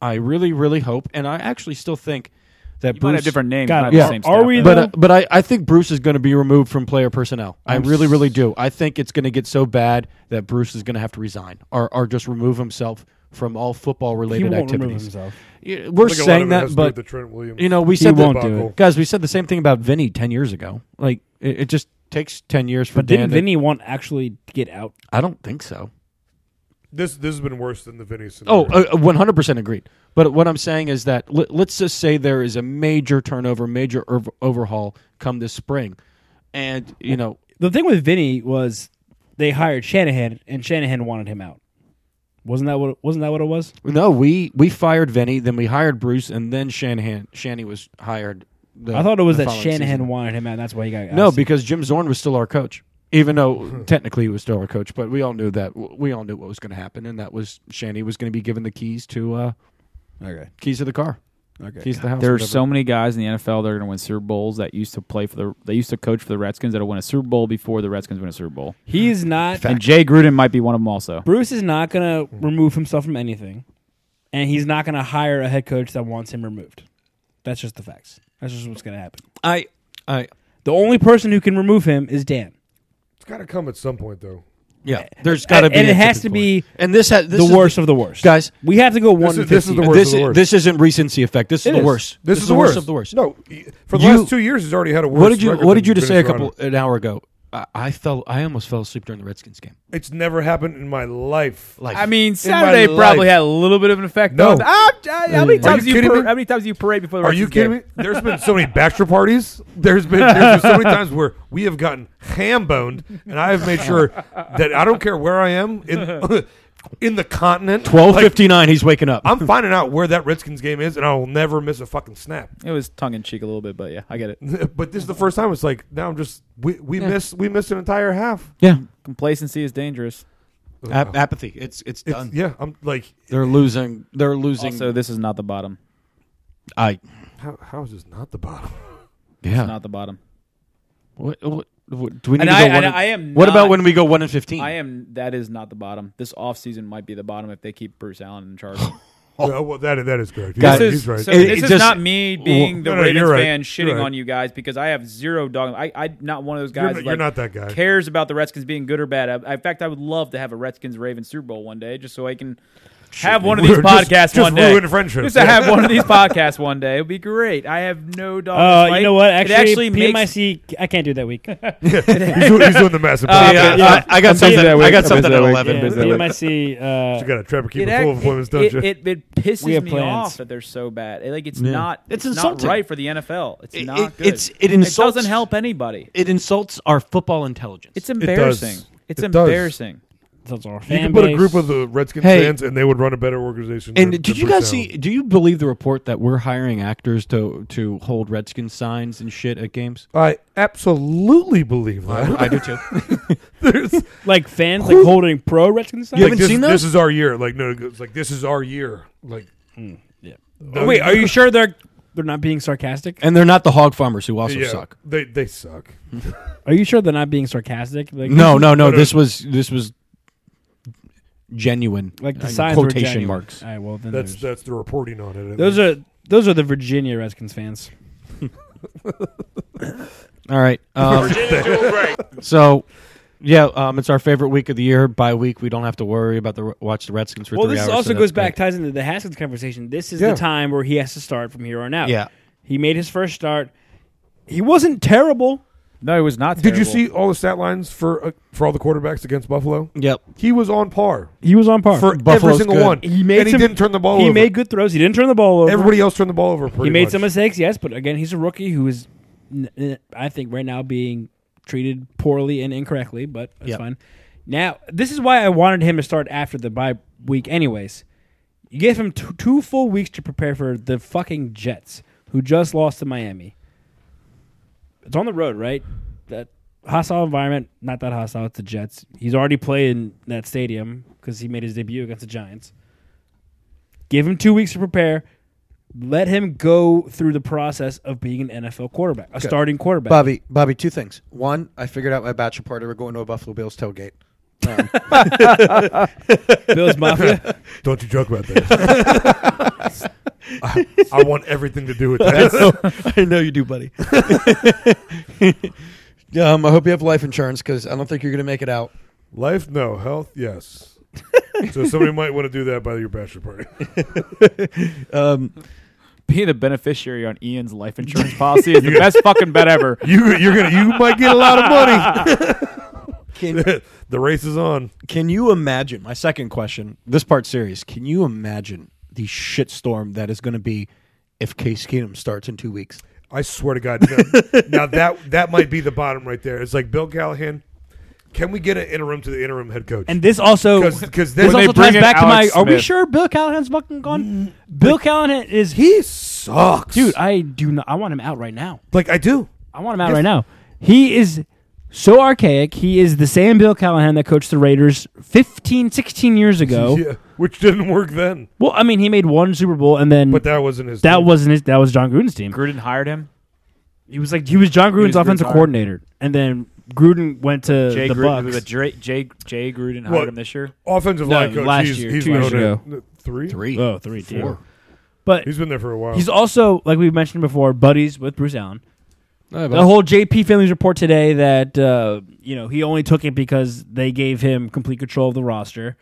S5: I really, really hope, and I actually still think that
S6: You might
S5: Bruce
S6: have different names, God, but not the same are staff. we
S5: But
S6: though?
S5: uh, but I, I think Bruce is going to be removed from player personnel. i
S6: I'm
S5: really, really do. I think it's going to get so bad that Bruce is going to have to resign or or just remove himself from all football related
S7: won't remove
S5: activities.
S7: himself.
S5: Yeah,
S1: I
S5: We're
S1: think a lot of
S5: saying
S1: it has to
S5: that,
S1: do
S5: but
S1: with the Trent Williams
S5: you know, we
S1: He
S5: said that-
S1: won't do it.
S5: guys. We said the same thing about Vinny ten years ago. Like it, it just takes ten years for
S7: But didn't
S5: Dan. to-
S7: Vinny want actually to get out?
S5: I don't think so.
S1: This this has been worse than the Vinny
S5: Oh,
S1: scenario.
S5: uh, 100% agreed. But what I'm saying is that let, let's just say there is a major turnover, major ov- overhaul come this spring. And, you know,
S7: The thing with Vinny was they hired Shanahan, and Shanahan wanted him out. Wasn't that what? Wasn't that what it was?
S5: no, we, we fired Vinny, then we hired Bruce, and then Shanahan. Shanny was hired. the-
S7: I thought it was
S5: the
S7: that
S5: following
S7: Shanahan
S5: season.
S7: wanted him out. and That's why he got
S5: No,
S7: ousted.
S5: because Jim Zorn was still our coach, even though technically he was still our coach. But we all knew that. We all knew what was going to happen, and that was Shanny was going to be given the keys to uh,
S7: okay.
S5: keys to the car.
S7: Okay.
S8: He's the house
S6: There are
S8: whatever.
S6: so many guys in the NFL that are going to win Super Bowls that used to play for the, they used to coach for the Redskins that'll win a Super Bowl before the Redskins win a Super Bowl.
S7: He is not-
S6: and Jay Gruden might be one of them also.
S7: Bruce is not going to remove himself from anything, and he's not going to hire a head coach that wants him removed. That's just the facts. That's just what's going to happen.
S5: I, I,
S7: the only person who can remove him is Dan.
S1: It's got to come at some point, though.
S5: Yeah, there's got to be,
S7: and
S5: a
S7: it has to
S5: tipping
S7: be.
S5: point. and this, has, this
S7: the
S5: is
S7: worst of the worst,
S5: guys.
S7: We have to go one.
S1: is- this is the worst
S5: This,
S1: of the worst.
S5: this isn't recency effect. This
S1: It
S5: is the
S1: is.
S5: worst.
S1: This is the worst.
S5: of the worst.
S1: No, y- for the last two years, he's already had a
S5: What
S1: worse
S5: did you
S1: record
S5: What did you
S1: than
S5: just say a
S1: Dennis
S5: couple an hour ago? I, I fell. I almost fell asleep during the Redskins game.
S1: It's never happened in my life.
S5: Life.
S6: I mean,
S1: In
S6: Saturday
S1: my
S6: probably
S1: life.
S6: had a little bit of an effect.
S1: No.
S6: though. Ah, ah, how
S1: Are
S6: many times
S1: you
S6: you,
S1: kidding
S6: par-
S1: me?
S6: how many times do you parade before the
S1: Are you
S6: Redskins
S1: kidding
S6: game?
S5: <laughs>
S1: me? There's been so many bachelor parties. There's been, there's been so many times where we have gotten ham boned, and I have made sure that I don't care where I am in <laughs> in the continent.
S5: Twelve
S1: like,
S5: fifty nine. He's waking up.
S1: I'm finding out where that Redskins game is, and I will never miss a fucking snap. <laughs>
S6: It was tongue in cheek a little bit, but yeah, I get it.
S1: But this is the first time. It's like now I'm just we we
S6: Yeah.
S1: miss we missed an entire half.
S5: Yeah.
S6: Complacency is dangerous.
S5: Ap- apathy. It's it's
S1: It's-
S5: done.
S1: yeah, I'm like
S5: They're losing. They're losing.
S6: Also, this is not the bottom.
S5: I
S1: how, how is this not the bottom?
S5: yeah.
S6: It's not the bottom.
S5: What, what, what- do we
S6: And
S5: need to
S6: I-
S5: go? one
S6: and
S5: and-
S6: I am
S5: What about
S6: not-
S5: when we go one and fifteen?
S6: Uh, I am. That is not the bottom. This offseason might be the bottom if they keep Bruce Allen in charge.
S1: Well, well, that that is correct.
S6: Guys,
S1: He's-
S6: this
S1: he's
S6: is,
S1: right.
S6: so this is not me being the
S1: No, no,
S6: Ravens
S1: you're right.
S6: fan shitting
S1: You're right.
S6: on you guys because I have zero dog. I, I'm not one of those
S1: You're
S6: guys.
S1: not-
S6: that,
S1: you're
S6: like,
S1: not that guy.
S6: Cares about the Redskins being good or bad. I, in fact, I would love to have a Redskins Ravens Super Bowl one day, just so I can have one of these
S1: We're
S6: podcasts
S1: just- just
S6: one day.
S1: ruin friendships.
S6: Just to
S1: <laughs> Yeah.
S6: have one of these podcasts one day, it'd be great. I have no dog. in
S7: Uh,
S6: this
S7: you
S6: fight.
S7: know what?
S6: It
S7: Actually,
S6: actually
S7: PMIC,
S6: makes
S7: I can't do that week.
S6: <laughs>
S1: he's, doing, he's doing the massive.
S6: Uh,
S1: podcast.
S6: yeah, I- I got
S7: I'm busy
S6: something-
S7: that
S6: I
S7: week.
S6: got
S7: I'm
S6: something
S7: busy
S6: at
S7: that week.
S6: 11.
S7: Yeah,
S6: Busy that week.
S7: PMIC, uh,
S1: you got to try to keep
S6: It
S1: a
S6: act-
S1: full of appointments,
S6: it-
S1: don't
S6: it,
S1: you?
S6: It, it pisses
S7: We have
S6: me
S7: plans.
S6: off that they're so bad. It- like it's
S5: Yeah.
S6: not.
S5: It's
S6: It's, not
S5: insulting.
S6: right for the NFL. It's
S5: It-
S6: not
S5: it-
S6: good.
S5: it's- it insults-
S6: doesn't help anybody.
S5: It insults our football intelligence.
S6: It's embarrassing. It's
S1: It does.
S6: embarrassing.
S1: You can put a group of the Redskins
S5: Hey.
S1: fans, and they would run a better organization.
S5: And
S1: than- than
S5: did you guys
S1: Bruce Allen.
S5: see? Do you believe the report that we're hiring actors to to hold Redskins signs and shit at games?
S1: I absolutely believe that.
S5: I <laughs> do too.
S7: like fans like holding pro Redskins. signs?
S1: Like, this, This is our year. Like no, it's like this is our year. Like
S7: Hmm, yeah.
S1: No,
S7: Wait,
S1: <laughs>
S7: are you sure they're they're not being sarcastic?
S5: And they're not the hog farmers who also
S1: yeah,
S7: <laughs>
S5: suck.
S1: They they suck.
S7: Are you sure they're not being sarcastic? Like,
S5: No, no, no. This was this was genuine.
S7: like the
S5: I mean,
S7: signs were
S5: Uh, quotation
S7: genuine.
S5: marks.
S7: All right, well then
S1: That's
S7: there's-
S1: that's the reporting on it.
S7: those are those are the Virginia Redskins fans.
S5: All
S7: <laughs>
S5: right. Um, so, yeah, um, it's our favorite week of the year. By week, we don't have to worry about the watch the Redskins for
S7: Well,
S5: three
S7: this
S5: hours,
S7: also
S5: so that's
S7: goes
S5: great.
S7: back ties into the Haskins conversation. This is
S5: Yeah.
S7: the time where he has to start from here on out.
S5: Yeah.
S7: he made his first start. He wasn't terrible.
S6: No, it was not.
S1: Did you see all the stat lines for uh, for all the quarterbacks against Buffalo?
S5: Yep.
S1: He was on par
S7: He was on par
S1: for
S7: Buffalo's
S1: every single
S7: good.
S1: one.
S7: He made
S1: and
S7: some-
S1: he didn't turn the ball.
S7: he
S1: over.
S7: made good throws. He didn't turn the ball over.
S1: Everybody else turned the ball over. Pretty
S7: he made
S1: much.
S7: some mistakes, yes, but again, he's a rookie who is, n- n- I think, right now being treated poorly and incorrectly, but it's
S5: Yep.
S7: fine. Now, this is why I wanted him to start after the bye week, anyways. You gave him t- two full weeks to prepare for the fucking Jets, who just lost to Miami. It's on the road, right? That hostile environment, not that hostile. It's the Jets. He's already played in that stadium because he made his debut against the Giants. Give him two weeks to prepare. Let him go through the process of being an NFL quarterback, a
S5: Okay.
S7: starting quarterback.
S5: Bobby, Bobby, two things. One, I figured out my bachelor party. We're going to a Buffalo Bills tailgate. Um,
S7: <laughs> Bills Mafia.
S1: Don't you joke about <laughs> that. I, I want everything to do with that.
S5: I know you do, buddy. um, I hope you have life insurance because I don't think you're going to make it out.
S1: Life, no. Health, <laughs> yes. so somebody might want to do that by your bachelor party.
S5: Um,
S6: Being the beneficiary on Ian's life insurance policy
S7: <laughs>
S6: is the best fucking bet ever.
S1: <laughs> You you're gonna you might get a lot of money. <laughs> the race is on.
S5: Can you imagine? My second question. This part's serious. Can you imagine the shitstorm that is going to be if Case Keenum starts in two weeks?
S1: I swear to God. No. now that that might be the bottom right there. It's like Bill Callahan. Can we get an interim to the interim head coach?
S7: And
S1: <laughs>
S7: this also
S1: because
S7: this also ties back to my. Are we sure Bill Callahan's fucking gone? Bill Callahan is
S1: he sucks,
S7: dude. I do not. I want him out right now.
S1: Like I do.
S7: I want him out
S1: Yes.
S7: right now. He is so archaic. He is the same Bill Callahan that coached the Raiders 15, 16 years ago.
S1: Yeah, which didn't work then.
S7: Well, I mean, he made one Super Bowl, and then
S1: But that wasn't his
S7: That
S1: team.
S7: wasn't his. That was John Gruden's team.
S6: Gruden hired him.
S7: He was like he was John
S6: He was
S7: Gruden's offensive
S6: Gruden's hired.
S7: coordinator, and then Gruden went to
S6: Jay
S7: the
S6: Gruden,
S7: Bucks.
S6: but Jay, Jay, Jay Gruden hired
S1: Well,
S6: him this year.
S1: Offensive
S7: No,
S1: line coach.
S7: last
S1: he's,
S7: year,
S1: he's
S7: two years
S1: been
S7: ago.
S1: in- Three?
S7: Three. Oh, three,
S1: Four.
S7: yeah. But
S1: he's been there for a while.
S7: He's also, like we've mentioned before, buddies with Bruce Allen.
S1: Yeah, but-
S7: the whole JP Families report today that uh, you know he only took it because they gave him complete control of the roster.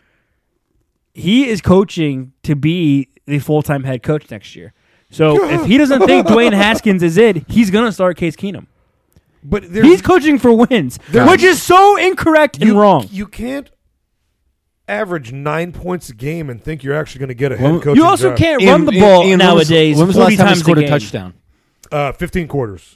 S7: He is coaching to be the full time head coach next year. So if <laughs> he doesn't think Dwayne Haskins is it, he's gonna start Case Keenum.
S1: But
S7: he's coaching for wins,
S1: There-
S7: which is so incorrect and wrong.
S1: You can't average nine points a game and think you're actually going to get a
S7: Well,
S1: head coach.
S7: you also can't Ian- run the Ian- ball Ian, when was- nowadays when was the last 40 time you times a scored a game. touchdown?
S1: Uh, Fifteen quarters.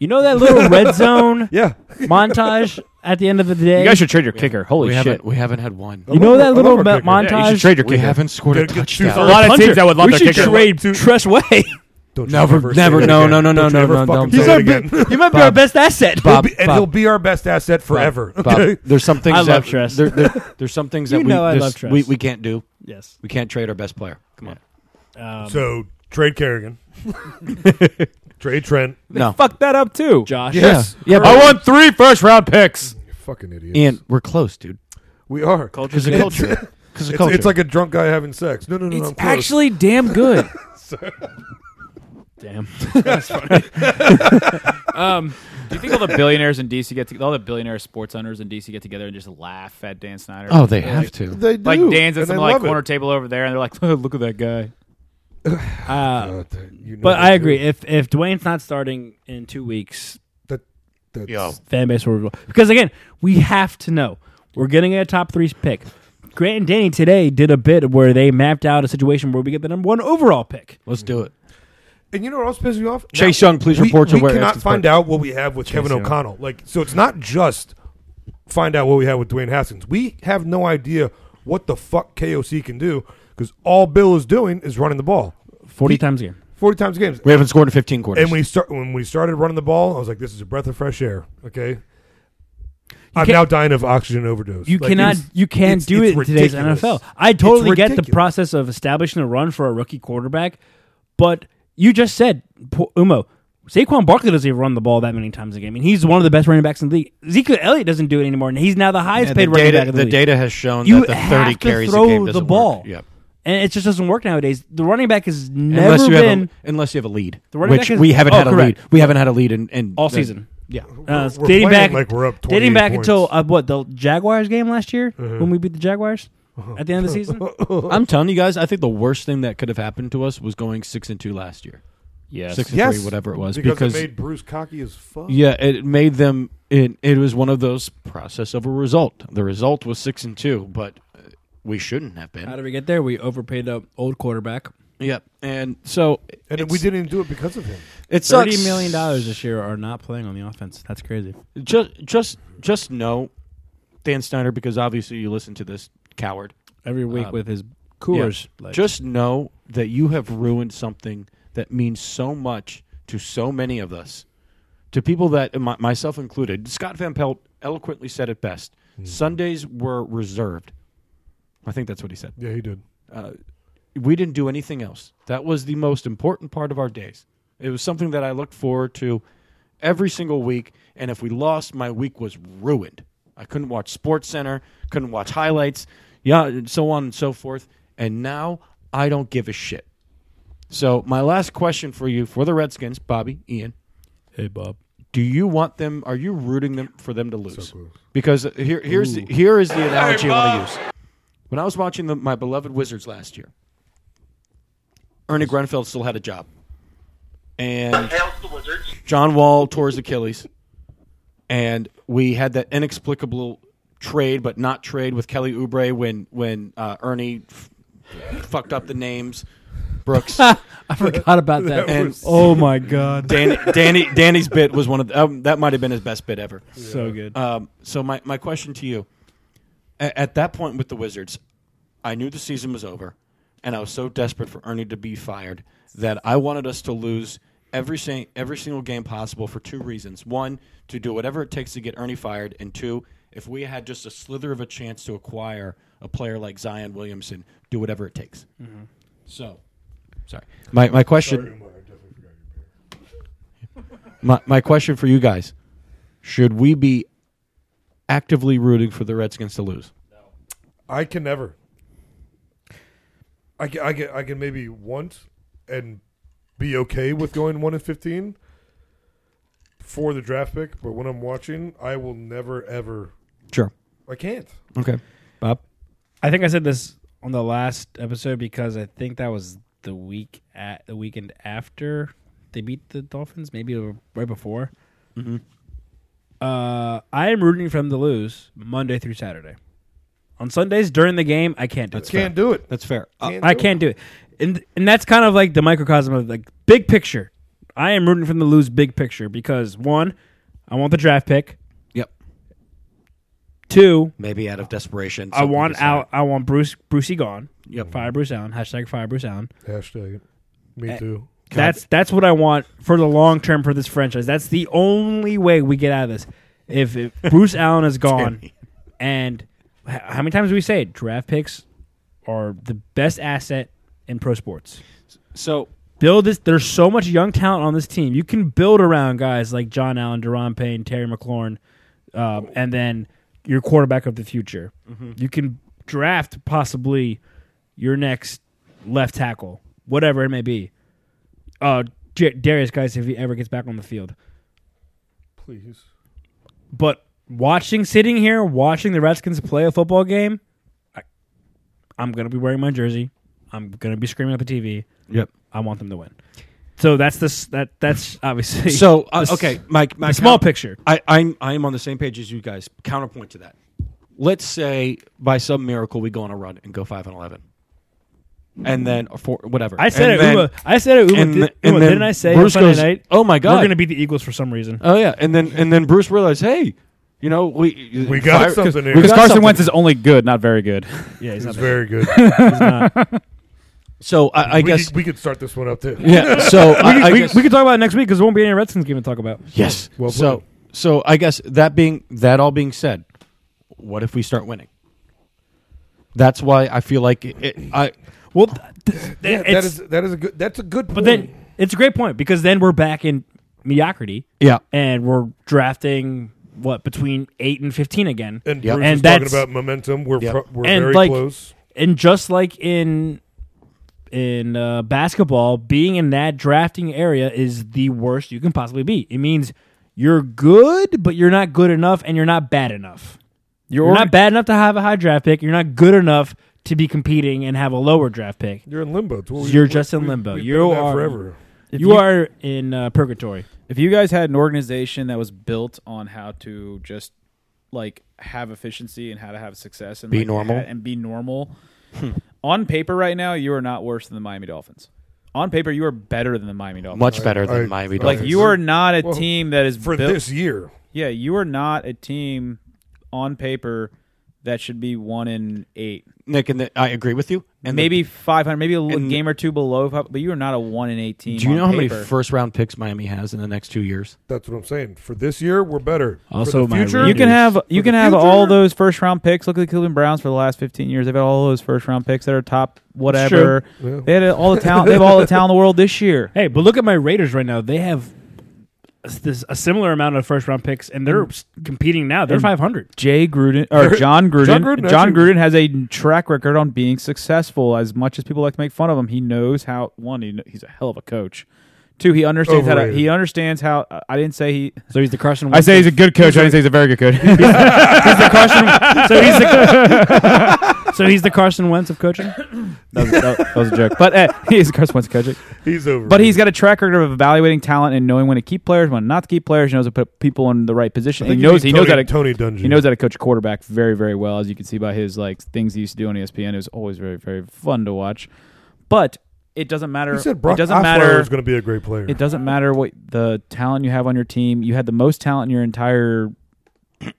S7: You know that little <laughs> red zone
S1: yeah.
S7: montage at the end of the day.
S6: You guys should trade your kicker. Holy
S5: we
S6: shit.
S5: Haven't, we haven't had one.
S7: You know that little ma- montage.
S6: Yeah, you should trade your
S5: We
S6: kicker.
S5: haven't scored a touchdown.
S6: A lot of teams that would love
S7: we
S6: their
S7: should
S6: kicker.
S7: trade Tress Way.
S6: <laughs>
S1: Don't
S5: Never, never, no, no, no, no, no, no, don't.
S7: He's
S5: say
S7: our
S5: it
S7: big-
S5: again.
S7: you might be our best asset.
S1: <laughs>
S5: Bob,
S1: He'll be- and
S5: Bob,
S1: he'll be our best asset forever.
S5: Bob,
S1: okay?
S5: Bob, there's some things
S1: I
S5: that
S1: love Tress.
S5: There, there, there's some things
S1: You
S5: that we,
S1: know I
S5: just-
S1: love Tress.
S5: we we can't do.
S7: Yes.
S5: we can't trade our best player. Come on.
S7: Um,
S1: so trade
S5: <laughs>
S1: Kerrigan. trade Trent.
S5: They No.
S6: fucked that up too.
S7: Josh.
S1: Yes.
S6: Yeah. I want three first round picks.
S1: fucking idiot.
S5: Ian, we're close, dude.
S1: We are
S5: Culture's a
S1: It's-
S7: <laughs>
S5: culture. 'Cause of
S1: it's-
S5: culture.
S1: It's like a drunk guy having sex. No, no, no.
S6: It's
S1: I'm close.
S6: actually damn
S5: <laughs>
S6: good.
S1: So-
S6: Damn. That's funny. um, do you think all the billionaires in DC get to, all the billionaire sports owners in DC get together and just laugh at Dan Snyder?
S5: Oh, they have
S6: like,
S5: to.
S1: They
S6: Like
S1: do,
S6: Dan's at
S1: and
S6: some
S1: they
S6: like
S1: love it.
S6: corner table over there, and they're
S7: <laughs>
S6: like, "Look at that
S5: <sighs>
S6: guy."
S7: Uh,
S1: you know
S7: but
S1: they
S7: I
S1: do.
S7: agree. If if Dwayne's not starting in two weeks,
S1: that that's
S7: fan base will revolt. because again we have to know we're getting a top three pick. Grant and Danny today did a bit where they mapped out a situation where we get the number one overall pick.
S5: Let's do it.
S1: And you know what else pisses me off?
S5: Chase
S1: Now,
S5: Young, please
S1: we,
S5: report to
S1: we
S5: where
S1: cannot
S5: Atkins
S1: find
S5: played.
S1: out what we have with
S5: Chase
S1: Kevin
S5: Young.
S1: O'Connell. Like, so it's not just find out what we have with Dwayne Haskins. We have no idea what the fuck KOC can do because all Bill is doing is running the ball
S7: Forty
S1: He-
S7: times a game.
S1: Forty times a game.
S5: We haven't scored in 15 quarters.
S1: And when we start when we started running the ball, I was like, "This is a breath of fresh air." Okay, I'm
S7: can't-
S1: now dying of oxygen overdose.
S7: You
S1: Like,
S7: cannot
S1: it's-
S7: you can't
S1: it's-
S7: do
S1: it's
S7: it in today's
S1: ridiculous.
S7: NFL. I
S1: It's
S7: totally get the
S1: ridiculous.
S7: process of establishing a run for a rookie quarterback, but you just said Po- Umo Saquon Barkley doesn't even run the ball that many times a game, and he's one of the best running backs in the league. Ezekiel Elliott doesn't do it anymore, and he's now the highest
S5: Yeah,
S7: paid
S5: the
S7: running
S5: data-
S7: back. In the,
S5: the
S7: league.
S5: data has shown
S7: You
S5: that the 30
S7: have to
S5: carries a
S7: throw
S5: game doesn't
S7: the
S5: work.
S7: ball.
S5: Yep.
S7: And it just doesn't work nowadays. The running back has never
S5: unless you
S7: been
S5: have a, unless you have a lead,
S7: The running
S5: which
S7: back is-
S5: we haven't
S7: oh,
S5: had a
S7: correct.
S5: lead. We haven't had a lead in, in
S7: all
S5: the-
S7: season.
S5: Yeah,
S7: uh,
S1: We're playing
S7: dating back
S1: like we're up 28
S7: dating back
S1: points.
S7: until uh, what the Jaguars game last year
S5: Mhm.
S7: when we beat the Jaguars
S5: Uh-huh.
S7: at the
S5: <laughs>
S7: end of the season.
S5: I'm telling you guys, I think the worst thing that could have happened to us was going six and two last year.
S6: Yes.
S5: six and three, whatever it was,
S1: because,
S5: because,
S1: it made Bruce cocky as fuck.
S5: yeah, it made them. It it was one of those process of a result. The result was six and two, but uh, we shouldn't have been.
S7: How did we get there? We overpaid up old quarterback.
S5: Yep, and so
S1: and
S5: it's-
S1: we didn't even do it because of him.
S5: It
S7: Thirty
S5: sucks.
S7: million dollars this year are not playing on the offense. That's crazy.
S5: Just just just know, Dan Snyder, because obviously you listen to this coward
S7: Every week
S5: Um,
S7: with his
S5: Yeah.
S7: Coors. Like,
S5: Just know that you have ruined something that means so much to so many of us, to people that my, myself included. Scott Van Pelt eloquently said it best: Sundays were reserved. I think that's what he said.
S1: Yeah, he did.
S5: Uh, we didn't do anything else. That was the most important part of our days. It was something that I looked forward to every single week, and if we lost, my week was ruined. I couldn't watch Sports Center, couldn't watch highlights, yeah, and so on and so forth. And now I don't give a shit. So my last question for you for the Redskins, Bobby, Ian,
S7: hey Bob,
S5: do you want them? Are you rooting them for them to lose? because here here's the, here is the analogy I want to use. When I was watching the, my beloved Wizards last year, Ernie Grunfeld still had a job, and John Wall tore his Achilles, and we had that inexplicable trade, but not trade with Kelly Oubre when when uh, Ernie f- fucked up the names. Brooks,
S7: I forgot
S5: <laughs>
S7: about that.
S5: And-
S7: oh my god,
S5: Danny,
S7: <laughs>
S5: Danny, Danny's bit was one of the, um, that might have been his best bit ever.
S7: So good.
S5: Um, so my, my question to you, a- at that point with the Wizards, I knew the season was over, and I was so desperate for Ernie to be fired that I wanted us to lose every sing- every single game possible for two reasons. One, to do whatever it takes to get Ernie fired, and two, if we had just a slither of a chance to acquire a player like Zion Williamson, do whatever it takes.
S7: Mm-hmm.
S5: So, sorry. My my question. My, my question for you guys should we be actively rooting for the Redskins to lose?
S1: I can never. I can, I can, I can maybe once and be okay with going 1 and 15 for the draft pick, but when I'm watching, I will never, ever.
S5: Sure.
S1: I can't.
S5: Okay. Bob?
S7: I think I said this on the last episode because I think that was the week at the weekend after they beat the Dolphins, maybe it was right before.
S5: Mm-hmm.
S7: Uh, I am rooting for them to lose Monday through Saturday. On Sundays during the game, I can't do
S5: That's
S7: it.
S5: Can't fair. do it. That's fair. Uh, Can't
S7: I
S5: do
S7: can't do it, and and that's kind of like the microcosm of like big picture. I am rooting for them to lose big picture because one, I want the draft pick.
S5: Yep.
S7: Two,
S5: Maybe out of desperation.
S7: I want
S5: something
S7: out. I want Bruce Brucey gone.
S5: Yep.
S7: Fire Bruce Allen. Hashtag fire Bruce Allen.
S1: Hashtag it. Me
S7: Eh,
S1: too.
S7: That's that's what I want for the long term for this franchise. That's the only way we get out of this. If, if Bruce Allen is gone, and h- how many times do we say it? draft picks are the best asset in pro sports?
S6: So
S7: build this. There's so much young talent on this team. You can build around guys like John Allen, Deron Payne, Terry McLaurin, um, and then your quarterback of the future.
S5: Mhm.
S7: You can draft possibly your next left tackle, whatever it may be. Uh, J- Darius guys, if he ever gets back on the field.
S1: Please.
S7: But watching, sitting here, watching the Redskins play a football game, I, I'm gonna be wearing my jersey. I'm gonna be screaming at the TV.
S5: Yep.
S7: I want them to win. So that's this. That
S5: <laughs>
S7: that's obviously.
S5: So uh,
S7: the s-
S5: okay, Mike. My
S7: the small picture.
S5: I, I'm I am on the same page as you guys. Counterpoint to that. Let's say by some miracle we go on a run and go five and eleven, and then or four whatever.
S7: I said
S5: and
S7: it. Uma, I said it. Uma,
S5: and
S7: did,
S5: th-
S7: Uma,
S5: and then
S7: didn't I say
S5: Bruce
S7: on Sunday
S5: goes,
S7: night?
S5: Oh my god,
S7: We're gonna beat the Eagles for some reason.
S5: Oh yeah, and then and then Bruce realized, hey, you know we
S1: We got
S5: fire-
S1: something here.
S5: we
S6: Because
S5: got
S6: Carson
S5: something.
S6: Wentz is only good, not very good.
S7: Yeah,
S1: he's He's not very good. good.
S7: <laughs> He's not.
S5: So I, I
S1: We
S5: guess
S1: could- we could start this one up too.
S5: Yeah, so
S7: <laughs> we,
S5: I-
S7: could-
S5: I
S7: we,
S5: guess-
S7: we could talk about it next week because there won't be any Redskins game to talk about.
S5: Yes.
S1: Well
S5: so so I guess that being that all being said, what if we start winning? That's why I feel like it, it, I
S7: well
S1: Yeah, that
S7: It's-
S1: is that is a good that's a good point.
S7: But then it's a great point because then we're back in mediocrity.
S5: Yeah.
S7: and we're drafting what between eight and fifteen again.
S1: And Bruce is talking
S7: that's-
S1: about momentum. We're
S7: Yep.
S1: pro- we're
S7: and
S1: very
S7: like,
S1: close.
S7: And just like in in uh, basketball, being in that drafting area is the worst you can possibly be. It means you're good, but you're not good enough, and you're not bad enough. You're, not bad enough to have a high draft pick. You're not good enough to be competing and have a lower draft pick.
S1: You're in limbo. It's what we-
S7: You're just in
S1: we-
S7: limbo.
S1: we've
S7: You
S1: been in that
S7: are
S1: forever.
S7: You,
S6: If you-
S7: are in uh, purgatory.
S6: If you guys had an organization that was built on how to just like have efficiency and how to have success and
S5: Be
S6: like,
S5: normal. Hmm.
S6: ha- and be normal, on paper right now you are not worse than the Miami Dolphins. On paper, you are better than the Miami Dolphins.
S5: Much better than I- Miami
S6: Like
S5: Dolphins.
S6: you are not a
S1: Well,
S6: team that is
S1: for
S6: built-
S1: this year.
S6: Yeah, you are not a team on paper that should be one in eight.
S5: Nick and the, I agree with you. And the-
S6: maybe five hundred, maybe a little
S5: and-
S6: game or two below, five- but you are not a one in eight team.
S5: do you
S6: on
S5: know how many
S6: paper.
S5: first round picks Miami has in the next two years?
S1: That's what I'm saying. For this year, we're better.
S7: Also,
S1: for the
S7: my
S1: future,
S6: You can have you
S1: for
S6: can
S1: the
S6: have
S1: future,
S6: all those first round picks. Look at the Cleveland Browns for the last fifteen years. They've had all those first round picks that are top whatever.
S1: true. Yeah.
S6: They had all the talent. they have all the talent in the world this year.
S7: Hey, but look at my Raiders right now. They have a, this, a similar amount of first round picks, and they're s- competing now. They're
S6: And-
S7: five hundred.
S6: <laughs> Jay Gruden or John Gruden. John
S7: John
S6: Gruden,
S7: Gruden
S6: has a track record on being successful. As much as people like to make fun of him, he knows how. One, he, kn- he's a hell of a coach. Two, he understands how. To,
S1: Overrated.
S6: he understands how. I didn't say he.
S7: So he's the Carson.
S6: I
S7: Wentz
S6: say he's a
S7: of-
S6: good coach. I didn't say he's a very
S7: <laughs>
S6: good coach. he's the
S7: Carson.
S6: <laughs>
S7: So he's the. so he's the Carson Wentz of coaching.
S6: That was, that, that was a joke. But uh, <laughs> he's Carson Wentz coaching.
S1: He's over.
S6: But he's got a track record of evaluating talent and knowing when to keep players, when not to keep players. He knows to put people in the right position.
S1: I
S6: He
S1: think
S6: knows.
S1: you
S6: He
S1: mean
S6: knows how to
S1: Tony- Tony Dungy.
S6: He knows how to coach a quarterback very, very well, as you can see by his like things he used to do on E ESPN. It was always very, very fun to watch. But it doesn't matter.
S1: He said Brock
S6: it doesn't
S1: Osweiler
S6: matter.
S1: is gonna be a great player.
S6: It doesn't matter what the talent you have on your team. You had the most talent in your entire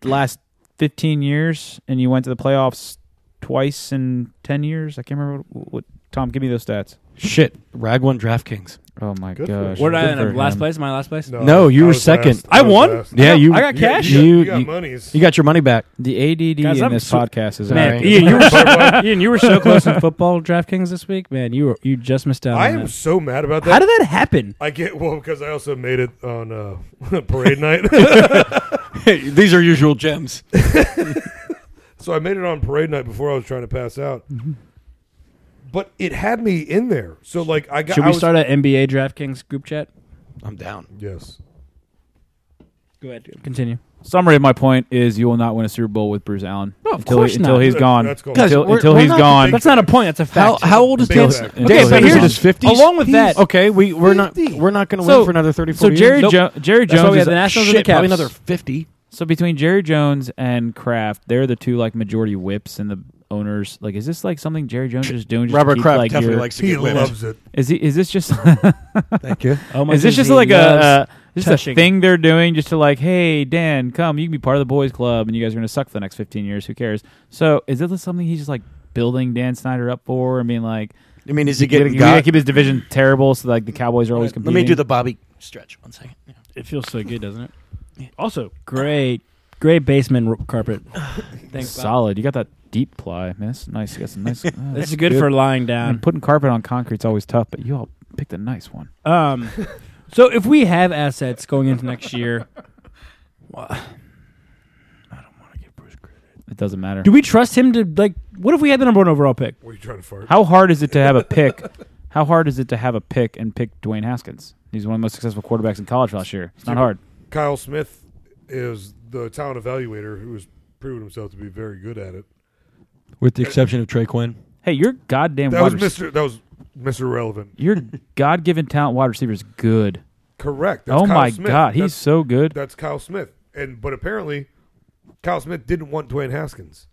S6: last fifteen years, and you went to the playoffs twice in ten years. I can't remember what, what Tom. Give me those stats.
S5: Shit, rag won DraftKings.
S6: Oh my
S5: Good for
S6: gosh!
S5: you. Where did I
S6: Good
S5: end up?
S6: for
S7: uh, Last
S6: him.
S7: place? My last place?
S5: No, you were second.
S7: I won.
S5: Yeah, you.
S7: I got cash.
S5: You, you got your money back.
S6: The ADD
S7: Guys,
S6: in
S7: I'm
S6: this
S7: so-
S6: podcast is
S7: man.
S6: outrageous.
S7: Ian, you were <laughs> so, Ian, you were so close in football DraftKings this week, man. You were you just missed out.
S1: I
S7: on
S1: am
S7: that.
S1: so mad about that.
S7: How did that happen?
S1: I get well because I also made it on uh, <laughs> parade night. <laughs>
S5: These are usual gems.
S1: so I made it on parade night before I was trying to pass out. But it had me in there. So like I got.
S7: Should
S1: I
S7: we
S1: was-
S7: start an NBA DraftKings group chat?
S5: I'm down.
S1: Yes.
S7: Go ahead. Continue.
S6: Summary of my point is you will not win a Super Bowl with Bruce Allen.
S7: No, of
S6: until
S7: course
S6: he, until
S7: not.
S6: he's
S7: That's-
S6: gone.
S7: that's cool. Guys,
S6: Until,
S7: we're-
S6: until
S7: we're
S6: he's
S7: not-
S6: gone.
S7: That's not a point. That's a fact.
S5: How, how old is
S7: Big
S5: Dan?
S7: fact.
S5: Dan
S7: Okay, but
S5: Snyder's
S7: here's-
S5: in his fifties.
S7: along with that-
S5: okay, we we're not we're not going to win
S6: So-
S5: for another thirty. 40
S6: So Jerry
S5: years.
S6: jo- Jerry
S5: That's why
S6: Jones
S5: we
S6: is
S5: have the Nationals and the
S6: shit, probably
S5: Caps.
S6: another
S5: 50.
S6: So between Jerry Jones and Kraft, they're the two like majority whips and the owners like is this like something Jerry Jones is doing just
S5: Robert
S6: to keep,
S5: Kraft
S6: like
S5: definitely
S6: your-
S5: likes to He get whipped. loves it.
S6: Is he is this just
S5: Thank you.
S7: How much
S6: is this
S7: does
S6: just
S7: oh he
S6: like a
S7: loves
S6: uh, just a
S7: touching?
S6: thing they're doing just to like hey Dan come you can be part of the boys club and you guys are going to suck for the next 15 years who cares. So is this something he's just like building Dan Snyder up for I mean like
S5: I mean, is he
S6: we gotta-
S5: getting
S6: we gotta
S5: got-
S6: keep his division terrible so like the Cowboys are always
S5: Let
S6: competing.
S5: me do the Bobby stretch one second.
S7: It feels so good, doesn't it? Also, great, great basement r- carpet. <laughs> Thanks, Bob.
S6: solid. You got that deep ply, man. That's nice. You got some
S5: <laughs>
S6: nice. uh,
S7: This is good for lying down.
S6: Man, putting carpet on concrete's always tough, but you all picked a nice one.
S7: <laughs> Um, so if we have assets going into next year, wha-
S6: It doesn't matter.
S7: do we trust him to like? What if we had the number one overall pick?
S1: Were you trying to fart?
S6: How hard is it to have a pick? <laughs> How hard is it to have a pick and pick Dwayne Haskins? He's one of the most successful quarterbacks in college last year. It's not hard.
S1: Kyle Smith is the talent evaluator who has proven himself to be very good at it.
S5: With the exception of Trey Quinn.
S6: Hey, your goddamn
S1: That was
S6: wide rec-
S1: Mr. That was Mr. Relevant.
S6: <laughs>
S1: <laughs>
S6: Your god-given talent wide receiver is good.
S1: Correct. That's
S6: Oh
S1: Kyle
S6: my
S1: Smith.
S6: god, he's
S1: That's-
S6: so good.
S1: That's Kyle Smith. And but apparently, Kyle Smith didn't want Dwayne Haskins.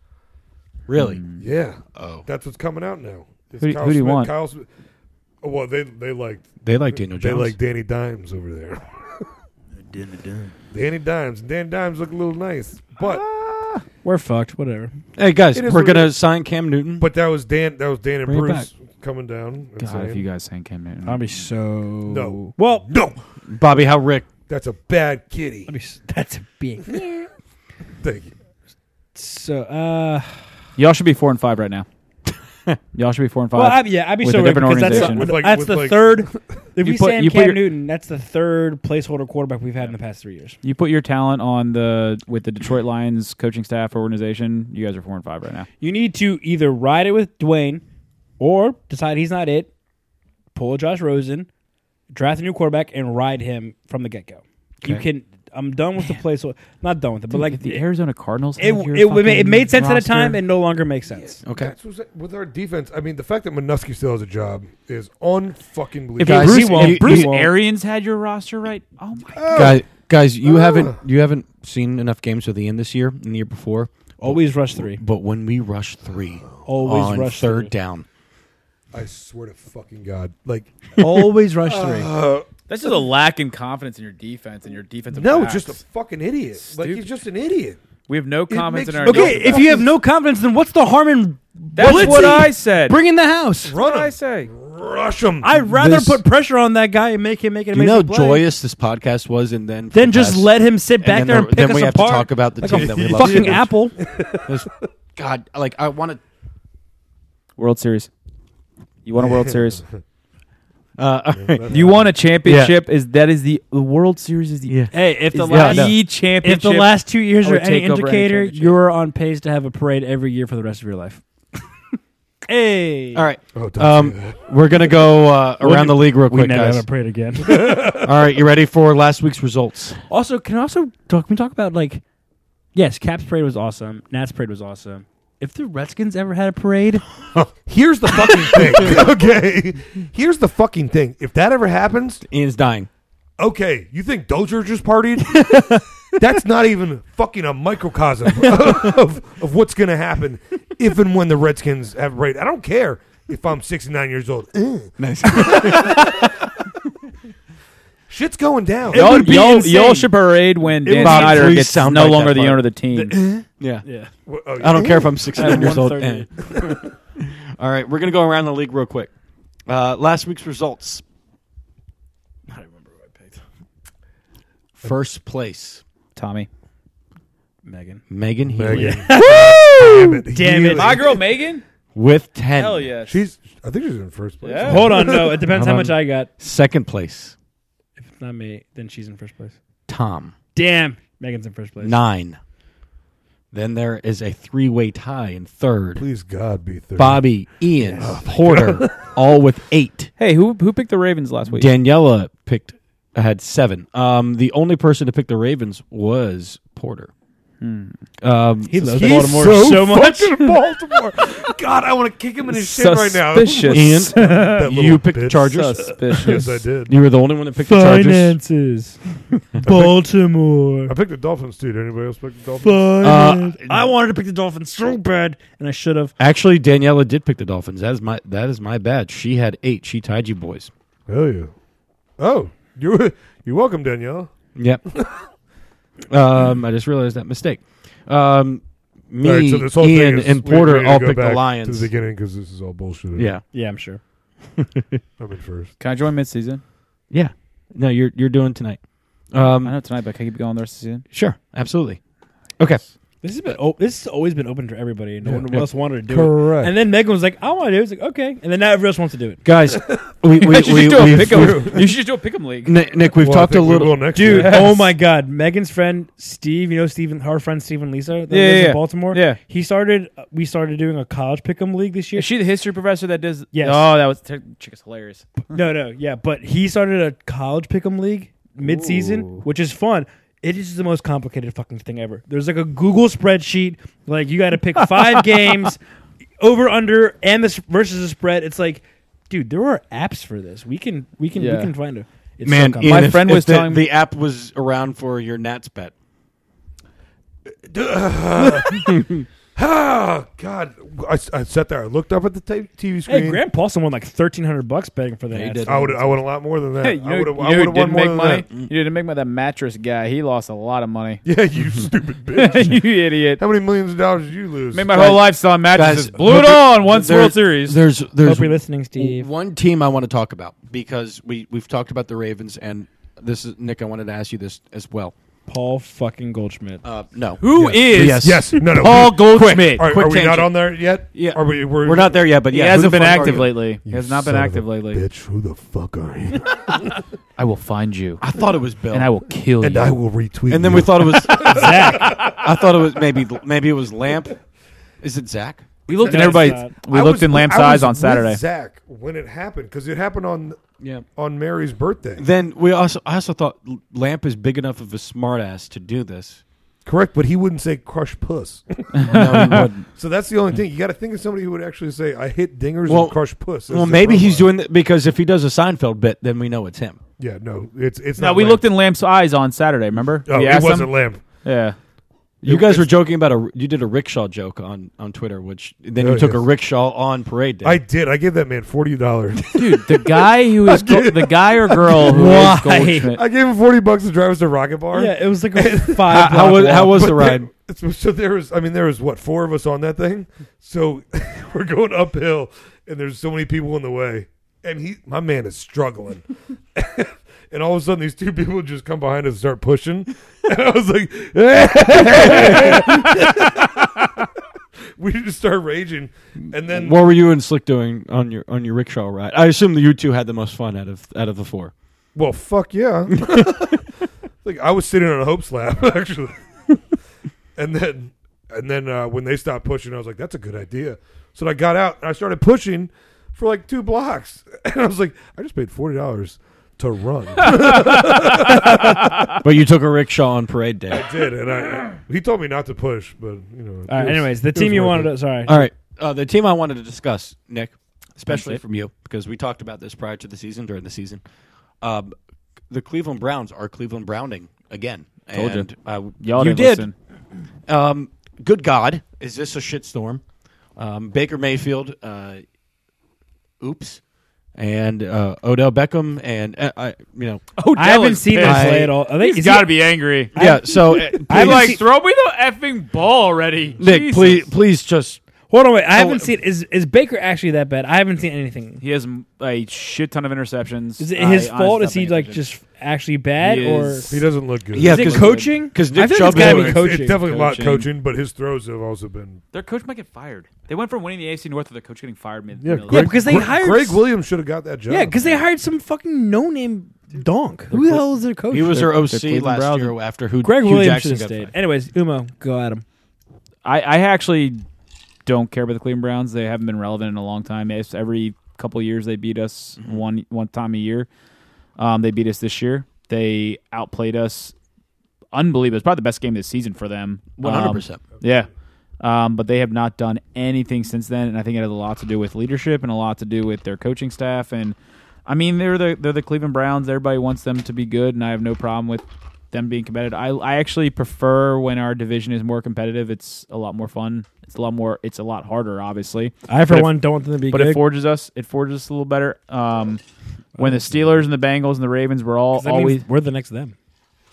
S5: Really?
S1: Yeah. Oh, that's what's coming out now. It's
S6: Hmm. Who do-
S1: Kyle
S6: who do you
S1: Smith,
S6: want?
S1: Kyle Smith. Oh, well, they they liked
S5: They like Daniel
S1: They
S5: Jones.
S1: like Danny Dimes over there. Danny Dimes. <laughs> Danny Dimes. Danny Dimes look a little nice, but
S7: We're fucked. Whatever.
S5: Hey guys,
S1: It is
S5: we're
S1: what it
S5: gonna
S1: is.
S5: sign Cam Newton.
S1: But that was Dan. That was Dan and
S5: Bring it
S1: Bruce coming down. and
S6: God, if
S1: saying-
S6: you guys sang Cam Newton,
S7: I'll be so
S1: No.
S7: Well,
S1: no,
S5: Bobby, how Rick?
S1: that's a bad kitty.
S7: that's a
S1: <laughs>
S7: big.
S1: Thank you.
S7: <laughs> So, uh,
S6: y'all should be four and five right
S7: <laughs>
S6: now. y'all should be four and five.
S7: well, I, yeah, I'd be
S6: with
S7: so
S6: a
S7: worried
S6: different
S7: because that's,
S6: organization.
S7: the, that's the <laughs> third. If
S6: You
S7: we
S6: put-
S7: say
S6: you put
S7: Cam
S6: your-
S7: Newton, that's the third placeholder quarterback we've had in the past three years.
S6: You put your talent on the with the Detroit Lions coaching staff or organization. You guys are four and five right now.
S7: You need to either ride it with Dwayne or decide he's not it, pull a Josh Rosen, draft a new quarterback, and ride him from the get go. You
S6: Okay.
S7: can. I'm done with the place. Not done with it, but
S6: Dude,
S7: like
S6: if the Arizona Cardinals,
S7: It,
S6: had your
S7: it, it, made, it
S6: fucking
S7: made sense at a
S6: roster-
S7: time and no longer makes sense.
S5: Okay.
S1: That's what's, with our defense. I mean, the fact that Minuski still has a job is unfucking believable.
S6: If
S5: Guys,
S6: Bruce,
S5: he won't.
S6: if Bruce
S5: He won't.
S6: Arians had your roster right, oh my
S1: Uh,
S6: god,
S5: guys, guys, you haven't you haven't seen enough games with Ian this year and the year before.
S7: Always rush three.
S5: But when we rush three,
S7: Always
S5: on
S7: rush
S5: third
S7: three.
S5: down.
S1: I swear to fucking god, like
S7: Always rush three.
S1: Uh,
S6: that's just a lack in confidence in your defense and your defensive.
S1: no,
S6: backs.
S1: just a fucking idiot. Like he's just an idiot.
S6: we have no
S1: It
S6: confidence in
S1: makes-
S6: our.
S7: Okay,
S6: defense.
S7: if you have no confidence, then what's the harm in
S6: That's
S7: blitzing?
S6: what I said.
S7: Bring in the house.
S1: Run him.
S6: I say,
S1: Rush him.
S7: I'd rather
S5: This-
S7: put pressure on that guy and make him make an
S5: Do you know how
S7: amazing play.
S5: joyous this podcast was, and then for
S7: Then
S5: the
S7: just
S5: past-
S7: let him sit back
S5: then
S7: there and pick
S5: then
S7: us
S5: we have
S7: apart
S5: to talk about the
S7: like a
S5: team that we love. <laughs>
S7: fucking
S5: so much.
S7: apple.
S5: This- God, like I want to.
S6: World Series, you want a
S5: <laughs>
S6: World Series.
S5: Uh, all right.
S6: You won a championship. Is that is the the World Series is the
S7: Hey, if the
S6: Is that
S7: last
S6: the
S7: if
S6: E championship,
S7: the last two years
S6: I
S7: are
S6: would
S7: any
S6: take over any
S7: indicator,
S6: championship.
S7: you're on pace to have a parade every year for the rest of your life. <laughs> hey,
S5: All right.
S1: Oh, don't do
S5: Um,
S1: that.
S5: we're gonna go uh,
S7: We'll
S5: around
S7: ne-
S5: the league real
S7: we
S5: quick,
S7: never
S5: guys.
S7: have a parade again.
S4: <laughs>
S5: all right, you ready for last week's results?
S7: <laughs> also, can I also talk? Can we talk about like, yes, Caps parade was awesome. Nats parade was awesome. If the Redskins ever had a parade,
S1: Here's the fucking <laughs> thing. okay. Here's the fucking thing. If that ever happens,
S5: Ian's dying.
S1: okay, you think Dozier just
S5: <laughs>
S1: partied? That's not even fucking a microcosm <laughs> of, of what's going to happen if and when the Redskins have a raid. I don't care if I'm 69 years old. Ugh.
S5: Nice.
S1: <laughs> Shit's going down.
S7: It
S6: y'all,
S7: would be
S6: y'all,
S7: insane.
S6: y'all should parade when
S1: It
S6: Dan
S1: would be-
S6: Snyder
S5: Please
S6: gets
S5: soundbite
S6: no
S5: that
S6: longer the
S5: part.
S6: owner of the team.
S5: <laughs> Yeah.
S7: yeah,
S1: Well, oh,
S5: I don't care if I'm 69
S7: At
S5: <laughs> years old.
S7: 1:30.
S5: Eh. All right, we're gonna go around the league real quick. Uh, last week's results. I don't remember who I picked. First place.
S6: Tommy.
S4: Megan.
S5: Megan Healy.
S1: Megan.
S4: Damn it, Damn it. Healy.
S6: My girl Megan?
S5: With 10.
S6: Hell yes.
S1: She's. I think she's in first place.
S6: Yeah.
S4: Hold on, no, it depends how
S5: Hold
S4: much
S5: on.
S4: I got.
S5: Second place.
S4: If it's not me, then she's in first place.
S5: Tom.
S4: Damn, Megan's in first place.
S5: Nine. Then there is a three way tie in third.
S1: Please God be third.
S5: Bobby, Ian, <laughs> Porter, all with eight.
S6: Hey, who who picked the Ravens last week?
S5: Daniela picked had seven. Um, the only person to pick the Ravens was Porter. Um,
S4: He loves
S5: he's
S4: Baltimore
S5: <laughs>
S4: so much.
S1: fucking Baltimore. God, I want to kick him in his shit right now.
S5: Suspicious. Ian,
S1: That little
S5: you picked the
S1: bitch.
S5: Chargers.
S1: Yes, I did.
S5: You were the only one that picked
S7: Finances. Baltimore.
S1: I picked the Dolphins too. Did anybody else pick the Dolphins?
S5: Uh,
S7: Finance. I wanted to pick the Dolphins so bad, and I should have.
S5: the Chargers. Actually, Daniela did pick the Dolphins. That is my that is my bad. She had eight. She tied you boys.
S1: Hell yeah. Oh, you're <laughs> you're welcome, Danielle.
S5: Yep. <laughs> um, I just realized that mistake. Um, me,
S1: All right, so this whole thing
S5: Ian,
S1: is-
S5: and
S1: we- we
S5: Porter
S1: need to
S5: all
S1: go
S5: picked
S1: back
S5: the
S1: to
S5: Lions.
S1: the beginning because this is all bullshit.
S5: Yeah.
S4: Yeah, I'm sure.
S1: I'm in first.
S6: Can I join midseason?
S5: Yeah. No, you're you're doing tonight.
S6: I
S5: Um,
S6: know tonight, but can I keep going the rest of the
S5: <laughs>
S6: season?
S5: sure, absolutely. Okay.
S7: This has been. Oh, this has always been open to everybody, and no one
S5: Yeah.
S7: else wanted to do
S1: Correct.
S7: it. And then Megan was like, "I want to do." it. It's like, "Okay," and then now everyone else wants to do it.
S6: <laughs>
S5: Guys, we, we,
S6: You should
S5: we,
S6: do a
S5: we've-
S6: pick'em. You should just do a pick'em league.
S5: Nick, Nick, we've
S1: Well, I
S5: talked a
S1: think we
S5: little.
S1: will next
S7: Dude,
S1: year.
S7: oh my God! Megan's friend Steve, you know Steven, her friend Steven Lisa, that
S6: Yeah,
S7: lives
S6: yeah, yeah.
S7: in Baltimore.
S6: Yeah.
S7: he started. uh, We started doing a college pick'em league this year.
S6: Is she the history professor that does?
S7: Yes.
S6: Oh, that was chick is hilarious.
S7: <laughs> No, no, yeah, but he started a college pick'em league mid-season, which is fun. It is the most complicated fucking thing ever. There's like a Google spreadsheet, like you got to pick five games, over under, and this versus the spread. It's like, dude, there are apps for this. We can, we can,
S6: Yeah.
S7: we can find a. It's
S5: Man,
S7: so
S5: Ian,
S6: My
S7: complicated.
S5: if-
S6: friend
S5: if
S6: was
S5: the,
S6: telling me-
S5: the app was around for your Nats bet. <laughs>
S1: <laughs> Oh God! I, s- I sat there. I looked up at the ta- TV screen.
S7: hey, Grant Paulson won like thirteen hundred bucks betting for that.
S5: he
S7: ads.
S5: did.
S1: I would. I won a lot more than that.
S6: Hey, <laughs> you know,
S1: I
S6: you
S1: would have.
S6: know
S1: I
S6: who
S1: would have won
S6: didn't
S1: more
S6: make
S1: than
S6: money.
S1: that.
S6: You didn't make money. That mattress guy, he lost a lot of money.
S1: <laughs>
S6: <laughs>
S1: Yeah, you stupid bitch.
S6: you idiot!
S1: How many millions of dollars did you lose?
S6: Made my whole life selling mattresses. Blew it on once
S5: there's-
S6: World Series.
S5: There's there's
S7: Hope you're listening, Steve.
S5: One team I want to talk about because we we've talked about the Ravens and this is Nick. I wanted to ask you this as well.
S7: Paul fucking Goldschmidt.
S5: Uh, no,
S6: Who is
S1: <laughs>
S5: Yes.
S1: yes. No. No.
S6: Paul
S1: we-
S6: Goldschmidt?
S1: Are,
S5: Quick
S1: are we not
S5: tangent.
S1: on there yet?
S5: Yeah.
S1: Are we? We're,
S5: we're not there yet, but
S6: he
S5: yeah, who
S6: hasn't
S5: the
S6: been
S5: fuck are
S6: active
S5: you?
S6: lately. He
S1: You
S6: has not
S1: son
S6: been
S1: of a
S6: active lately.
S1: Bitch, who the fuck are
S5: <laughs>
S1: you?
S6: I will find you
S5: I thought it was Bill,
S6: and I will kill
S1: and
S6: you.
S1: I will retweet.
S5: And then
S1: you.
S5: we thought it was <laughs> Zach. I thought it was maybe maybe it was Lamp. Is it Zach?
S6: we looked in
S7: That's
S6: everybody's.
S7: not-
S6: We
S1: I
S6: looked
S1: was-
S6: in Lamp's
S1: I was
S6: eyes on
S1: with
S6: Saturday.
S1: Zach, when it happened, because it happened on
S5: Yeah.
S1: on Mary's birthday.
S5: Then we also I also thought Lamp is big enough of a smartass to do this.
S1: Correct, but he wouldn't say crush puss. <laughs>
S5: No, <laughs> he wouldn't.
S1: so that's the only thing. You got to think of somebody who would actually say, I hit dingers
S5: Well-
S1: and crush puss.
S5: well, maybe he's doing that because if he does a Seinfeld bit, then we know it's him.
S1: Yeah, no, it's it's
S6: No,
S1: not
S6: we
S1: Lamb.
S6: looked in Lamp's eyes on Saturday. Remember?
S1: Oh,
S6: we
S1: it
S6: asked
S1: wasn't
S6: him.
S1: Lamb.
S6: Yeah.
S5: You guys were joking about a you did a rickshaw joke on on Twitter, which then you
S1: Oh,
S5: took a
S1: yes.
S5: rickshaw on parade day.
S1: I did. I gave that man forty dollars.
S6: Dude, the guy who is go- the guy or girl who
S7: Why?
S6: is Goldschmidt.
S1: I gave him forty bucks to drive us to Rocket Bar.
S7: yeah, it was like a
S5: how,
S7: five.
S5: how
S7: block
S5: was how
S7: walk.
S5: was
S1: But
S5: the ride?
S1: there- <laughs> so there was. I mean, there was what four of us on that thing. So <laughs> we're going uphill, and there's so many people in the way, and he, my man, is struggling. <laughs> and all of a sudden, these two people just come behind us and start pushing, <laughs> and I was like, we just start raging, and then
S5: What were you and Slick doing on your on your rickshaw ride? I assume that you two had the most fun out of out of the four.
S1: Well, fuck
S7: <laughs>
S1: yeah. like I was sitting on Hope's lap <laughs> actually, and then and then uh, when they stopped pushing, I was like, "That's a good idea." So I got out and I started pushing for like two blocks, <laughs> and I was like, "I just paid forty dollars to
S7: <laughs>
S1: run." I
S5: But you took a rickshaw on parade day.
S1: did, and I he told me not to push, but you know.
S7: All
S1: it
S7: right,
S1: was-
S7: anyways, the
S1: it
S7: team
S1: was
S7: you
S1: worth
S7: wanted.
S1: it.
S7: To, sorry,
S5: All right, uh, the team I wanted to discuss, Nick, especially
S6: That's it.
S5: from you because we talked about this prior to the season during the season. Um, the Cleveland Browns are Cleveland Browning again.
S6: Told you.
S5: and, Uh,
S6: Y'all
S5: you
S6: didn't
S5: did.
S6: listen.
S5: Um, good God, is this a shitstorm? Um, Baker Mayfield, uh, oops, and uh, Odell Beckham, and uh, I, you
S7: <laughs>
S5: know,
S6: Odell
S7: Oh, I haven't
S6: is
S7: seen
S6: pissed.
S7: this play at all. Are they,
S6: He's
S7: is
S6: got to
S7: he-
S6: be angry.
S5: yeah. So, uh,
S7: I
S6: I'm
S7: haven't
S6: like,
S7: seen-
S6: throw me the effing ball already,
S5: Nick,
S6: Jesus.
S5: please, please just
S7: Hold on, wait. I
S6: Oh,
S7: haven't seen. Is is Baker actually that bad? I haven't seen anything.
S6: He has mm, a shit ton of interceptions.
S7: Is it
S6: I
S7: his
S6: honestly
S7: fault?
S6: don't
S7: Is he
S6: think
S7: like just actually bad,
S6: He
S7: or
S6: is-
S1: He doesn't look good.
S7: Yeah, is it coaching?
S6: Because
S7: I
S6: Nick
S7: think
S6: Chubb
S7: it's gotta
S1: It's-
S7: be coaching.
S1: It's definitely a lot
S6: Coaching.
S1: coaching, but his throws have also been.
S6: Their coach might get fired. They went from winning the AFC North to their coach getting fired mid.
S1: Yeah,
S6: middle of
S1: Greg-
S6: the-
S7: because they
S1: Greg-
S7: hired
S1: Greg
S7: s-
S1: Williams should have got that job.
S7: Yeah, because they hired some fucking no name donk. Who the hell is their coach?
S5: He was
S7: They're-
S5: their OC
S7: they're Cleveland
S5: last
S7: Browns.
S5: year after who-
S7: Greg
S5: Hugh
S7: Williams
S5: Jackson
S7: should have
S5: got
S7: stayed. Anyways, Umo, go at him.
S6: I, I actually don't care about the Cleveland Browns. They haven't been relevant in a long time. It's every couple years they beat us one one time a year. Um, they beat us this year. They outplayed us. Unbelievable. It's probably the best game of the season for them. Um,
S5: 100%.
S6: Yeah. Um, but they have not done anything since then, and I think it has a lot to do with leadership and a lot to do with their coaching staff. And I mean, they're the they're the Cleveland Browns. Everybody wants them to be good, and I have no problem with them being competitive. I I actually prefer when our division is more competitive. It's a lot more fun. It's a lot more. It's a lot harder, obviously.
S7: I, for
S6: But if-
S7: one, don't want them to be
S6: But
S7: good.
S6: it forges us. It forges us a little better. Um, when the Steelers and the Bengals and the Ravens were all
S7: 'Cause that means
S6: always
S7: we're the next them.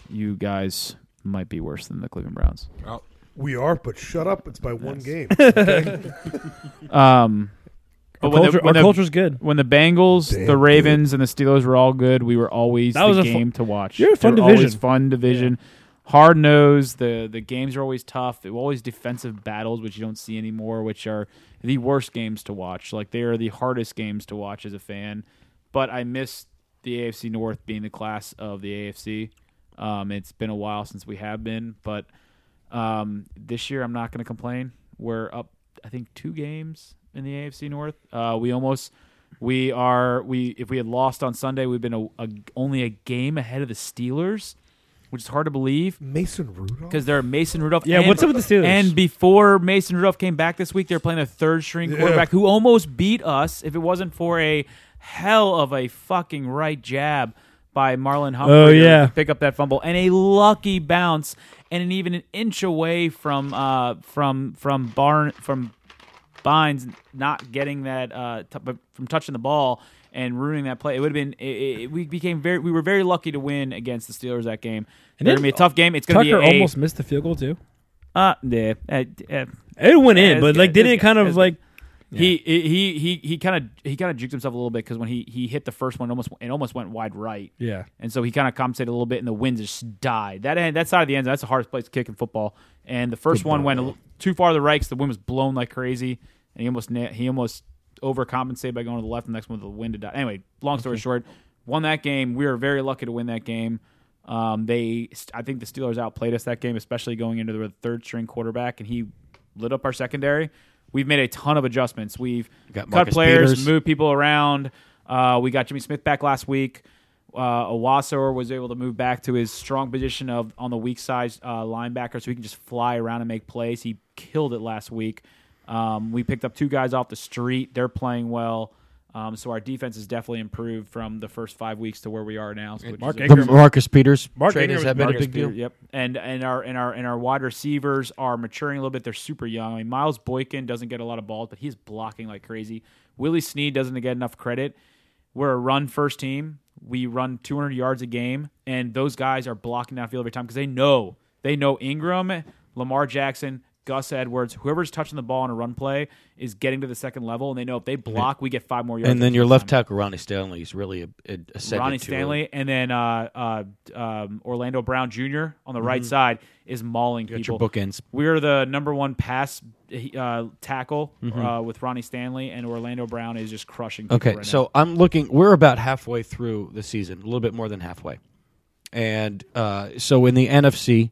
S6: You guys might be worse than the Cleveland Browns.
S1: We are, but shut up. It's by one game.
S7: <laughs>
S1: okay?
S6: Um,
S7: Our
S6: when the-
S7: culture-
S6: when
S7: our
S6: the-
S7: culture's good.
S6: When the Bengals,
S7: Damn
S6: the Ravens, and the Steelers were all good, we were always
S7: That
S6: the
S7: was a fu-
S6: game to watch.
S7: You're a fun
S6: They were always
S7: division.
S6: fun division, hard nosed. The the games are always tough. They were always defensive battles, which you don't see anymore, which are the worst games to watch. Like they are the hardest games to watch as a fan. But I miss the AFC North being the class of the AFC. Um, it's been a while since we have been, but um, this year I'm not going to complain. We're up, I think, two games in the AFC North. Uh, we almost we are we if we had lost on Sunday, we've been a, a, only a game ahead of the Steelers, which is hard to believe.
S1: Mason Rudolph
S6: because they're Mason Rudolph.
S7: Yeah,
S6: and-
S7: what's up with the Steelers?
S6: And before Mason Rudolph came back this week, they're playing a third string
S7: Yeah.
S6: quarterback who almost beat us. If it wasn't for a hell of a fucking right jab by Marlon Humphrey,
S7: Oh,
S6: to
S7: yeah.
S6: pick up that fumble and a lucky bounce and an even an inch away from uh from from Barn from Bynes not getting that uh t- but from touching the ball and ruining that play. It would have been it, it, we became very we were very lucky to win against the Steelers that game. It's going to be a tough game. It's going to
S7: Tucker
S6: be a,
S7: almost missed the field goal too.
S6: uh, yeah, uh, uh,
S7: It went in,
S6: it's
S7: but,
S6: good,
S7: like, didn't
S6: it's
S7: it kind
S6: good,
S7: of,
S6: it's
S7: like-
S6: good. he he he he kind of he kind of juked himself a little bit because when he he hit the first one almost it almost went wide right.
S7: Yeah.
S6: and so he kind of compensated a little bit, and the wind just died. That end, that side of the end, that's the hardest place to kick in football. And the first one went a little too far to the right, 'cause the wind was blown like crazy, and he almost na- he almost overcompensated by going to the left. And the next one, the wind had died. Anyway, long story
S7: Okay.
S6: short, won that game. We were very lucky to win that game. Um, they, I think the Steelers outplayed us that game, especially going into the third string quarterback, and he lit up our secondary. We've made a ton of adjustments. We've
S5: got
S6: cut
S5: Marcus
S6: players,
S5: Peters.
S6: move people around. Uh, we got Jimmy Smith back last week. Uh, Owasso was able to move back to his strong position of on the weak side uh, linebacker, so he can just fly around and make plays. He killed it last week. Um, we picked up two guys off the street. They're playing well. Um, so our defense has definitely improved from the first five weeks to where we are now. which is
S5: Mark
S6: a-
S5: Ingram- The Marcus Peters Mark trade
S6: Marcus
S5: Ingram has has been a big
S6: Peters,
S5: deal.
S6: Yep, and and our and our and our wide receivers are maturing a little bit. They're super young. I mean, Miles Boykin doesn't get a lot of balls, but he's blocking like crazy. Willie Snead doesn't get enough credit. We're a run first team. We run 200 yards a game, and those guys are blocking downfield every time because they know they know Ingram, Lamar Jackson. Gus Edwards, whoever's touching the ball on a run play is getting to the second level, and they know if they block, we get five more yards.
S5: And then your
S6: every
S5: left
S6: time.
S5: tackle Ronnie Stanley is really a, a, ascended
S6: Ronnie
S5: to a-
S6: Stanley, and then uh, uh, um, Orlando Brown Jr. on the right
S5: Mhm.
S6: side is mauling
S5: You got your
S6: people.
S5: bookends.
S6: We're the number one pass uh, tackle uh,
S5: Mhm.
S6: with Ronnie Stanley, and Orlando Brown is just crushing. People
S5: Okay,
S6: right
S5: so I'm looking. We're about halfway through the season, a little bit more than halfway, and uh, so in the NFC,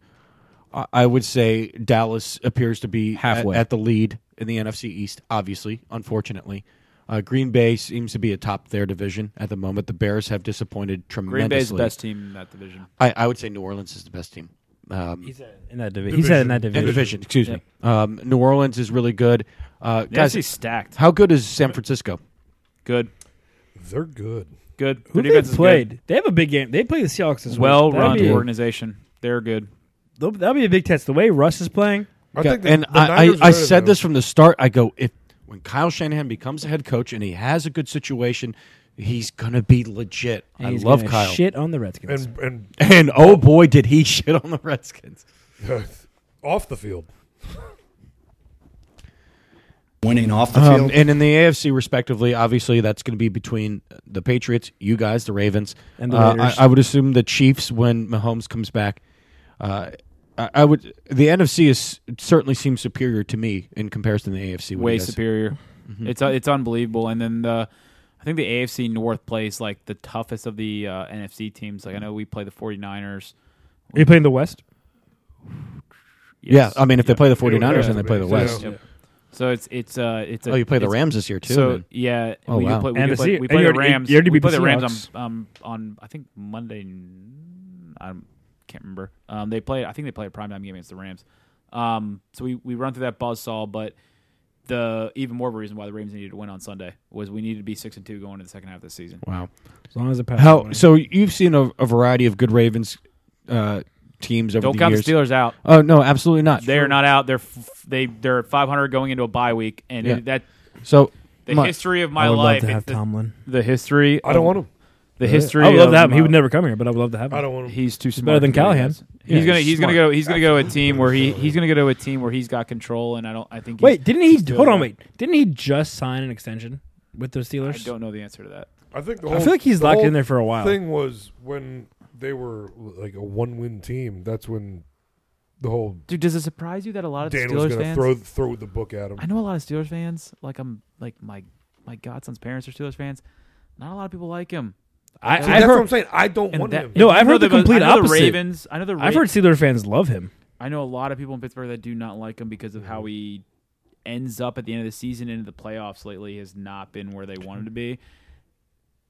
S5: I- I would say Dallas appears to be at-
S6: Halfway.
S5: at, the lead in the NFC East. Obviously, unfortunately, uh, Green Bay seems to be atop their division at the moment. The Bears have disappointed
S6: now.
S5: tremendously.
S6: Green Bay's the best team in that division.
S5: I, I would say New Orleans is the best team. Um, he said
S7: in that divi- he said in that division.
S5: division, excuse
S7: Yep.
S5: me. Um, New Orleans is really good. Uh,
S6: The
S5: guys,
S6: NFC is stacked.
S5: How good is San Francisco?
S6: Good.
S1: They're good.
S6: Good.
S7: Who
S6: Their
S7: they
S6: defense is
S7: played?
S6: good.
S7: They have a big game. They play the Seahawks as well.
S6: Well
S7: That'd
S6: run
S7: be a-
S6: organization. They're good.
S7: that'll- That'll be a big test. The way Russ is playing,
S5: and I, I, I said this from the start. I go if when Kyle Shanahan becomes a head coach and he has a good situation, he's gonna be legit.
S7: And
S5: I
S7: he's
S5: love
S7: gonna
S5: Kyle.
S7: shit on the Redskins.
S1: And- and-
S5: And, oh boy, did he <laughs> shit on the
S1: uh,
S5: Redskins.
S1: off the field.
S13: winning off the
S5: Um,
S13: field.
S5: and in the AFC, respectively, obviously that's going to be between the Patriots, you guys, the Ravens,
S8: And the
S5: Uh,
S8: Raiders.
S5: I, I would assume the Chiefs when Mahomes comes back. Uh, I, I would. The NFC is certainly seems superior to me in comparison to the AFC. What do you
S6: way
S5: guys-
S6: superior.
S5: Mhm.
S6: It's uh, it's unbelievable. And then the, I think the AFC North plays like the toughest of the uh, NFC teams. Like I know we play the 49ers.
S7: Are you playing the West?
S5: Yeah, I mean, if they play the 49ers and they play the West.
S6: Yep. So it's it's uh it's a,
S5: Oh, you play the
S6: it's-
S5: Rams this year, too,
S6: So
S5: then.
S6: yeah,
S5: Oh,
S6: we could
S5: wow.
S6: play, we
S5: And
S6: could
S5: the
S6: play,
S5: Se-
S6: we
S5: and
S6: play
S5: you
S6: the
S5: already-
S6: Rams.
S5: you already
S6: we
S5: beat
S6: play
S5: the
S6: the Rams
S5: Seahawks.
S6: on um on I think Monday. n- I can't remember. Um, they play. I think they play a primetime game against the Rams. Um, so we we run through that buzzsaw, but the even more of a reason why the Rams needed to win on Sunday was we needed to be six and two going into the second half of the season.
S5: Wow.
S7: As long as it passes.
S5: How so? You've seen a, a variety of good Ravens uh, teams over
S6: Don't
S5: the
S6: count
S5: years.
S6: the Steelers out.
S5: Oh no, absolutely not.
S6: They are not out. They're f- they they're at 500 going into a bye week, and
S5: Yeah.
S6: it- that
S5: So,
S6: the
S5: my-
S6: history of
S5: I
S6: my
S5: would love
S6: life.
S5: to
S6: it's
S5: have
S6: the,
S7: Tomlin.
S6: The history.
S1: I don't
S6: of-
S1: want him.
S6: The
S7: Yeah.
S6: history.
S7: I would love
S6: of
S7: to have him. He
S6: my-
S7: would never come here, but I would love to have him. I don't want him.
S6: He's too
S7: He's
S6: smart.
S7: better than
S6: for what he
S7: Callahan.
S6: is.
S7: Yeah,
S6: he's gonna
S7: he's
S6: he's gonna
S7: smart.
S6: go he's gonna go a team where he he's gonna go to a team where he's got control, and I don't I think. He's,
S7: Wait, didn't he?
S6: he's doing
S7: Hold on,
S6: that.
S7: wait. Didn't he just sign an extension with the Steelers?
S6: I don't know the answer to that.
S1: I think the
S7: I
S1: whole,
S7: feel like he's
S1: the
S7: locked
S1: whole
S7: in there for a while.
S1: Thing was when they were like a one-win team. That's when the whole
S6: Dude, does it surprise you that a lot of
S1: Dan
S6: Steelers
S1: was gonna
S6: fans
S1: throw throw the book at him?
S6: I know a lot of Steelers fans. Like I'm like my my godson's parents are Steelers fans. Not a lot of people like him.
S7: I,
S6: Like,
S7: I've
S6: I've
S7: heard,
S6: heard-
S7: And
S6: and
S7: that-
S6: that-
S7: No,
S6: and
S7: I've
S6: you know
S7: heard the complete
S6: I know
S7: opposite.
S6: The Ravens. I know the. Ra-
S7: I've heard Steeler fans love him.
S6: I know a lot of people in Pittsburgh that do not like him because of how he ends up at the end of the season into the playoffs lately has not been where they wanted to be.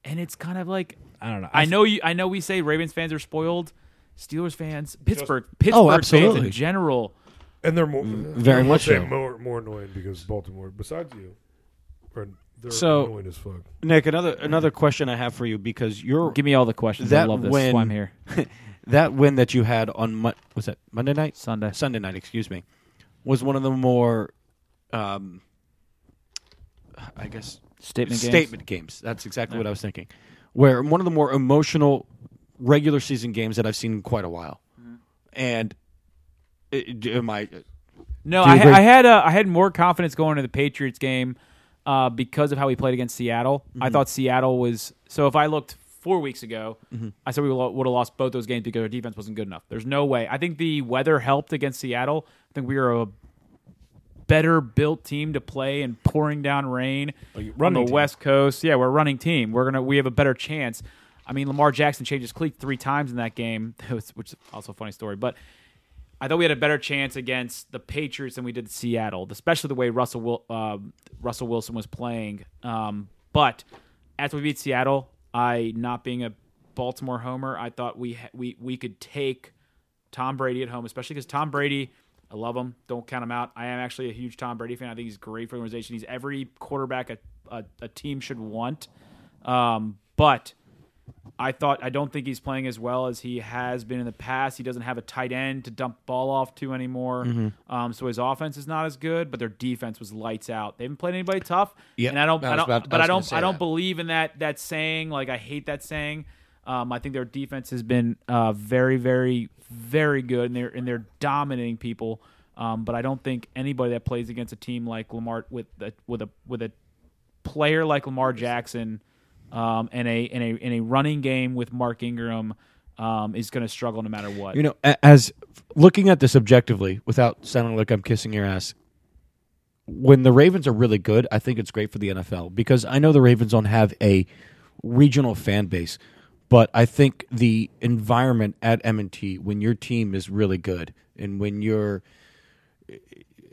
S6: And it's kind of like
S7: I don't know.
S6: I know you. I know we say Ravens fans are spoiled. Steelers fans, Pittsburgh,
S1: Oh,
S6: Pittsburgh fans
S1: absolutely.
S6: in general,
S1: and they're more
S7: Mm,
S5: very
S1: I'll
S5: much
S1: say
S5: so.
S1: more more annoying because Baltimore. Besides you, are- they're annoying as fuck.
S5: Nick, another another question I have for you because you're
S6: give me all the questions. I love this. That's why I'm here.
S5: that win that you had on Mon- was that Monday night,
S6: Sunday,
S5: Sunday night, excuse me, was one of the more, um, I guess
S6: Statement games?
S5: statement games. That's exactly
S6: Yeah.
S5: what I was thinking. Where one of the more emotional regular season games that I've seen in quite a while,
S6: Mm-hmm.
S5: and it, am I?
S6: No,
S5: do you
S6: I, ha-
S5: agree?
S6: I had uh, I had more confidence going to the Patriots game uh, because of how we played against Seattle. I
S5: Mhm.
S6: thought Seattle was so. If I looked four weeks ago,
S5: Mhm.
S6: I said we would have lost both those games because our defense wasn't good enough. There's no way. I think the weather helped against Seattle. I think we were a better built team to play in pouring down rain on the
S7: running team.
S6: West Coast. Yeah, we're a running team. We're gonna we have a better chance. I mean, Lamar Jackson changes cleat three times in that game, <laughs> which is also a funny story. But I thought we had a better chance against the Patriots than we did Seattle, especially the way Russell Wil- um Russell Wilson was playing. Um, but after we beat Seattle, I not being a Baltimore homer, I thought we ha- we we could take Tom Brady at home, especially because Tom Brady, I love him. Don't count him out. I am actually a huge Tom Brady fan. I think he's great for the organization. He's every quarterback a, a, a team should want. Um, but I thought I don't think he's playing as well as he has been in the past. He doesn't have a tight end to dump ball off to anymore.
S5: Mhm.
S6: Um, so his offense is not as good, but their defense was lights out. They haven't played anybody tough.
S5: Yep.
S6: and I don't,
S5: I
S6: I
S5: was
S6: don't
S5: about- I
S6: but
S5: was
S6: I
S5: gonna
S6: don't,
S5: say
S6: I don't
S5: that.
S6: believe in that that saying. Like I hate that saying. Um, I think their defense has been uh, very, very, very good, and they're and they're dominating people. Um, but I don't think anybody that plays against a team like Lamar with a, with a with a player like Lamar Jackson um, and a and a and a running game with Mark Ingram um, is going to struggle no matter what.
S5: You know, a- as looking at this objectively, without sounding like I'm kissing your ass, when the Ravens are really good, I think it's great for the NFL because I know the Ravens don't have a regional fan base, but I think the environment at M&T when your team is really good and when you're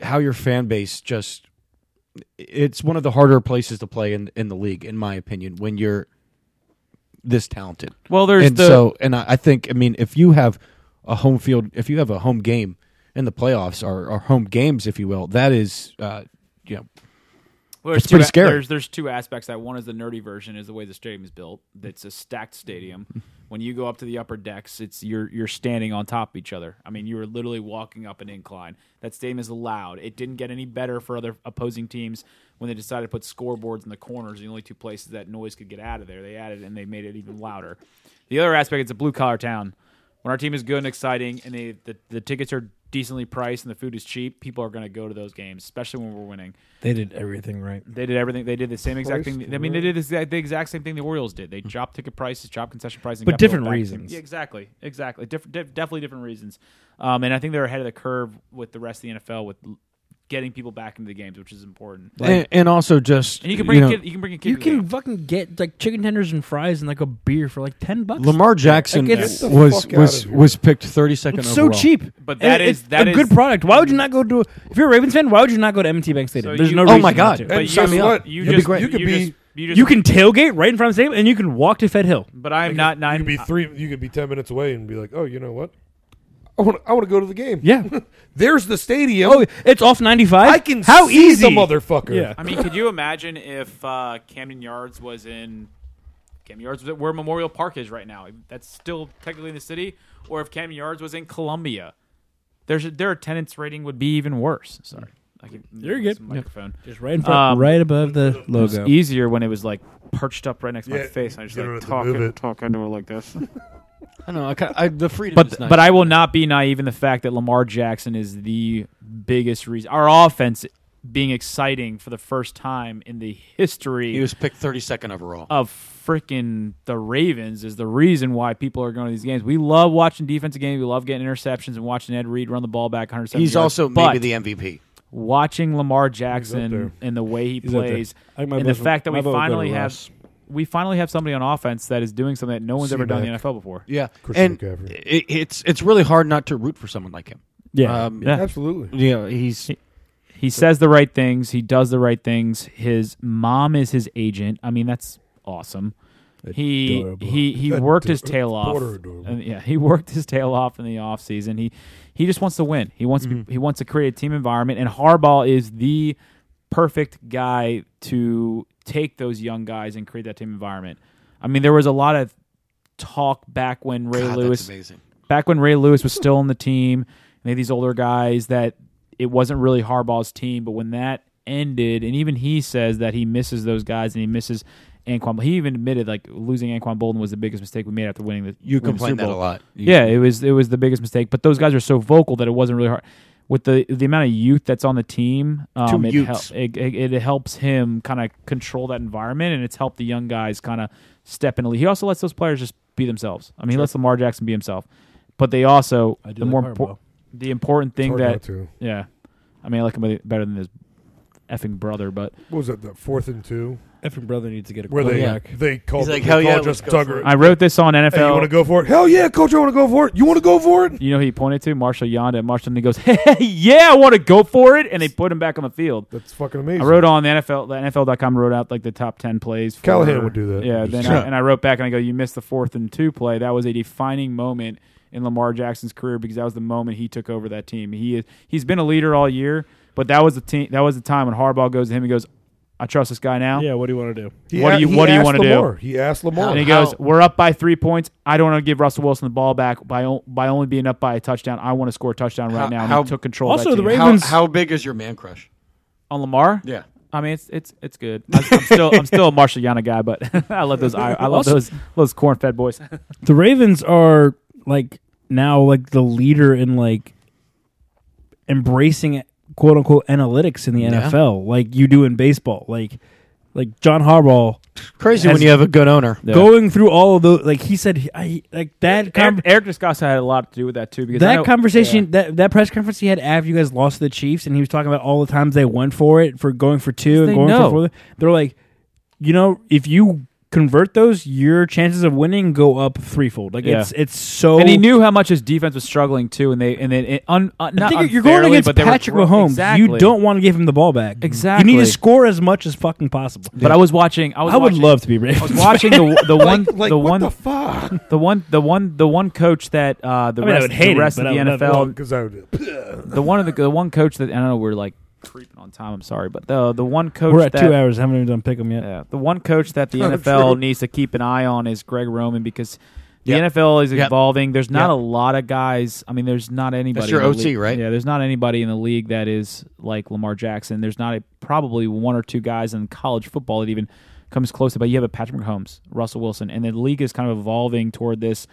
S5: how your fan base just it's one of the harder places to play in in the league in my opinion when you're this talented.
S6: Well, there's
S5: and
S6: the-
S5: so and I, I think I mean if you have a home field, if you have a home game in the playoffs or, or home games, if you will, that is uh, you know
S6: Well,
S5: it's
S6: two
S5: pretty
S6: a-
S5: scary.
S6: There's there's two aspects. to That one is the nerdy version is the way the stadium is built. It's a stacked stadium. When you go up to the upper decks, it's you're you're standing on top of each other. I mean, you are literally walking up an incline. That stadium is loud. It didn't get any better for other opposing teams when they decided to put scoreboards in the corners. The only two places that noise could get out of there, they added and they made it even louder. The other aspect, it's a blue collar town. When our team is good and exciting, and they, the the tickets are decently priced and the food is cheap, people are going to go to those games, especially when we're winning.
S7: They did everything right.
S6: They did everything. They did the same exact thing.
S7: Christ,
S6: I mean, they did the exact, the exact same thing the Orioles did. They dropped ticket prices, dropped concession prices, and
S7: Mm-hmm. But
S6: got people
S7: different
S6: back to-
S7: reasons.
S6: Yeah, exactly, exactly. Different, def- definitely different reasons. Um, and I think they're ahead of the curve with the rest of the NFL with l- getting people back into the games, which is important.
S5: and, and also just
S6: And you can bring a
S5: know,
S6: kid- you can bring a kid
S7: You
S6: to the
S7: can fucking get like chicken tenders and fries and like a beer for like ten bucks.
S5: Lamar Jackson
S7: Like, it's-
S5: was was was picked 32nd
S7: It's so
S5: overall.
S7: cheap.
S6: But
S7: that
S6: that
S7: is
S6: is- that
S7: a
S6: is-
S7: good product. Why would you not go to? If you're a Ravens fan, why would you not go to M&T Bank Stadium?
S6: So
S7: There's
S6: you-
S7: no
S6: Oh
S7: reason.
S6: my
S7: not
S6: God.
S7: to.
S6: But And you sign me just- up. you
S7: That'd be
S6: just-
S7: great.
S6: you could be-
S7: just-
S6: you
S7: you,
S6: just-
S7: can tailgate right in front of the stadium, and you can walk to Fed Hill.
S6: But I'm not.
S1: You
S6: nine.
S1: could be three. You could be ten minutes away and be like, "Oh, you know what? I want. I want to go to the game.
S7: Yeah,
S1: <laughs> there's the stadium.
S7: Oh, it's off 95.
S1: I can
S7: How
S1: see
S7: easy,
S1: the motherfucker.
S7: Yeah.
S6: I mean, could you imagine if uh, Camden Yards was in Camden Yards, was at where Memorial Park is right now? That's still technically in the city, or if Camden Yards was in Columbia, there's their attendance rating would be even worse. Sorry, I can,
S7: You're good.
S6: Microphone
S7: Just right in front, right above the
S6: it was
S7: logo.
S6: easier when it was like perched up right next to my
S5: Yeah,
S6: face. And I just
S5: you don't
S6: like
S5: have to
S6: talk
S5: move
S6: and
S5: it.
S6: talk into it like this.
S5: I know. I, ca- I the freedom.
S6: But
S5: is nice.
S6: but I will not be naive in the fact that Lamar Jackson is the biggest reason our offense being exciting for the first time in the history.
S5: He was picked 32nd overall.
S6: of freaking the Ravens is the reason why people are going to these games. We love watching defensive games. We love getting interceptions and watching Ed Reed run the ball back 170.
S5: He's
S6: yards.
S5: also
S6: But
S5: maybe the MVP.
S6: Watching Lamar
S5: there.
S6: Jackson and the way he
S5: He's up there.
S6: plays,
S5: I think my
S6: and the
S5: vote-
S6: fact that
S5: my
S6: we
S5: vote would go to
S6: finally have
S5: Russ.
S6: we finally have somebody on offense that is doing something that no one's ever done in the
S5: C-Mac.
S6: NFL before.
S5: Yeah,
S6: Christian
S5: and it, it's it's really hard not to root for someone like him. Um, Ah,
S6: Yeah.
S1: absolutely.
S5: Yeah, he's
S6: he, he says the right things. He does the right things. His mom is his agent. I mean, that's awesome. He
S4: Adorable.
S6: he
S4: <laughs>
S6: he
S4: Ador-
S6: worked his tail off.
S4: Porter adorable.
S6: And, yeah, he <laughs> worked his tail off in the off season. He he just wants to win. He wants
S4: Mm-hmm.
S6: to be, he wants to create a team environment. And Harbaugh is the perfect guy to take those young guys and create that team environment. I mean, there was a lot of talk back when Ray
S5: God, that's
S6: Lewis
S5: amazing.
S6: back when Ray Lewis was still on the team, and they had these older guys that it wasn't really Harbaugh's team. But when that ended, and even he says that he misses those guys and he misses Anquan. He even admitted like losing Anquan Bolden was the biggest mistake we made after winning the.
S5: You
S6: winning the
S5: complain
S6: Super
S5: that
S6: Bowl.
S5: a lot. You-
S6: yeah, it was it was the biggest mistake. But those guys are so vocal that it wasn't really hard. With the the amount of youth that's on the team, um,
S5: Two
S6: it,
S5: youths.
S6: hel- it, it, it helps him kind of control that environment, and it's helped the young guys kind of step in the league. He also lets those players just be themselves. I mean, he lets Lamar Jackson be himself, but they also
S7: I do
S6: the
S7: like
S6: more
S7: Harbaugh.
S6: impor- the important thing
S1: hard not
S6: that
S1: to.
S6: yeah, I mean, I like him really better than his effing brother, but
S1: What was that? The fourth and two.
S7: Effing brother needs to get a
S1: where they
S6: quarterback.
S1: they called.
S6: He's like,
S1: they
S6: "Hell
S1: called
S6: yeah, let's
S1: just
S6: go for
S1: Tugger.
S6: it." I wrote this on
S1: Hey,
S6: NFL.
S1: you want to go for it? Hell yeah, coach! I want to go for it. You want to go for it?
S6: you know who he pointed to? Marshall Yonda. And Marshall Yonda goes, <laughs> hey, yeah, I want to go for it. And they put him back on the field.
S1: That's fucking amazing.
S6: I wrote on the NFL, the NFL.com wrote out like the top 10 plays. For,
S1: Callahan would do that.
S6: Yeah. Then I,
S1: Sure.
S6: and I wrote back and I go, you missed the fourth and two play. That was a defining moment in Lamar Jackson's career because that was the moment he took over that team. He is, he's been a leader all year, but that was the team, that was the time when Harbaugh goes to him and goes, I trust this guy now.
S7: Yeah, what do you want to do?
S6: He what do you
S1: a- he
S6: What do you
S1: asked
S6: want to do?
S1: Lamar. He asked Lamar.
S6: and he
S1: How-
S6: goes, "We're up by three points. I don't want to give Russell Wilson the ball back by o- by only being up by a touchdown. I want to score a touchdown right
S5: How-
S6: now." And
S5: how-
S6: he took control.
S5: Also,
S6: of that
S5: the
S6: team.
S5: Ravens- How- how big is your man crush
S6: on Lamar?
S5: Yeah.
S6: I mean, it's it's it's good. I, I'm still I'm still a Marshall Yana guy, but <laughs> I love those I, I love
S7: Also-
S6: those those corn fed boys.
S7: The Ravens are like now like the leader in like embracing quote unquote analytics in the
S5: Yeah.
S7: NFL, like you do in baseball. Like like John Harbaugh.
S5: Crazy
S7: has-
S5: when you have a good owner. Yeah.
S7: Going through all of those, like he said, he- I like that.
S6: Eric, Eric Descasa had a lot to do with that too because I
S7: that
S6: know-
S7: conversation, that that press conference he had after you guys lost to the Chiefs, and he was talking about all the times they went for it, for going for two and
S6: they
S7: going
S6: know.
S7: for four. They're like, you know, if you convert those, your chances of winning go up threefold. Like it's it's so.
S6: And he knew how much his defense was struggling too, and they and then it un, uh,
S7: I
S6: not
S7: think you're going
S6: unfairly,
S7: against
S6: but they were
S7: Patrick
S6: thro-
S7: Mahomes. You
S6: Exactly.
S7: don't want to give him the ball back.
S6: Exactly.
S7: You need to score as much as fucking possible.
S6: But I was watching. I, was
S7: I would
S6: watching-
S7: love to be Ravens.
S6: <laughs> I was watching the the one the one the
S1: fuck
S6: the one the one the one coach that uh, the
S7: I mean, I
S6: rest,
S7: would hate
S6: the
S7: it,
S6: rest
S7: but
S6: of the
S7: I would love
S6: NFL
S7: it.
S1: because I would.
S6: the one of the the one coach that I don't know we're like creeping on time. I'm sorry, but the the one coach
S7: <laughs> We're at
S6: that,
S7: two hours. I haven't even done pick 'em yet.
S6: Yeah. The one coach that the
S7: True.
S6: NFL needs to keep an eye on is Greg Roman because the
S5: Yep.
S6: NFL is
S5: Yep.
S6: evolving. There's not
S5: Yep.
S6: a lot of guys. I mean, there's not anybody.
S5: your
S6: in the
S5: OC,
S6: league-
S5: right?
S6: Yeah, there's not anybody in the league that is like Lamar Jackson. There's not a, probably one or two guys in college football that even comes close to. But you have a Patrick Mahomes, Russell Wilson, and the league is kind of evolving toward this.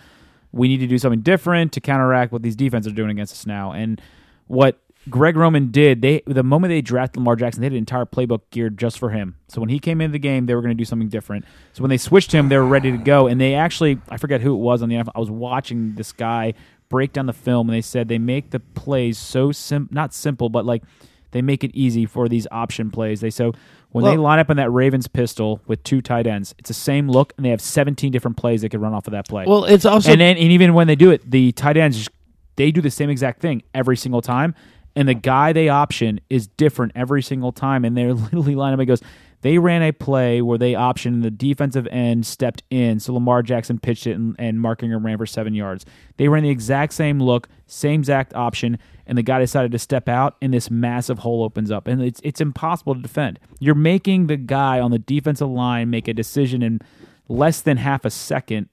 S6: We need to do something different to counteract what these defenses are doing against us now, and what Greg Roman did, they the moment they drafted Lamar Jackson, they had an entire playbook geared just for him. So when he came into the game, they were going to do something different. So when they switched him, they were ready to go. And they actually, I forget who it was on the NFL. I was watching this guy break down the film, and they said they make the plays so sim not simple, but like they make it easy for these option plays. They so when they
S4: Well-
S6: line up in that Ravens pistol with two tight ends, it's the same look, and they have 17 different plays they could run off of that play.
S4: Well, it's also-
S6: and then and even when they do it, the tight ends just- they do the same exact thing every single time, and the guy they option is different every single time, and they're <laughs> literally line up. It goes. They ran a play where they optioned the defensive end stepped in, so Lamar Jackson pitched it, and, and Mark Ingram ran for seven yards. They ran the exact same look, same exact option, and the guy decided to step out, and this massive hole opens up, and it's it's impossible to defend. You're making the guy on the defensive line make a decision in less than half a second,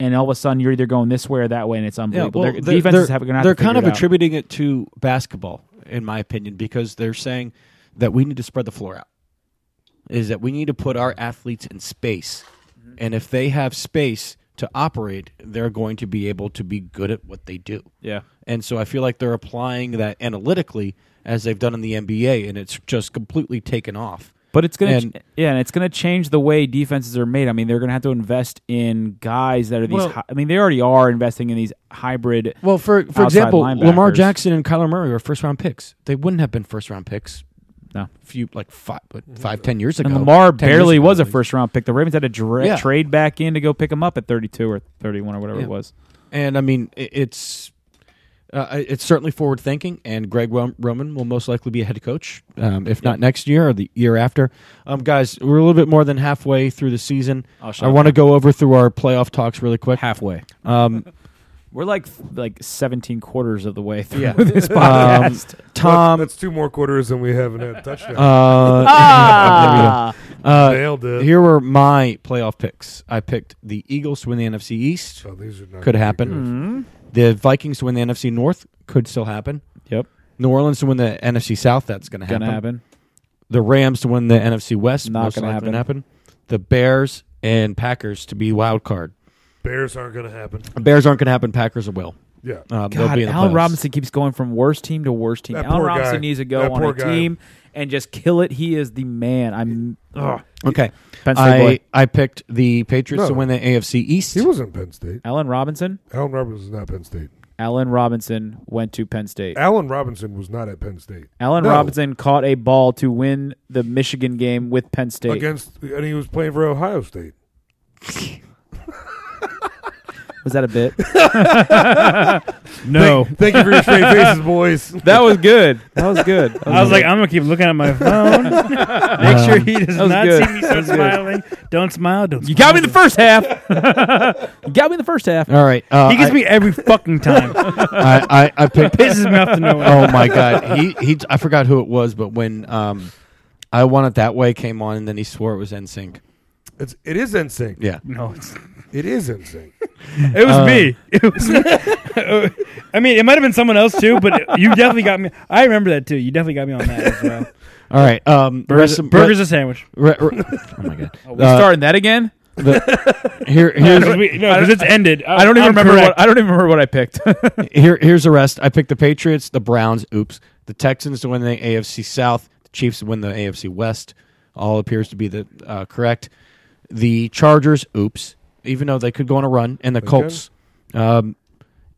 S6: and all of a sudden you're either going this way or that way, and it's unbelievable.
S5: well,
S6: Their- defenses have- gonna have
S5: they're
S6: to
S5: kind
S6: figure
S5: of
S6: it out.
S5: attributing it to basketball, in my opinion, because they're saying that we need to spread the floor out. Is that we need to put our athletes in space,
S6: Mm-hmm.
S5: and if they have space to operate, they're going to be able to be good at what they do.
S6: Yeah.
S5: and so I feel like they're applying that analytically as they've done in the NBA, and it's just completely taken off.
S6: But it's gonna,
S5: And-
S6: ch- yeah, and it's gonna change the way defenses are made. I mean, they're gonna have to invest in guys that are these.
S5: Well-
S6: hy- I mean, they already are investing in these hybrid.
S5: Well, for for
S6: outside
S5: example, Lamar
S6: linebackers.
S5: Jackson and Kyler Murray were first round picks. They wouldn't have been first round picks.
S6: No,
S5: few like five, what, five ten years ago.
S6: and Lamar
S5: 10 years
S6: barely
S5: ago,
S6: was a
S5: at least.
S6: first round pick. The Ravens had to dra-
S5: Yeah.
S6: trade back in to go pick him up at thirty two or thirty one or whatever
S5: Yeah.
S6: it was.
S5: And I mean, i- it's uh, it's certainly forward thinking. And Greg Rom- Roman will most likely be a head coach, um, if not next year or the year after. Um, guys, we're a little bit more than halfway through the season.
S6: Oh, shut
S5: I
S6: up.
S5: want to go over through our playoff talks really quick.
S6: Halfway. <laughs>
S5: Um,
S6: We're like like seventeen quarters of the way through <laughs>
S5: Yeah.
S6: this
S5: <laughs> Um,
S6: podcast.
S5: Tom-
S1: that's, that's two more quarters than we haven't had touchdown. <laughs>
S5: Uh, <laughs> there we go. Uh,
S1: nailed it.
S5: Here were my playoff picks. I picked the Eagles to win the NFC East.
S1: Oh, these are not
S5: could
S1: gonna be
S6: Hmm.
S5: happen. The Vikings to win the NFC North could still happen.
S6: Yep.
S5: New Orleans to win the NFC South. That's going to happen.
S6: Gonna happen.
S5: The Rams to win the NFC West.
S6: Not
S5: most
S6: gonna
S5: likely
S6: happen.
S5: happen. The Bears and Packers to be wild card.
S1: Bears aren't going to happen.
S5: Bears aren't going to happen. Packers will.
S1: Yeah.
S5: Um, they'll
S6: God,
S5: be in the
S6: Allen
S5: playoffs.
S6: Robinson keeps going from worst team to worst team.
S1: That
S6: Allen
S1: poor
S6: Robinson
S1: guy.
S6: needs to go
S1: That
S6: on
S1: poor
S6: a
S1: guy.
S6: team and just kill it. He is the man. I'm ugh.
S5: Okay.
S6: Penn State
S5: I,
S6: boy.
S5: I picked the Patriots to
S1: No.
S5: win the AFC East.
S1: He wasn't Penn State.
S6: Allen Robinson.
S1: Allen Robinson was not Penn State.
S6: Allen Robinson went to Penn State.
S1: Allen Robinson was not at Penn State.
S6: Allen
S1: No.
S6: Robinson caught a ball to win the Michigan game with Penn State.
S1: against, and he was playing for Ohio State.
S6: Was that a
S1: <laughs>
S6: bit? <laughs>
S4: No.
S1: Thank, thank you for your straight
S5: <laughs>
S1: faces, boys.
S6: That was good. That was good.
S4: <laughs> I was like, I'm gonna keep looking at my
S7: <laughs>
S4: phone. Make sure he does
S6: That was
S4: not
S6: good.
S4: see me
S6: That
S4: start
S6: was good.
S4: smiling. Don't smile. Don't.
S6: You got me the
S4: <laughs>
S6: first half. <laughs> you got me the first half.
S5: All right. Uh,
S4: he gets
S5: I-
S4: me <laughs> every fucking time.
S5: I,
S4: <laughs>
S5: I, I picked.
S4: Pisses me off to no end.
S5: Oh my god, he he. I forgot who it was, but when um, I want it that way came on, and then he swore it was NSYNC.
S1: It's, it is NSYNC.
S5: Yeah.
S4: No, it's,
S1: It is NSYNC.
S4: it was
S5: Um,
S4: me. <laughs> It was. <laughs> I mean, it might have been someone else too, but you definitely got me. I remember that too. You definitely got me on that as well.
S5: All right. Um,
S4: <laughs> Burgers-
S5: rest in-
S4: burgers
S5: re-
S4: a sandwich.
S5: re- re-
S4: <laughs>
S5: oh my god.
S6: Are we
S4: Uh,
S6: starting that again?
S5: the- <laughs> here, here's
S4: No, 'cause we- no, 'cause it's ended.
S6: I don't even
S4: I'm
S6: remember.
S4: correct.
S6: What, I don't even remember what
S4: <laughs>
S6: I picked.
S5: here, here's the rest. I picked the Patriots, the Browns. Oops. The Texans to win the AFC South. The Chiefs to win the AFC West. All appears to be the uh, correct. The Chargers. Oops. Even though they could go on a run, and the Colts. Um,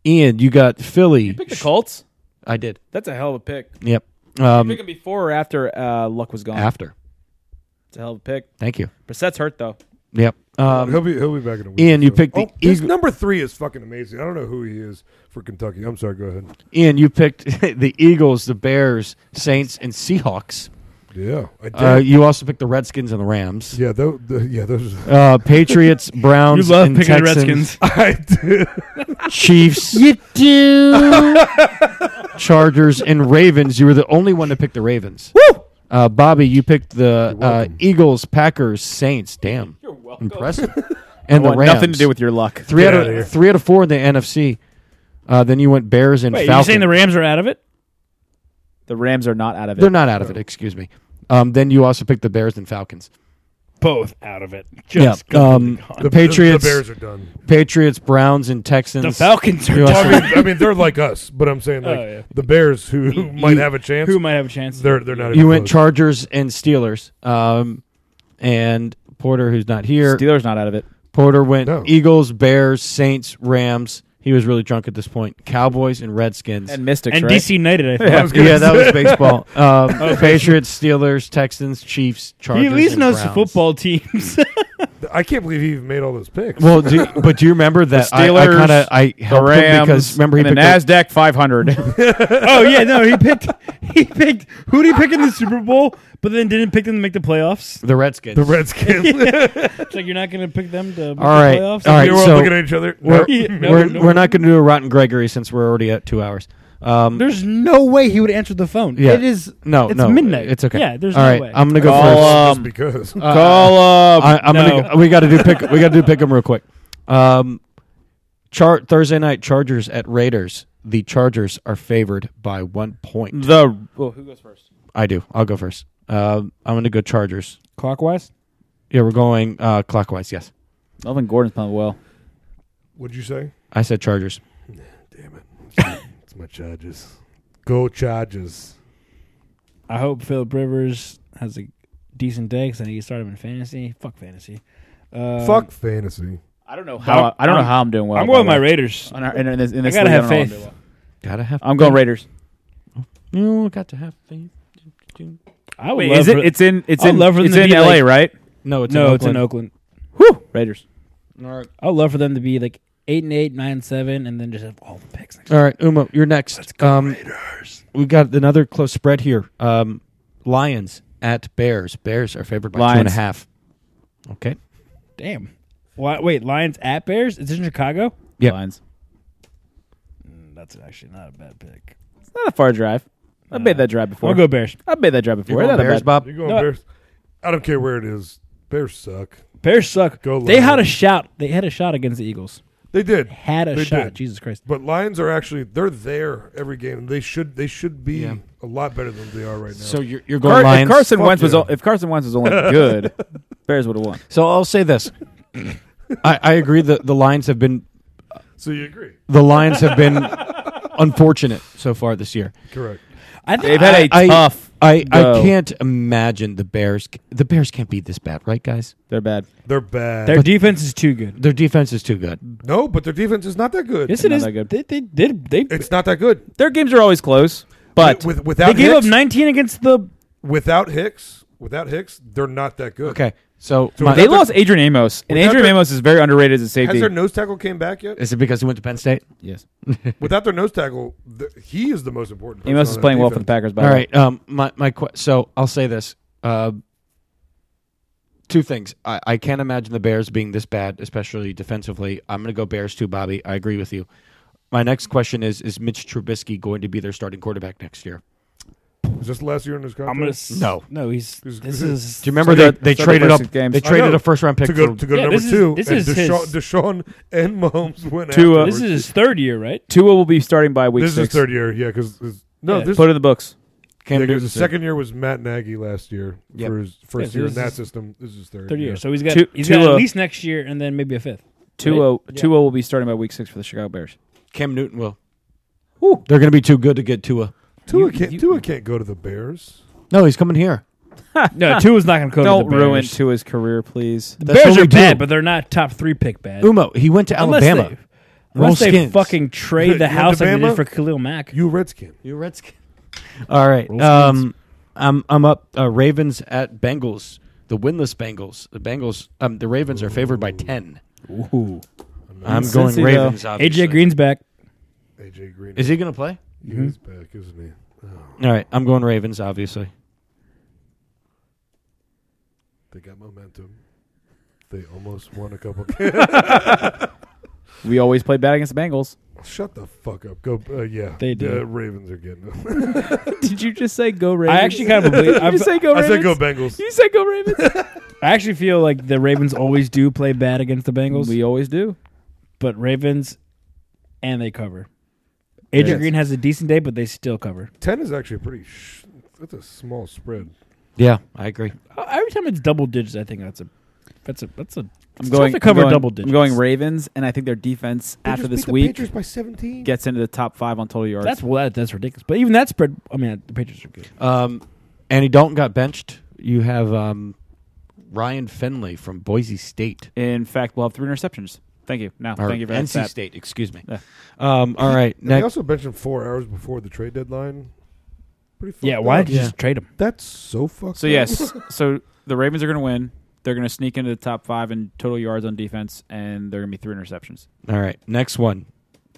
S5: Ian, you got Philly. You
S6: picked the Colts.
S5: I did.
S6: That's a hell of a pick.
S5: Yep.
S6: Um,
S5: Um,
S6: you pick him before or after uh, Luck was gone?
S5: after.
S6: It's a hell of a pick.
S5: Thank you.
S6: Brissett's hurt though.
S5: Yep. Um,
S1: he'll be he'll be back in a week.
S5: Ian, you
S1: so.
S5: picked the
S1: oh, his
S5: Eagle-
S1: number three is fucking amazing. I don't know who he is for Kentucky. I'm sorry. Go ahead.
S5: Ian, you picked <laughs> the Eagles, the Bears, Saints, and Seahawks.
S1: Yeah, I did.
S5: Uh, you also picked the Redskins and the Rams.
S1: Yeah, tho- the- yeah, those-
S5: Uh,
S6: <laughs>
S5: Patriots, Browns.
S1: You love
S5: and
S1: picking the
S5: Texans, <laughs>
S1: Redskins. I do.
S5: Chiefs.
S1: You
S5: do. Chargers and Ravens. You were the only one to pick the Ravens. Woo! Uh, Bobby, you picked the uh, Eagles, Packers, Saints. Damn, you're welcome. <laughs> Impressive.
S6: I
S5: And the
S6: want
S5: Rams.
S6: nothing to do with your luck.
S5: Three
S6: Get
S5: out
S6: outta here.
S5: of three out of four in the NFC. Uh, then you went Bears and
S4: Wait, are you
S5: Falcons.
S4: saying the Rams are out of it?
S6: The Rams are not out of it.
S5: They're not out of it. Excuse me. Um, then you also picked the Bears and Falcons.
S7: both out of it. Just
S5: yeah, um,
S7: completely gone.
S5: the Patriots.
S1: the Bears are done.
S5: Patriots, Browns, and Texans.
S7: The Falcons are
S5: You also-
S1: I, mean, I mean, they're like us, but I'm saying like
S7: Oh, yeah.
S1: the Bears, who
S7: You-
S1: might
S7: you-
S1: have a chance,
S7: who might have a chance.
S1: They're they're not.
S5: you
S1: even
S5: went
S1: close.
S5: Chargers and Steelers. Um, and Porter, who's not here.
S6: Steelers not out of it.
S5: Porter went
S6: No.
S5: Eagles, Bears, Saints, Rams. He was really drunk at this point. Cowboys and Redskins
S6: And Mystics,
S7: And right? DC United, I think. I
S4: <laughs>
S5: Yeah,
S7: was gonna
S5: yeah, that
S7: say.
S5: was baseball. Um,
S7: Okay.
S5: Patriots, Steelers, Texans, Chiefs, Chargers.
S7: he at least
S5: and
S7: knows
S5: Browns.
S7: football
S4: <laughs>
S7: teams.
S1: I can't believe he even made all those picks.
S5: Well, do, but do you remember
S6: The
S5: that I, I
S6: Steelers,
S5: kind of I
S6: the
S5: helped him
S6: Rams,
S5: because remember he
S6: and the
S5: picked up-
S6: Nasdaq
S5: <laughs>
S6: 500.
S7: oh yeah, no, he picked. He picked. Who did he pick in the Super Bowl? But then didn't pick them to make the playoffs.
S5: the
S1: <laughs>
S5: Redskins.
S1: the
S5: <laughs>
S1: Redskins.
S7: it's like you're not going to pick them to make
S5: All right,
S7: the playoffs.
S5: all right.
S1: They were all
S5: so
S1: looking at each other.
S5: We're,
S7: No.
S5: we're,
S7: No, no,
S5: we're not going to do a Rotten Gregory since we're already at two hours. Um,
S7: There's no way he would answer the phone.
S5: yeah.
S7: It is
S5: no,
S7: It's
S5: no,
S7: midnight.
S5: It's okay.
S7: Yeah, there's
S5: All
S7: no
S5: right,
S7: way.
S5: I'm <laughs>
S1: <laughs>
S5: going to go
S6: Call,
S5: first.
S6: um,
S1: Just because.
S5: uh,
S6: Call up.
S5: I, I'm
S7: no.
S5: gonna. Go, we got to do pick. we got to do pick 'em real quick. Um, char- Thursday night Chargers at Raiders. The Chargers are favored by one point.
S6: the well, who goes first?
S5: I do. I'll go first. Um I'm going to go Chargers.
S7: clockwise.
S5: Yeah, we're going uh, clockwise. Yes,
S6: Melvin Gordon's playing well.
S1: What'd you say?
S5: I said Chargers.
S1: Damn it! <coughs> It's my- It's my Chargers. Go Chargers.
S7: I hope Philip Rivers has a decent day because I need to start him in fantasy. Fuck fantasy. Uh,
S1: Fuck fantasy.
S6: I don't know how. I don't know how I'm doing well.
S7: I'm
S6: by
S7: going with
S6: the
S7: my
S6: way.
S7: Raiders.
S6: In our- in- in this- in
S7: I
S6: this
S7: gotta
S6: league, don't
S7: have
S6: know how I'm
S7: faith.
S6: doing well.
S5: Gotta have.
S6: I'm going Raiders.
S5: You got to have faith.
S7: I would
S6: Wait,
S7: love
S6: is it?
S7: for-
S6: It's in. It's
S7: I'd
S6: in.
S7: love for them
S6: It's
S7: to
S6: in
S7: be
S6: LA,
S7: like-
S6: right?
S5: No, it's
S7: no,
S5: in
S7: it's in
S5: Oakland.
S7: Oakland.
S6: Whew. Raiders.
S7: I'd love for them to be like eight and eight, nine and seven, and then just have all the picks.
S5: All right, Uma, you're next. um, We got another close spread here. Um, Lions at Bears. Bears are favored by two and a
S6: Lions.
S5: half. Okay.
S7: Damn. Why, wait, Lions at Bears? Is this in Chicago?
S5: Yep.
S6: Lions.
S7: That's actually not a bad pick.
S6: It's not a far drive. I've made that drive before.
S7: I'll go Bears.
S6: I've made that drive before.
S5: You're going
S6: Not a
S5: Bears,
S6: bad-
S5: Bob.
S1: You're going
S7: No.
S1: Bears. I don't care where it is. Bears suck.
S7: Bears suck.
S1: Go
S7: they had a
S1: Lions.
S7: shout. They had a shot against the Eagles.
S1: They did.
S7: Had a
S1: They
S7: shot.
S1: did.
S7: Jesus Christ.
S1: But Lions are actually they're there every game. They should they should be a lot better than they are right now.
S5: So you're, you're
S6: Car-
S5: going
S6: if
S5: Lions.
S6: Carson
S1: Fuck
S6: Wentz was
S1: yeah.
S6: o- if Carson Wentz was
S5: <laughs>
S6: only good, Bears would have won.
S5: So I'll say this. I, I agree that the Lions have been
S1: so you agree?
S5: the Lions have been <laughs> unfortunate so far this year.
S1: Correct.
S7: I think
S6: They've had a
S5: I-
S6: tough.
S5: I, I
S6: go.
S5: can't imagine the Bears. The Bears can't be this bad, right, guys?
S6: They're bad.
S1: They're bad.
S7: their defense is too good.
S5: Their defense is too good.
S1: no, but their defense is not that good.
S7: Yes, it
S6: not
S7: is.
S6: that good.
S7: They, they did. They, they
S1: It's not that good.
S6: Their games are always close, but
S1: with, without
S7: gave up
S1: Hicks,
S7: 19 against the.
S1: without Hicks, without Hicks, they're not that good.
S5: Okay, so,
S1: So
S5: my-
S6: they
S1: without
S6: lost Adrian Amos, and
S1: without
S6: Adrian
S1: their-
S6: Amos is very underrated as a safety.
S1: Has their nose tackle came back yet?
S5: is it because he went to Penn State?
S6: yes,
S1: Without their nose tackle, th- he is the most important. person
S6: Amos
S1: on
S6: is
S1: that
S6: playing well for the Packers.
S1: defense.
S6: By
S5: All
S6: the way.
S5: right. Um, my my que- so I'll say this. Uh, two things. I, I can't imagine the Bears being this bad, especially defensively. I'm going to go Bears too, Bobby. I agree with you. My next question is: Is Mitch Trubisky going to be their starting quarterback next year?
S1: Is this the last year in his contract?
S7: I'm gonna. s-
S5: No.
S7: No, he's.
S1: He's-
S7: This is.
S5: Do you remember
S6: So
S5: that
S6: the-
S5: they
S6: so the
S5: traded
S6: first
S5: up?
S6: games-
S5: They
S6: I
S5: traded
S1: know.
S5: a first round pick
S1: to go
S5: for
S1: to go
S7: Yeah,
S1: number
S7: this is-
S1: two.
S7: this
S1: and
S7: is his-
S1: Deshaun, Deshaun and Mahomes went
S6: Two, uh,
S1: afterwards.
S7: This is his third year, right?
S6: Tua will be starting by week
S1: This is his
S6: six.
S1: third year. Yeah, because no,
S7: Yeah.
S1: this
S6: Put it in the books.
S5: Cam
S1: yeah, 'cause
S5: Newton.
S1: the second year was Matt Nagy last year
S5: Yep.
S1: for his
S7: Yeah,
S1: first
S7: so
S1: year
S7: this
S1: in that
S7: is-
S1: system. This is his third,
S7: Third year.
S1: yeah.
S7: So he's got.
S6: Two-
S7: he's
S6: two,
S7: got at
S6: uh,
S7: least next year, and then maybe a fifth.
S6: Tua
S7: Yeah.
S6: Tua will be starting by week six for the Chicago Bears.
S5: Cam Newton will. They're going to be too good to get Tua.
S1: Tua
S6: You-
S1: can't
S6: you-
S1: Tua can't go to the Bears.
S5: No, he's coming here.
S7: No, two is not going to go
S6: Don't
S7: to the Bears.
S6: ruin Tua's career, please.
S7: The
S5: That's
S7: Bears
S5: what
S7: are
S5: we do.
S7: bad, but they're not top three pick bad.
S5: Umo, he went to
S7: Unless
S5: Alabama.
S7: They, unless they
S5: Redskins.
S7: fucking trade
S6: <laughs>
S7: the
S1: You
S7: house like they
S1: Alabama?
S7: did for Khalil Mack.
S1: You Redskin.
S5: You Redskin. <laughs> All right.
S7: Roll
S5: Um, I'm I'm up. Uh, Ravens at Bengals. The winless Bengals. The Bengals. Um, the Ravens are favored by ten.
S7: Ooh.
S5: I'm
S6: Cincy,
S5: going
S6: though.
S5: Ravens. Obviously.
S7: AJ Green's back.
S1: AJ Green.
S5: Is he going to play?
S1: He's
S6: Mm-hmm.
S1: back, isn't he? Oh,
S5: All right. I'm going Ravens. Obviously.
S1: They got momentum. They almost won a
S7: <laughs>
S1: couple. <laughs>
S6: We always play bad against the Bengals.
S1: Shut the fuck up. Go. Uh, yeah,
S7: They
S1: The
S7: do.
S1: Ravens are getting. Them.
S6: <laughs> Did you just say go
S7: I
S6: Ravens?
S7: actually
S6: <laughs>
S7: kind of believe.
S6: Did you
S7: I've,
S6: say go
S1: I
S6: Ravens?
S1: said go Bengals.
S6: You said go Ravens.
S7: I actually feel like the Ravens always do play bad against the Bengals,
S6: we always do.
S7: but Ravens and they cover. AJ
S1: Yes.
S7: Green has a decent day, but they still cover.
S1: Ten is actually pretty. Sh- that's a small spread.
S5: Yeah, I agree.
S7: Uh, Every time it's double digits, I think that's a that's a that's a.
S6: I'm
S7: it's
S6: going
S7: tough to cover
S6: I'm going,
S7: double digits.
S6: I'm going Ravens, and I think their defense
S7: They
S6: after
S7: just
S6: this
S7: beat the
S6: week
S7: Patriots by 17?
S6: gets into the top five on total yards.
S7: That's well, that, that's ridiculous. But even that spread, I mean, the Patriots are good.
S6: Uh,
S5: Um, Andy Dalton got benched. You have um, Ryan Finley from Boise State.
S6: In fact, we'll have three interceptions. Thank you. Now,
S5: Or
S6: thank you for that
S5: NC
S6: stat.
S5: State. Excuse me.
S6: Yeah.
S5: Um, all right.
S1: And they
S5: Next.
S1: also mentioned four hours before the trade deadline. Pretty
S7: Yeah,
S1: fucked
S7: why
S1: up.
S7: did you just trade him?
S1: That's so fucked.
S6: So
S1: up.
S6: yes, so the Ravens are going to win. They're going to sneak into the top five in total yards on defense, and they're going to be three interceptions.
S5: all right. Next one.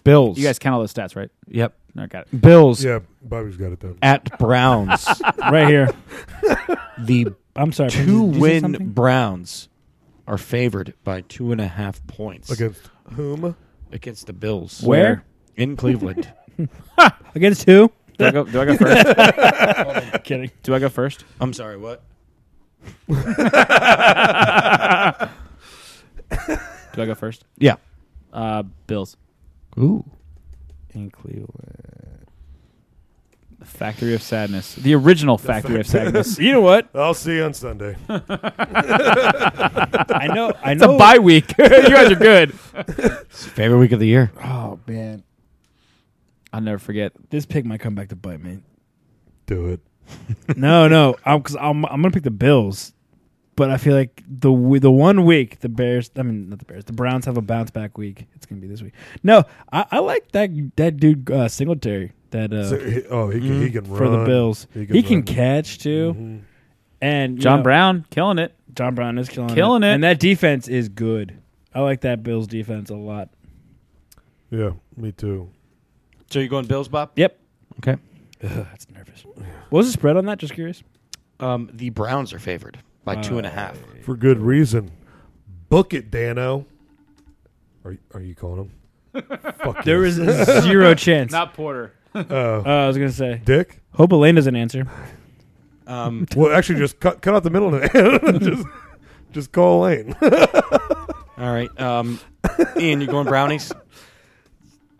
S5: Bills.
S6: You guys count all those stats, right?
S5: Yep.
S6: No, got it.
S5: Bills.
S1: Yeah, Bobby's got it down.
S5: At Browns.
S7: right
S6: <laughs>
S7: here.
S5: The
S7: I'm sorry, did you-
S5: Two
S7: did you say
S5: win
S7: something?
S5: Browns are favored by two and a half points
S1: Against whom?
S5: Against the Bills.
S7: Where?
S5: In Cleveland.
S7: Against
S6: <laughs>
S7: who?
S6: Do I go, do I go
S5: <laughs>
S6: first?
S7: Kidding.
S6: Do I go first?
S5: I'm sorry. What?
S6: Do I go first?
S5: Yeah.
S6: Uh, Bills.
S5: Ooh.
S7: In Cleveland.
S6: Factory of Sadness. The original Factory of Sadness.
S7: <laughs> you know what?
S1: I'll see you on Sunday.
S7: I know. I
S6: It's
S7: know.
S6: a bye week. <laughs> you guys are good.
S5: Favorite week of the year.
S7: Oh man,
S6: I'll never forget.
S7: this pig might come back to bite me.
S1: <laughs> Do it.
S7: no, no, because I'm, I'm gonna pick the Bills, but I feel like the w- the one week the Bears, I mean not the Bears, the Browns have a bounce back week. It's gonna be this week. No, I, I like that that dude uh, Singletary. That uh,
S1: So he- oh, he can- he can
S7: for the
S1: run.
S7: Bills.
S1: He can
S7: He can,
S1: run. Mm-hmm.
S7: catch too, and you
S6: John
S7: know,
S6: Brown killing it.
S7: John Brown is killing
S6: Killing it.
S7: and that defense is good. I like that Bills defense a lot.
S1: Yeah, me too.
S5: So you're going Bills, Bob?
S7: Yep.
S5: Okay.
S7: Ugh, that's nervous. What was the spread on that? Just curious.
S5: Um, the Browns are favored by two and a half.
S1: For good reason. Book it, Dano. Are are you calling him? Fuck
S7: There
S1: yes. <laughs>
S7: is zero chance.
S6: Not Porter.
S1: Oh.
S7: Uh, I was gonna say
S1: Dick.
S7: Hope Elaine doesn't answer.
S5: Um,
S1: Well, actually, just cut cut out the middle of it. <laughs> just just call Lane. <laughs>
S5: all right. Um, Ian, you going Brownies?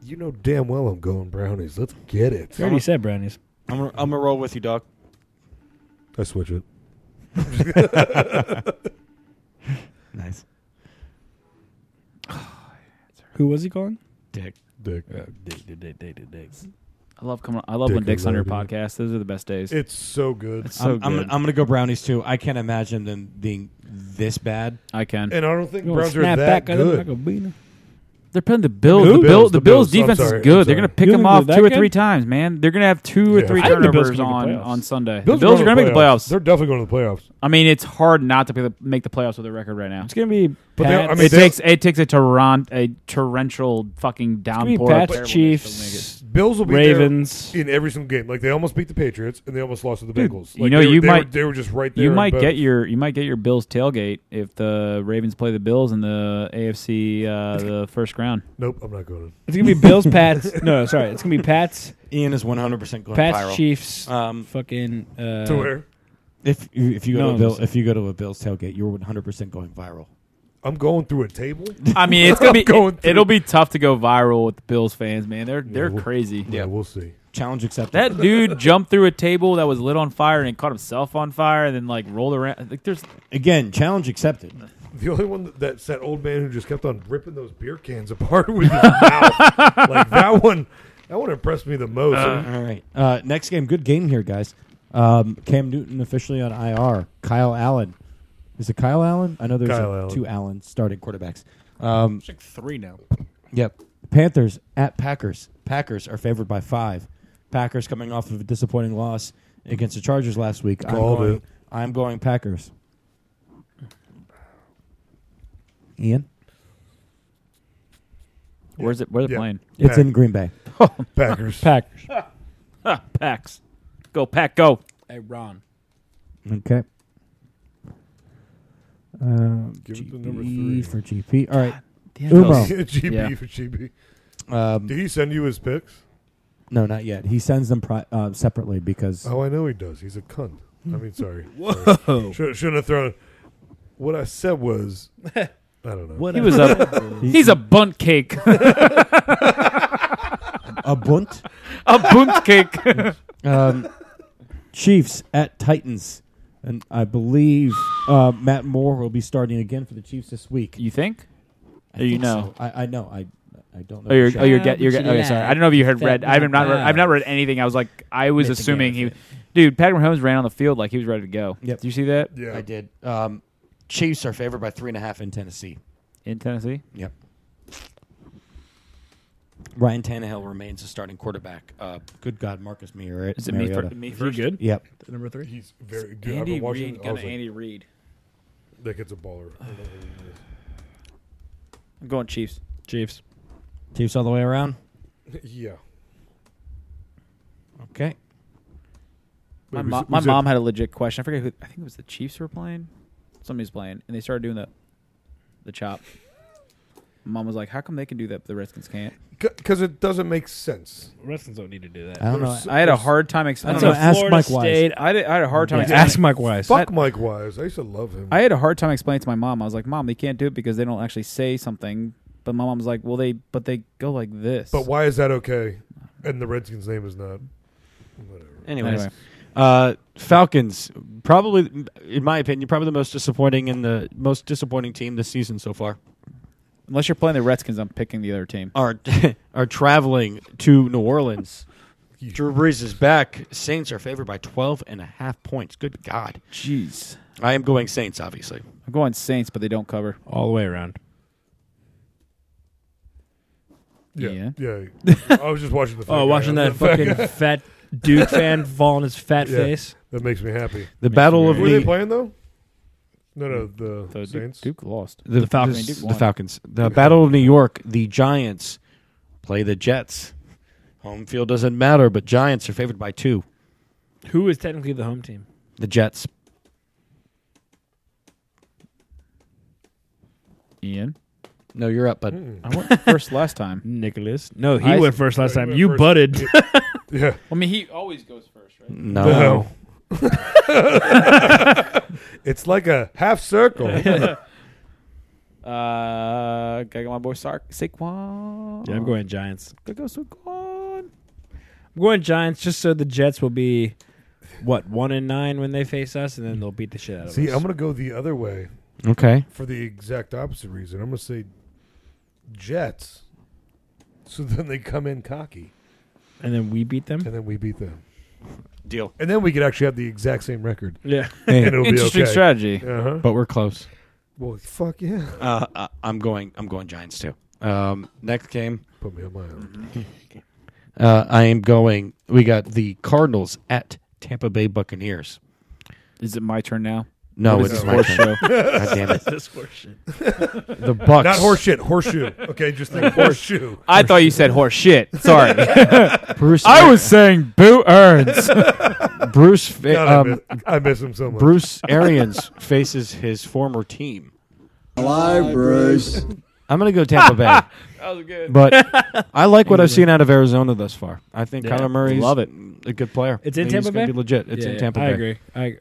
S1: you know damn well I'm going brownies. Let's get it.
S7: You already said brownies.
S5: I'm gonna- I'm gonna roll with you, dog.
S1: I switch it.
S5: Nice,
S7: Who was he calling?
S5: Dick.
S1: <laughs> Dick.
S7: Dig, dig, dig, dig, dig, dig.
S6: I love coming. I love when
S1: Dick
S6: Dick's on your
S1: Lord.
S6: podcast. Those are the best days.
S1: It's so good.
S6: It's so
S5: I'm, I'm,
S6: good.
S5: I'm gonna go Brownies too. I can't imagine them being this bad.
S6: I can.
S1: and I don't think
S7: You wanna
S1: Browns are
S7: snap
S1: that
S7: back at him
S1: good.
S7: like a beaner?
S6: They're playing the Bills.
S1: Who?
S6: The,
S1: The
S6: Bill,
S1: Bills,
S6: the
S1: the
S6: Bills,
S1: Bills. I'm
S6: defense
S1: sorry,
S6: is
S1: I'm
S6: good. They're going to
S1: sorry.
S6: pick
S7: You
S6: them
S7: think
S6: off
S7: they're
S6: two or
S7: that
S6: three
S7: good?
S6: times, man. They're going to have two or
S1: Yeah.
S6: three
S1: I
S7: think the Bills
S6: turnovers
S7: make the
S6: on,
S7: playoffs.
S6: on Sunday. the Bills are
S1: going
S6: going to make the playoffs.
S1: They're definitely going to the playoffs.
S6: I mean, it's hard not to play the, make the playoffs with their record right now.
S7: It's gonna be
S1: But they- I
S7: Pats.
S1: mean,
S6: it
S1: they-
S6: takes it takes a torrent a torrential fucking
S7: gonna be
S6: downpour. of
S7: Pats,
S6: terribleness to make it.
S7: Chiefs,
S1: Bills will be
S7: Ravens.
S1: <laughs> there in every single game. Like they almost beat the Patriots and they almost lost to the
S6: Dude,
S1: Bengals.
S6: you
S1: Like,
S6: know,
S1: they were-
S6: you
S1: they
S6: might-
S1: were, they were just right there.
S6: You
S1: in
S6: might
S1: both.
S6: get your you might get your Bills tailgate if the Ravens play the Bills in the AFC uh, the first round.
S1: Nope, I'm not going.
S7: It's gonna be Bills, Pats. No, no, sorry. It's gonna be Pats,
S5: Ian is 100 percent going
S7: Pats,
S5: viral.
S7: Chiefs.
S5: Um,
S7: fucking uh,
S1: to where?
S5: if you- if you go
S7: No,
S5: to a
S7: I'm
S5: Bill,
S7: just-
S5: if you go to a Bills tailgate, you're 100 percent going viral.
S1: I'm going through a table.
S6: I mean, it's gonna be
S1: Going through.
S6: it, will be tough to go viral with the Bills fans, man. They're they're
S1: we'll-
S6: crazy.
S1: Yeah, we'll see.
S5: Challenge accepted.
S6: That dude jumped through a table that was lit on fire and caught himself on fire and then like rolled around. Like there's
S5: Again, challenge accepted.
S1: The only one that- that's that old man who just kept on ripping those beer cans apart <laughs> with his mouth. Like that one, that one impressed me the most.
S5: All right. Uh, next game. Good game here, guys. Um, Cam Newton officially on IR. Kyle Allen. Is it Kyle Allen? I know there's
S1: Kyle
S5: uh,
S1: Allen.
S5: two Allen starting quarterbacks. Um,
S4: like three now.
S5: yep. Panthers at Packers. Packers are favored by five. Packers coming off of a disappointing loss against the Chargers last week. I'm
S1: Called
S5: going,
S1: it.
S5: I'm going Packers. Ian?
S6: where's it where they
S1: Yeah.
S6: playing?
S5: It's
S1: Pack-
S5: in Green Bay.
S1: Packers.
S7: Packers.
S6: Huh, packs. Go pack go.
S7: Hey Ron.
S5: Okay. Um,
S1: Give it to
S5: GP
S1: number three. <laughs>
S5: for GP. All right.
S6: The
S1: Oh,
S5: Umo.
S1: GB
S6: Yeah.
S1: for GB.
S5: Um,
S1: Did he send you his picks?
S5: No, not yet. He sends them pri- uh, separately because
S1: Oh, I know he does. He's a cunt. I mean, <laughs> sorry.
S7: Whoa.
S1: Should, shouldn't have thrown. What I said <laughs> was, I don't know.
S6: He was
S7: <laughs>
S6: a he's a bunt cake. <laughs>
S5: a bunt.
S6: a bunt cake. <laughs>
S5: Um, Chiefs at Titans.
S8: And I believe uh, Matt Moore will be starting again for the Chiefs this week.
S6: You think?
S8: I
S6: Or you
S8: think
S6: know?
S8: so. I, I know. I I don't know.
S6: Oh, you're,
S8: for
S6: oh, you're,
S8: sure.
S6: get, you're get, okay. Sorry, I don't know if you heard read. I've not read. I've not read anything. I was like, I was
S5: It's a
S6: assuming he, dude. Patrick Mahomes ran on the field like he was ready to go. Yep. Did you see that?
S5: I did. Um, Chiefs are favored by three and a half in Tennessee.
S6: In Tennessee.
S5: Yep. Ryan Tannehill remains the starting quarterback. Uh,
S8: Good God, Marcus Mariota.
S5: Is it me
S8: Mariota.
S5: fir- me Is he first? good?
S8: Yep.
S5: Number three?
S1: He's very good. I've
S6: Andy
S1: been watching.
S6: Reid
S1: I
S6: gonna
S1: was like,
S6: Andy Reid.
S1: That kid's a <sighs> baller. I don't know who he is.
S6: I'm going Chiefs.
S5: Chiefs.
S8: Chiefs all the way around.
S1: Yeah.
S8: Okay.
S6: My,
S8: Wait, was
S6: mo-
S8: it-
S6: my
S8: was it-
S6: mom had a legit question. I forget who. I think it was the Chiefs who were playing. Somebody's playing, and they started doing the, the chop. Mom was like, "How come they can do that, but the Redskins can't?"
S1: Because it doesn't make sense.
S4: Redskins don't need to do
S1: Uh,
S4: that.
S8: I don't know.
S6: I had a hard time explaining.
S8: I don't know. Ask Mike Wise.
S6: I, did, I had a hard time.
S8: Yeah,
S6: explaining-
S8: ask Mike Wise.
S1: Fuck Mike Wise. I used to love him.
S6: I had a hard time explaining it to my mom. I was like, "Mom, they can't do it because they don't actually say something." But my mom's like, "Well, they but they go like this."
S1: But why is that okay? And the Redskins' name is not. Whatever.
S5: Anyways, Uh, Falcons probably, in my opinion, probably the most disappointing in the most disappointing team this season so far.
S6: unless you're playing the Redskins, I'm picking the other team.
S5: Are <laughs> are traveling to New Orleans. Drew Brees is back. Saints are favored by 12 and a half points. Good God.
S6: Jeez.
S5: I am going Saints, obviously.
S6: I'm going Saints, but they don't cover
S7: all the way around.
S1: Yeah.
S6: Yeah.
S1: Yeah.
S7: <laughs>
S1: I was just watching the. fat
S7: Oh,
S1: guy.
S7: watching that
S1: <laughs> The fat
S7: fucking
S1: guy.
S7: fat Duke fan fall on his fat
S1: Yeah.
S7: face.
S1: That makes me happy.
S5: The battle of
S1: Were
S5: the
S1: they playing though? No, no, the,
S6: Duke-
S1: Saints.
S6: Duke lost.
S5: the,
S6: Falcons.
S5: this-
S6: Duke
S5: the
S6: won.
S5: Falcons. The Battle of New York. The Giants play the Jets. Home field doesn't matter, but Giants are favored by two.
S7: Who is technically the home team?
S5: The Jets.
S6: Ian.
S5: No, you're up, bud.
S7: Hmm.
S6: I went first last time.
S7: Nicholas. No, he
S6: I-
S7: went first last time.
S6: went
S7: You
S6: first.
S7: butted.
S1: yeah.
S6: I mean, he always goes first, right?
S7: Oh. <laughs>
S5: No.
S1: it's like a half
S7: <laughs>
S1: circle.
S6: uh, I got Uh, my boy Sark Saquon.
S7: Yeah, I'm going Giants.
S6: Go go Saquon.
S7: I'm going Giants just so the Jets will be what one and nine when they face us, and then they'll beat the shit out of
S1: See,
S7: us.
S1: I'm gonna go the other way.
S5: Okay.
S1: For the exact opposite reason, I'm gonna say Jets. So then they come in cocky,
S7: and then we beat them,
S1: and then we beat them.
S5: Deal.
S1: And then we could actually have the exact same record.
S7: Yeah.
S1: and it'll
S6: Interesting
S1: be okay.
S6: strategy.
S1: Uh-huh.
S5: But we're close.
S1: Well, fuck yeah.
S5: Uh, I- I'm going. I'm going Giants too. Um, next game,
S1: Put me on my own.
S5: uh, I am going. We got the Cardinals at Tampa Bay Buccaneers.
S6: Is it my turn now?
S5: No,
S6: What is
S5: it's
S6: this
S5: my
S6: horse
S5: turn.
S6: show.
S5: <laughs> God damn it.
S7: <laughs> This horseshit.
S5: The Bucks.
S1: Not horseshit, horseshoe. Okay, just
S5: <laughs>
S1: think horseshoe.
S6: I thought you said horse shit. <laughs> Sorry.
S5: Bruce.
S6: I was saying Boo <laughs> Earns.
S5: Bruce.
S7: <laughs>
S5: Fa-
S1: God, I,
S5: um,
S1: miss, I miss him so much.
S5: Bruce Arians faces his former team.
S14: Hello, Bruce.
S5: I'm going to go
S6: <laughs>
S5: Tampa Bay. that was good. But I like what I've seen out of Arizona thus far. I think
S7: Yeah.
S5: Kyler Murray's
S6: Love it.
S5: a good player.
S7: It's in
S5: He's
S7: Tampa
S5: gonna
S7: Bay.
S5: Be legit. It's
S7: Yeah,
S5: in
S7: yeah.
S5: Tampa
S7: I
S5: Bay.
S7: agree. I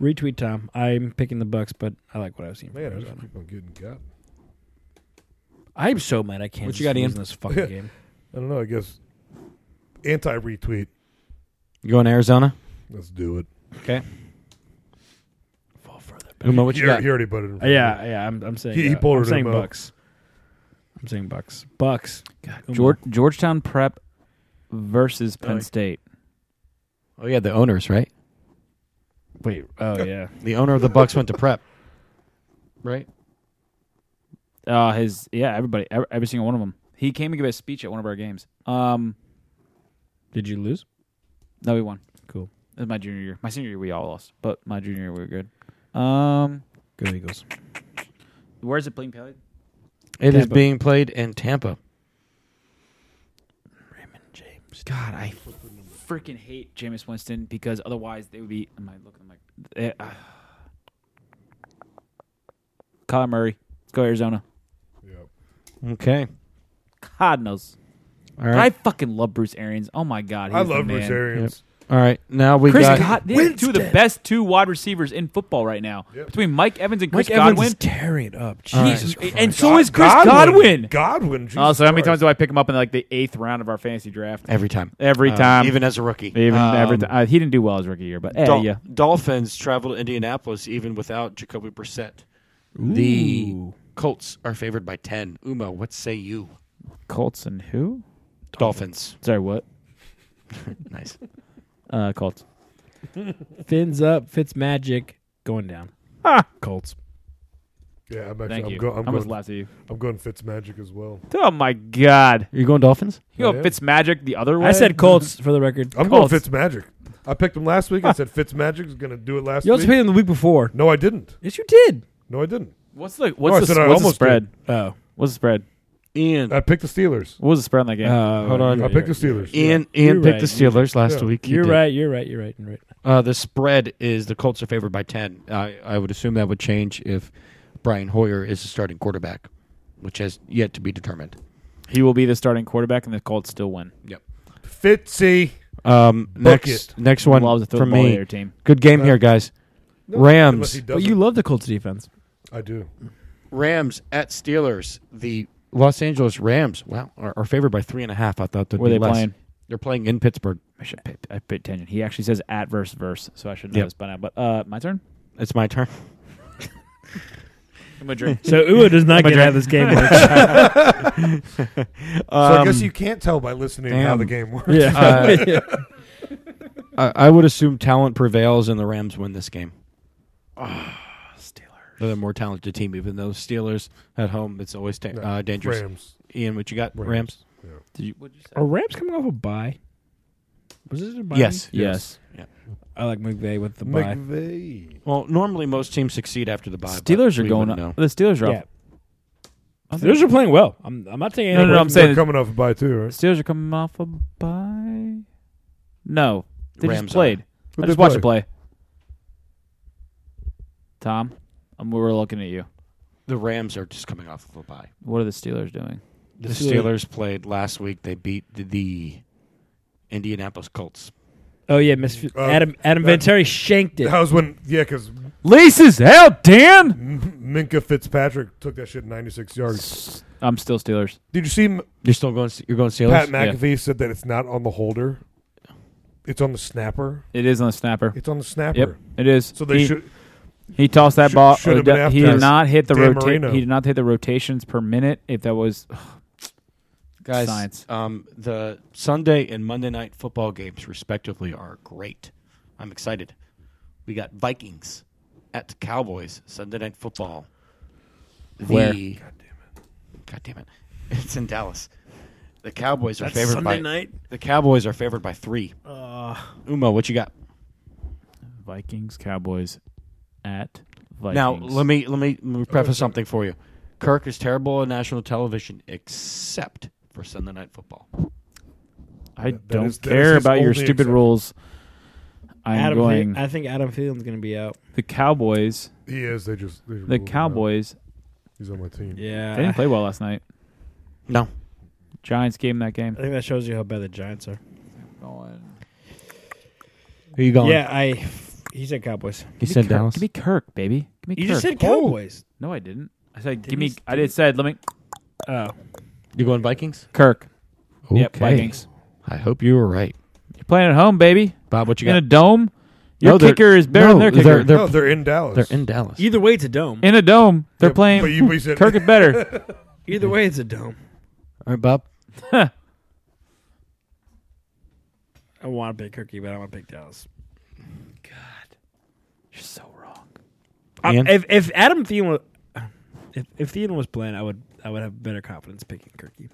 S7: retweet Tom. I'm picking the Bucks, but I like what I've seen. from
S1: Man, I
S7: Arizona.
S1: just keep on getting got.
S7: I'm so mad. I can't.
S5: you got,
S7: lose
S5: Ian?
S7: this fucking
S1: <laughs>
S7: game?
S1: I don't know. I guess anti retweet.
S5: You going to Arizona?
S1: Let's do it.
S5: Okay. Uma, what you
S1: He-
S5: got?
S1: He already butted him.
S7: Uh, yeah, yeah. I'm, I'm saying.
S1: He- he
S7: uh,
S1: pulled
S7: I'm
S1: it
S7: saying
S1: him up.
S7: Bucks. I'm saying Bucks. Bucks. Uma.
S6: George, Georgetown Prep versus Penn State.
S5: Oh yeah, the owners, right?
S7: Wait. Oh yeah.
S5: The owner of the Bucks went to prep. Right.
S6: Uh, his yeah, everybody, every, every single one of them. He came and gave a speech at one of our games. Um,
S7: Did you lose?
S6: no, we won.
S7: Cool.
S6: It was my junior year. My senior year, we all lost, but my junior year, we were good. Um,
S7: Go Eagles.
S6: where's it being played?
S5: It is
S7: Tampa.
S5: being played in Tampa.
S7: Raymond James.
S6: God, I freaking hate Jameis Winston because otherwise they would be. Am I looking like? eh, ah. Kyler Murray, let's go Arizona
S5: Okay.
S6: Cardinals.
S5: All right.
S6: I fucking love Bruce Arians. Oh my god,
S1: I
S6: he's the
S1: love Bruce
S6: man.
S1: Arians.
S5: All right, now we
S6: Chris
S5: got
S6: Godwin, two of the best two wide receivers in football right now. Between Mike Evans and
S7: Mike
S6: Chris
S7: Evans
S6: Godwin,
S7: is tearing it up.
S6: All right.
S1: Oh
S7: Jesus Christ.
S6: and so
S7: God-
S6: is Chris
S7: Godwin.
S6: Godwin.
S1: Godwin, Jesus
S6: Also, how many
S1: Christ.
S6: times do I pick him up in like the eighth round of our fantasy draft?
S5: Every time.
S6: every
S5: Uh,
S6: time,
S5: even as a rookie.
S6: even every
S5: Um,
S6: time. Uh, he didn't do well as rookie year, but eh,
S5: Dol-
S6: yeah,
S5: Dolphins travel to Indianapolis even without Jacoby Brissett. The Colts are favored by ten. Uma, what say you?
S6: Colts and who?
S5: Dolphins.
S6: Sorry, what?
S5: nice.
S6: Uh, Colts.
S7: Fins up, Fitz magic, going down.
S6: Ah.
S7: Colts.
S1: Yeah, I'm actually.
S6: Thank
S1: I'm,
S6: you.
S1: Go, I'm
S6: I
S1: going.
S6: was last of you.
S1: I'm going Fitzmagic as well.
S6: Oh my God!
S7: You're going Dolphins?
S6: You go
S1: I am.
S6: Fitzmagic the other way.
S7: I said Colts for the record.
S1: I'm
S7: Colts.
S1: going Fitzmagic. I picked him last
S6: Ah.
S1: week. I said Fitzmagic is going to do it last
S7: You
S1: week.
S7: also picked him the week before.
S1: No, I didn't.
S7: Yes, you did.
S1: No, I didn't.
S6: <laughs> What's the
S1: No, Oh, I
S6: what's, the,
S1: said I
S6: what's the
S1: almost
S6: spread?
S7: Oh,
S6: what's the spread?
S5: Ian,
S1: I picked the Steelers.
S6: What was the spread on that
S1: Uh,
S6: game?
S5: Hold on.
S1: I picked the Steelers.
S5: Ian,
S1: Yeah. You're
S5: Ian picked
S1: right.
S5: the Steelers last
S1: Yeah.
S5: week. He
S7: You're
S5: did.
S7: right. You're right. You're right. You're right.
S5: Uh, the spread is the Colts are favored by ten. I I would assume that would change if Brian Hoyer is the starting quarterback, which has yet to be determined.
S6: He will be the starting quarterback, and the Colts still win.
S5: Yep.
S1: Fitzy.
S5: Um,
S1: Book
S5: next
S1: it.
S5: next one
S6: Loves to throw
S5: for
S6: the ball to
S5: me.
S6: their team.
S5: Good game here, guys.
S1: No, unless
S5: Rams.
S1: he doesn't. But Um, you
S7: love the Colts defense.
S1: I do.
S5: Rams at Steelers. The Los Angeles Rams. Wow, are, are favored by three and a half. I thought they'd
S6: Where
S5: be
S6: they
S5: less.
S6: playing?
S5: They're playing in Pittsburgh.
S6: I should pay, I paid attention. He actually says at verse verse, so I should know
S5: Yep.
S6: this by now. But uh, my turn.
S5: It's my
S6: <laughs>
S5: turn. <laughs>
S6: I'm a drink.
S7: So Ua does not
S6: I'm a
S7: get to have this
S6: drink. <laughs>
S7: game.
S1: so I guess you can't tell by listening how
S5: damn.
S1: the game works. <laughs>
S5: Uh, I, I would assume talent prevails and the Rams win this game. Ah, Steelers. They're the more talented team, even though Steelers at home, it's always ta-
S1: No,
S5: uh, dangerous.
S1: Rams.
S5: Ian, what you got? Rams.
S6: Did you, what'd you say?
S7: Are Rams coming off a bye? Was this a bye?
S5: Yes.
S7: week?
S6: Yes.
S7: I like McVay with the bye.
S1: McVay.
S5: Well, normally most teams succeed after the bye. but
S6: Steelers are
S5: we
S6: going
S5: wouldn't
S6: up.
S5: know.
S6: The Steelers are
S7: Yeah.
S6: up. I think-
S7: Those are playing well. I'm, I'm not taking
S6: No,
S7: any
S6: no,
S7: away
S6: I'm
S7: from
S6: saying-
S1: They're coming off a bye too, right?
S6: Steelers are coming off a bye. No, they
S5: Rams
S6: just played.
S1: Who'd
S6: I
S1: they
S6: just watched
S1: play?
S6: it play. Tom, I'm, we're looking at you.
S5: The Rams are just coming off of a bye.
S6: What are the Steelers doing?
S5: The,
S7: Steelers-
S5: Steelers, played last week. They beat the, the Indianapolis Colts.
S7: Oh yeah, Miss
S1: Uh,
S7: Adam Adam
S1: that-
S7: Vinatieri
S1: <laughs>
S7: shanked it.
S1: That was when, yeah, because
S6: Laces out, Dan.
S1: Minka Fitzpatrick took that shit 96 yards.
S6: I'm still Steelers.
S1: Did you see M-
S5: You're still going. You're going Steelers.
S1: Pat
S6: Yeah.
S1: McAfee said that it's not on the holder, it's on the snapper.
S6: It is on the snapper.
S1: It's on the snapper.
S6: Yep, it is.
S1: So they
S6: He-
S1: should.
S6: He tossed that
S1: Should-
S6: ball.
S1: should have been
S6: he
S1: after
S6: did not hit the
S1: Dan
S6: rota-
S1: Marino.
S6: He did not hit the rotations per minute. If that was
S5: Guys,
S6: Science.
S5: Um, the Sunday and Monday night football games, respectively, are great. I'm excited. We got Vikings at Cowboys Sunday night football.
S6: Where?
S5: The, God damn it! God damn it! <laughs> It's in Dallas. The Cowboys are favored by
S7: night?
S5: the Cowboys are favored by three. Umo, what you got?
S6: Vikings Cowboys at Vikings.
S5: Now let me let me
S6: Oh,
S5: let me preface something for you. Kirk is terrible on national television, except for Sunday night football.
S6: I
S1: That
S6: don't
S1: is- that is
S6: care
S1: his
S6: about your
S1: only
S6: stupid
S1: exception.
S6: rules. I'm
S7: Adam,
S6: going
S7: I think Adam Thielen's going to be out.
S6: the Cowboys.
S1: He is. They just. They ruled
S6: The
S1: him out.
S6: Cowboys.
S1: He's on my team.
S7: Yeah,
S6: They didn't play well last night.
S5: No,
S6: Giants game that game.
S7: I think that shows you how bad the Giants are.
S5: who you going?
S7: Yeah, I. He said Cowboys.
S5: he
S6: Give me
S5: said
S6: Kirk.
S5: Dallas.
S6: Give me Kirk, baby. Give me
S7: You
S6: Kirk.
S7: just said Cowboys.
S6: no, I didn't. I said give
S7: Didn't
S6: me.
S7: he-
S6: I did said let me
S7: Oh,
S5: You going Vikings?
S6: Kirk. Yep,
S5: Okay.
S6: Vikings.
S5: I hope you were right,
S6: You're playing at home, baby.
S5: Bob. What you
S6: in a
S5: got?
S6: dome. Your
S5: No, they're-
S6: kicker is better than
S5: no,
S6: their kicker.
S5: they're-
S1: no, they're in Dallas.
S5: They're in Dallas.
S7: either way, it's a dome.
S6: in a dome. They're
S1: Yeah,
S6: playing.
S1: But you, but you said
S6: <laughs>
S1: <laughs>
S6: Kirk is better.
S7: Either way, it's a dome.
S5: All right, Bob.
S7: I want to pick Kirky, but I'm gonna pick Dallas.
S6: You're so wrong.
S7: I-
S5: Ian?
S7: Uh, if if Adam Thielen, if if Thielen was playing, I would I would have better confidence picking Kirky.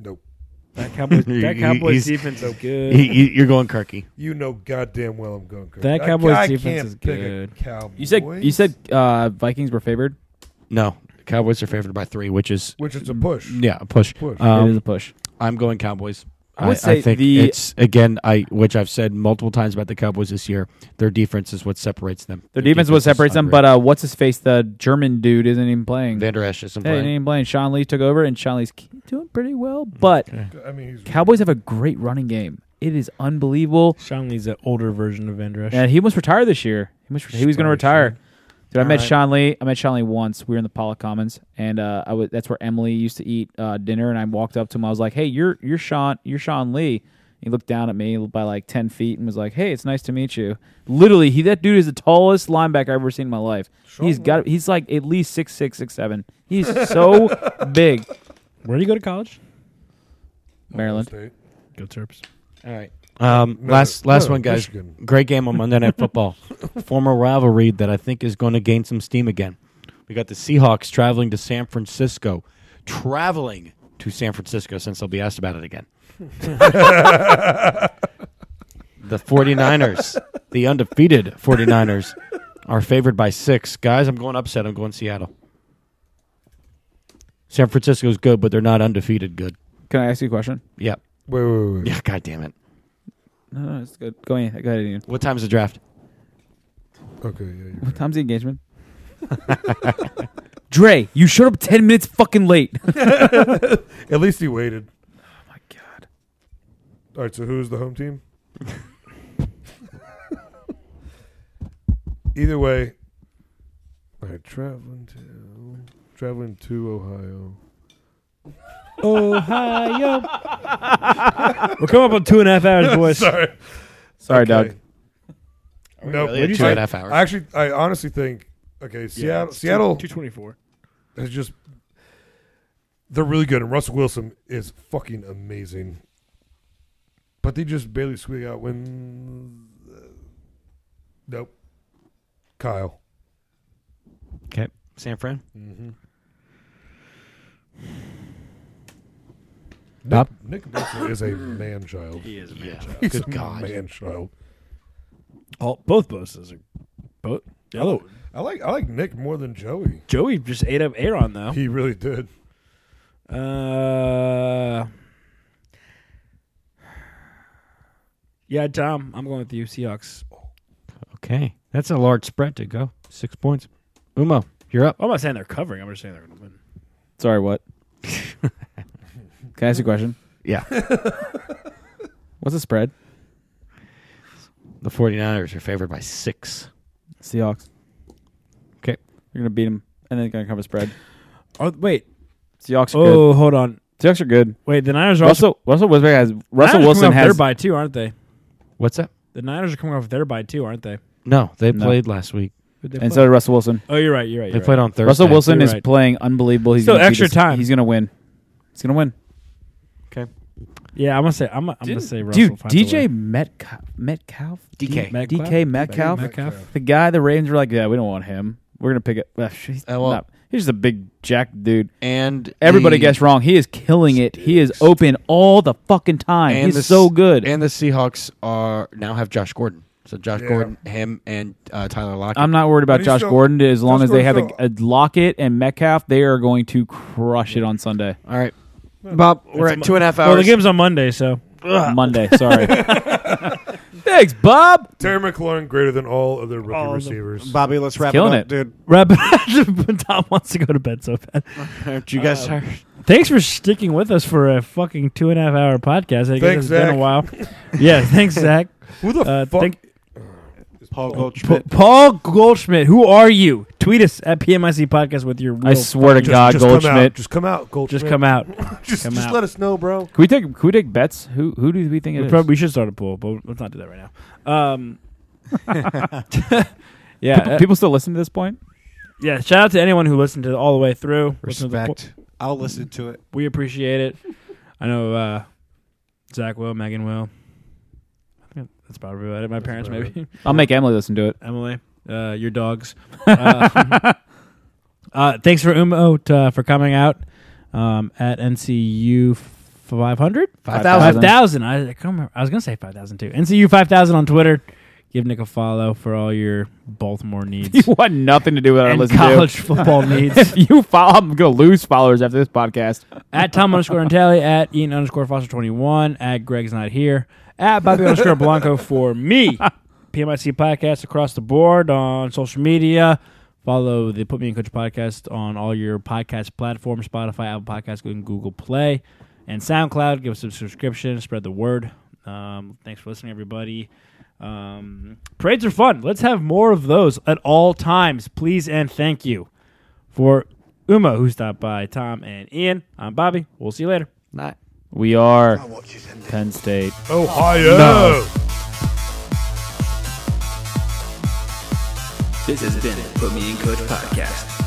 S1: Nope.
S7: That
S5: <laughs>
S7: Cowboys
S5: He-
S7: that
S5: he-
S7: Cowboys
S5: he's-
S7: defense is good.
S5: you're going Kirky.
S1: You know goddamn well I'm going Kirk.
S7: That
S1: I-
S7: Cowboys
S1: I
S7: defense
S1: can't
S7: is
S1: pick a
S7: good.
S1: Cowboys.
S6: You said you said uh, Vikings were favored.
S5: No, Cowboys are favored by three, which is
S6: Mm,
S1: which is a push.
S5: yeah a push.
S6: it
S1: Push.
S5: Um,
S6: is a push.
S5: I'm going Cowboys. I,
S6: I would say
S5: think
S6: the-
S5: it's again I which I've said multiple times about the Cowboys this year. Their defense is what separates them.
S6: Their defense is what
S5: is
S6: separates them,
S5: unreal.
S6: but uh, what's his face? The German dude isn't even playing.
S5: Vander Esch isn't
S6: Yeah, he
S5: playing.
S6: Ain't even playing. Sean Lee took over, and Sean Lee's doing pretty well. But
S1: I mean, he's-
S6: Cowboys have a great running game. It is unbelievable.
S7: Sean Lee's an older version of Van Der Esch.
S6: And he almost retired this year. He, almost, he was going to retire. Dude, I met Sean Lee. I met Sean Lee once. We were in the Pollock Commons, and uh, I was, that's where Emily used to eat uh, dinner. And I walked up to him. I was like, "Hey, you're you're Sean. You're Sean Lee." He looked down at me by like ten feet and was like, "Hey, it's nice to meet you." Literally, he that dude is the tallest linebacker I've ever seen in my life. he's got he's like at least six six six seven. He's so big.
S7: Where do you go to college?
S6: Maryland.
S7: Go Terps.
S5: All right. Um, last last one, guys. Great game on Monday Night Football. Former rivalry that I think is going to gain some steam again. We got the Seahawks traveling to San Francisco, traveling to San Francisco since they'll be asked about it again. the 49ers, the undefeated 49ers, are favored by six. Guys, I'm going upset. I'm going Seattle. San Francisco's good, but they're not undefeated good.
S6: Can I ask you a question?
S5: Yep.
S1: Wait, wait, wait.
S5: Yeah, God damn it.
S6: No, no, it's good. Go in. Go ahead, Ian.
S5: What time's the draft?
S1: Okay, yeah.
S6: What time's the engagement? <laughs> Dre, you showed up ten minutes fucking late. <laughs>
S1: At least he waited. Oh my god! All right, so who's the
S6: <laughs>
S1: home team? Either way, all right, traveling to traveling to Ohio.
S7: Ohio. We're coming up on two and a
S6: <laughs>
S7: half hours, boys.
S1: Sorry.
S6: Sorry,
S1: Doug.
S7: we
S1: No,
S7: really
S1: but
S7: at two and
S1: I-
S7: a half hours?
S1: I actually, I honestly think okay, Seattle,
S7: it's two-
S1: Seattle,
S7: 224.
S1: It's just they're really good, and Russell Wilson is fucking amazing. But they just barely squeak out when. uh, Nope. Kyle.
S5: Okay. San Fran?
S1: Mm-hmm.
S5: Bob?
S1: Nick Bosa
S7: <laughs>
S1: is a man child. He
S7: is a man-child.
S1: He's
S7: Good
S1: a
S7: God.
S1: man child.
S7: All, both Bosa's are both. Oh,
S1: I like I like Nick more than Joey.
S7: Joey just ate up Aaron though.
S1: He really did.
S7: Uh, yeah, Tom, I'm going with you, Seahawks. Oh,
S5: Okay. That's a large spread to go. Six points. Umo, you're up.
S7: I'm not saying they're covering. I'm just saying they're going to win.
S6: Sorry, what? Can I ask you a question?
S5: Yeah.
S6: What's the spread?
S5: The 49ers are favored by six.
S6: Seahawks.
S5: Okay.
S6: You're going to beat them, and then you're going to cover spread.
S7: Oh, wait.
S6: Seahawks are good.
S7: Oh, hold on.
S6: Seahawks are good.
S7: Wait, the Niners are also.
S6: Russell, Russell Wilson has.
S7: Niners are
S6: Russell
S7: coming
S6: Wilson
S7: off their
S6: has.
S7: bye too, aren't they?
S5: What's that?
S7: The Niners are coming off their bye too, aren't they?
S5: No, they
S6: No.
S5: played last week.
S7: Who'd they
S6: And
S7: play?
S6: so did Russell Wilson.
S7: Oh, you're right. You're right.
S5: They
S7: You're
S5: played
S7: right.
S5: on Thursday.
S6: Russell Wilson
S7: You're
S6: is
S7: right.
S6: playing unbelievable. He's
S7: Still
S6: gonna beat
S7: extra
S6: us.
S7: time.
S6: He's going to win. He's going to win.
S7: Yeah, I'm gonna say. I'm, I'm gonna
S6: Didn't-
S7: say. Russell
S6: dude,
S7: finds a way.
S6: DJ Metcalf, Metcalf,
S5: DK.
S6: D- DK Metcalf,
S7: Metcalf.
S6: the guy the Ravens were like, yeah, we don't want him. We're gonna pick up. Well, he's,
S5: Uh, well-
S6: not- he's just a big jack dude.
S5: And
S6: Everybody
S5: the-
S6: guessed wrong. He is killing it. He is open all the fucking time.
S5: And
S6: he's
S5: the
S6: so
S5: S-
S6: good.
S5: And the Seahawks are now have Josh Gordon. So Josh
S1: Yeah.
S5: Gordon, him, and uh, Tyler Lockett.
S6: I'm not worried
S1: But
S6: about
S1: he's
S6: Josh
S1: still-
S6: Gordon as long
S1: Josh
S6: as they have
S1: Gordon's
S6: a, a Lockett and Metcalf. They are going to crush it on Sunday,
S5: All right. Bob, we're
S7: It's
S5: at
S7: Mon-
S5: two and a half
S7: Well, the
S5: hours.
S7: game's on Monday, so
S5: <laughs>
S6: Monday.
S1: <laughs>
S6: Sorry. Thanks, Bob.
S1: Terry McLaurin greater than all other rookie
S7: All the-
S1: receivers.
S5: Bobby, let's wrap
S6: killing
S5: it up,
S6: it.
S5: dude.
S7: wrap. it up. <laughs> Tom wants to go to bed so bad. Uh,
S5: Aren't you guys tired?
S7: Thanks for sticking with us for a fucking two and a half hour podcast. I
S1: Thanks,
S7: guess it's been
S1: Zach.
S7: a while. <laughs> yeah,
S5: <laughs>
S7: thanks, Zach.
S1: Who the
S7: Uh,
S1: fuck?
S7: thank-
S1: Oh,
S5: Paul
S7: Pa-
S5: Goldschmidt.
S7: Paul Goldschmidt, who are you? Tweet us at PMIC Podcast with your.
S6: I
S7: real
S6: swear to
S7: fucking-
S6: God,
S1: just come out.
S6: Goldschmidt.
S1: Just come out, Goldschmidt.
S7: Just come out.
S1: <laughs> Just,
S7: come
S1: just
S7: out.
S1: let us know, bro.
S6: Can we take? Can we take bets? Who? Who do we think it
S7: We,
S6: is?
S7: prob- we should start a pool, but let's not do that right now.
S6: <laughs>
S7: Um, <laughs> yeah,
S6: people,
S7: uh,
S6: people still listen to this point.
S7: yeah. Shout out to anyone who listened to it all the way through. Listened to the po-
S5: Respect. I'll listen to it.
S7: we appreciate it. I know uh, Zach will, Megan will. I think that's probably about it. My parents,
S1: about
S7: maybe.
S6: I'll make Emily listen to it. <laughs>
S7: Emily, uh, your dogs. uh, <laughs> uh, thanks for Umo uh, for coming out um, at NCU 500?
S5: 5,000.
S7: 5,000. I, I can't remember. I was going to say 5,000 too. NCU 5,000 on Twitter. Give Nick a follow for all your
S6: <laughs>
S7: Baltimore needs.
S6: You want nothing to do with our
S7: And
S6: listen
S7: college
S6: to.
S7: football needs.
S6: if <laughs> you follow, I'm gonna lose followers after this podcast.
S7: at Tom underscore Natali, at Ian underscore Foster twenty one, at Greg's not here, at Bobby underscore Blanco for me. PMIC podcast across the board on social media. Follow the Put Me in Coach podcast on all your podcast platforms: Spotify, Apple Podcasts, and Google Play, and SoundCloud. Give us a subscription. Spread the word. Um, thanks for listening, everybody. Um, parades are fun. Let's have more of those at all times, please and thank you for Uma, who stopped by, Tom and Ian. I'm Bobby. We'll see you later. Night.
S6: We are Penn State.
S1: Ohio.
S6: No.
S15: This has been Put Me in Coach Podcast.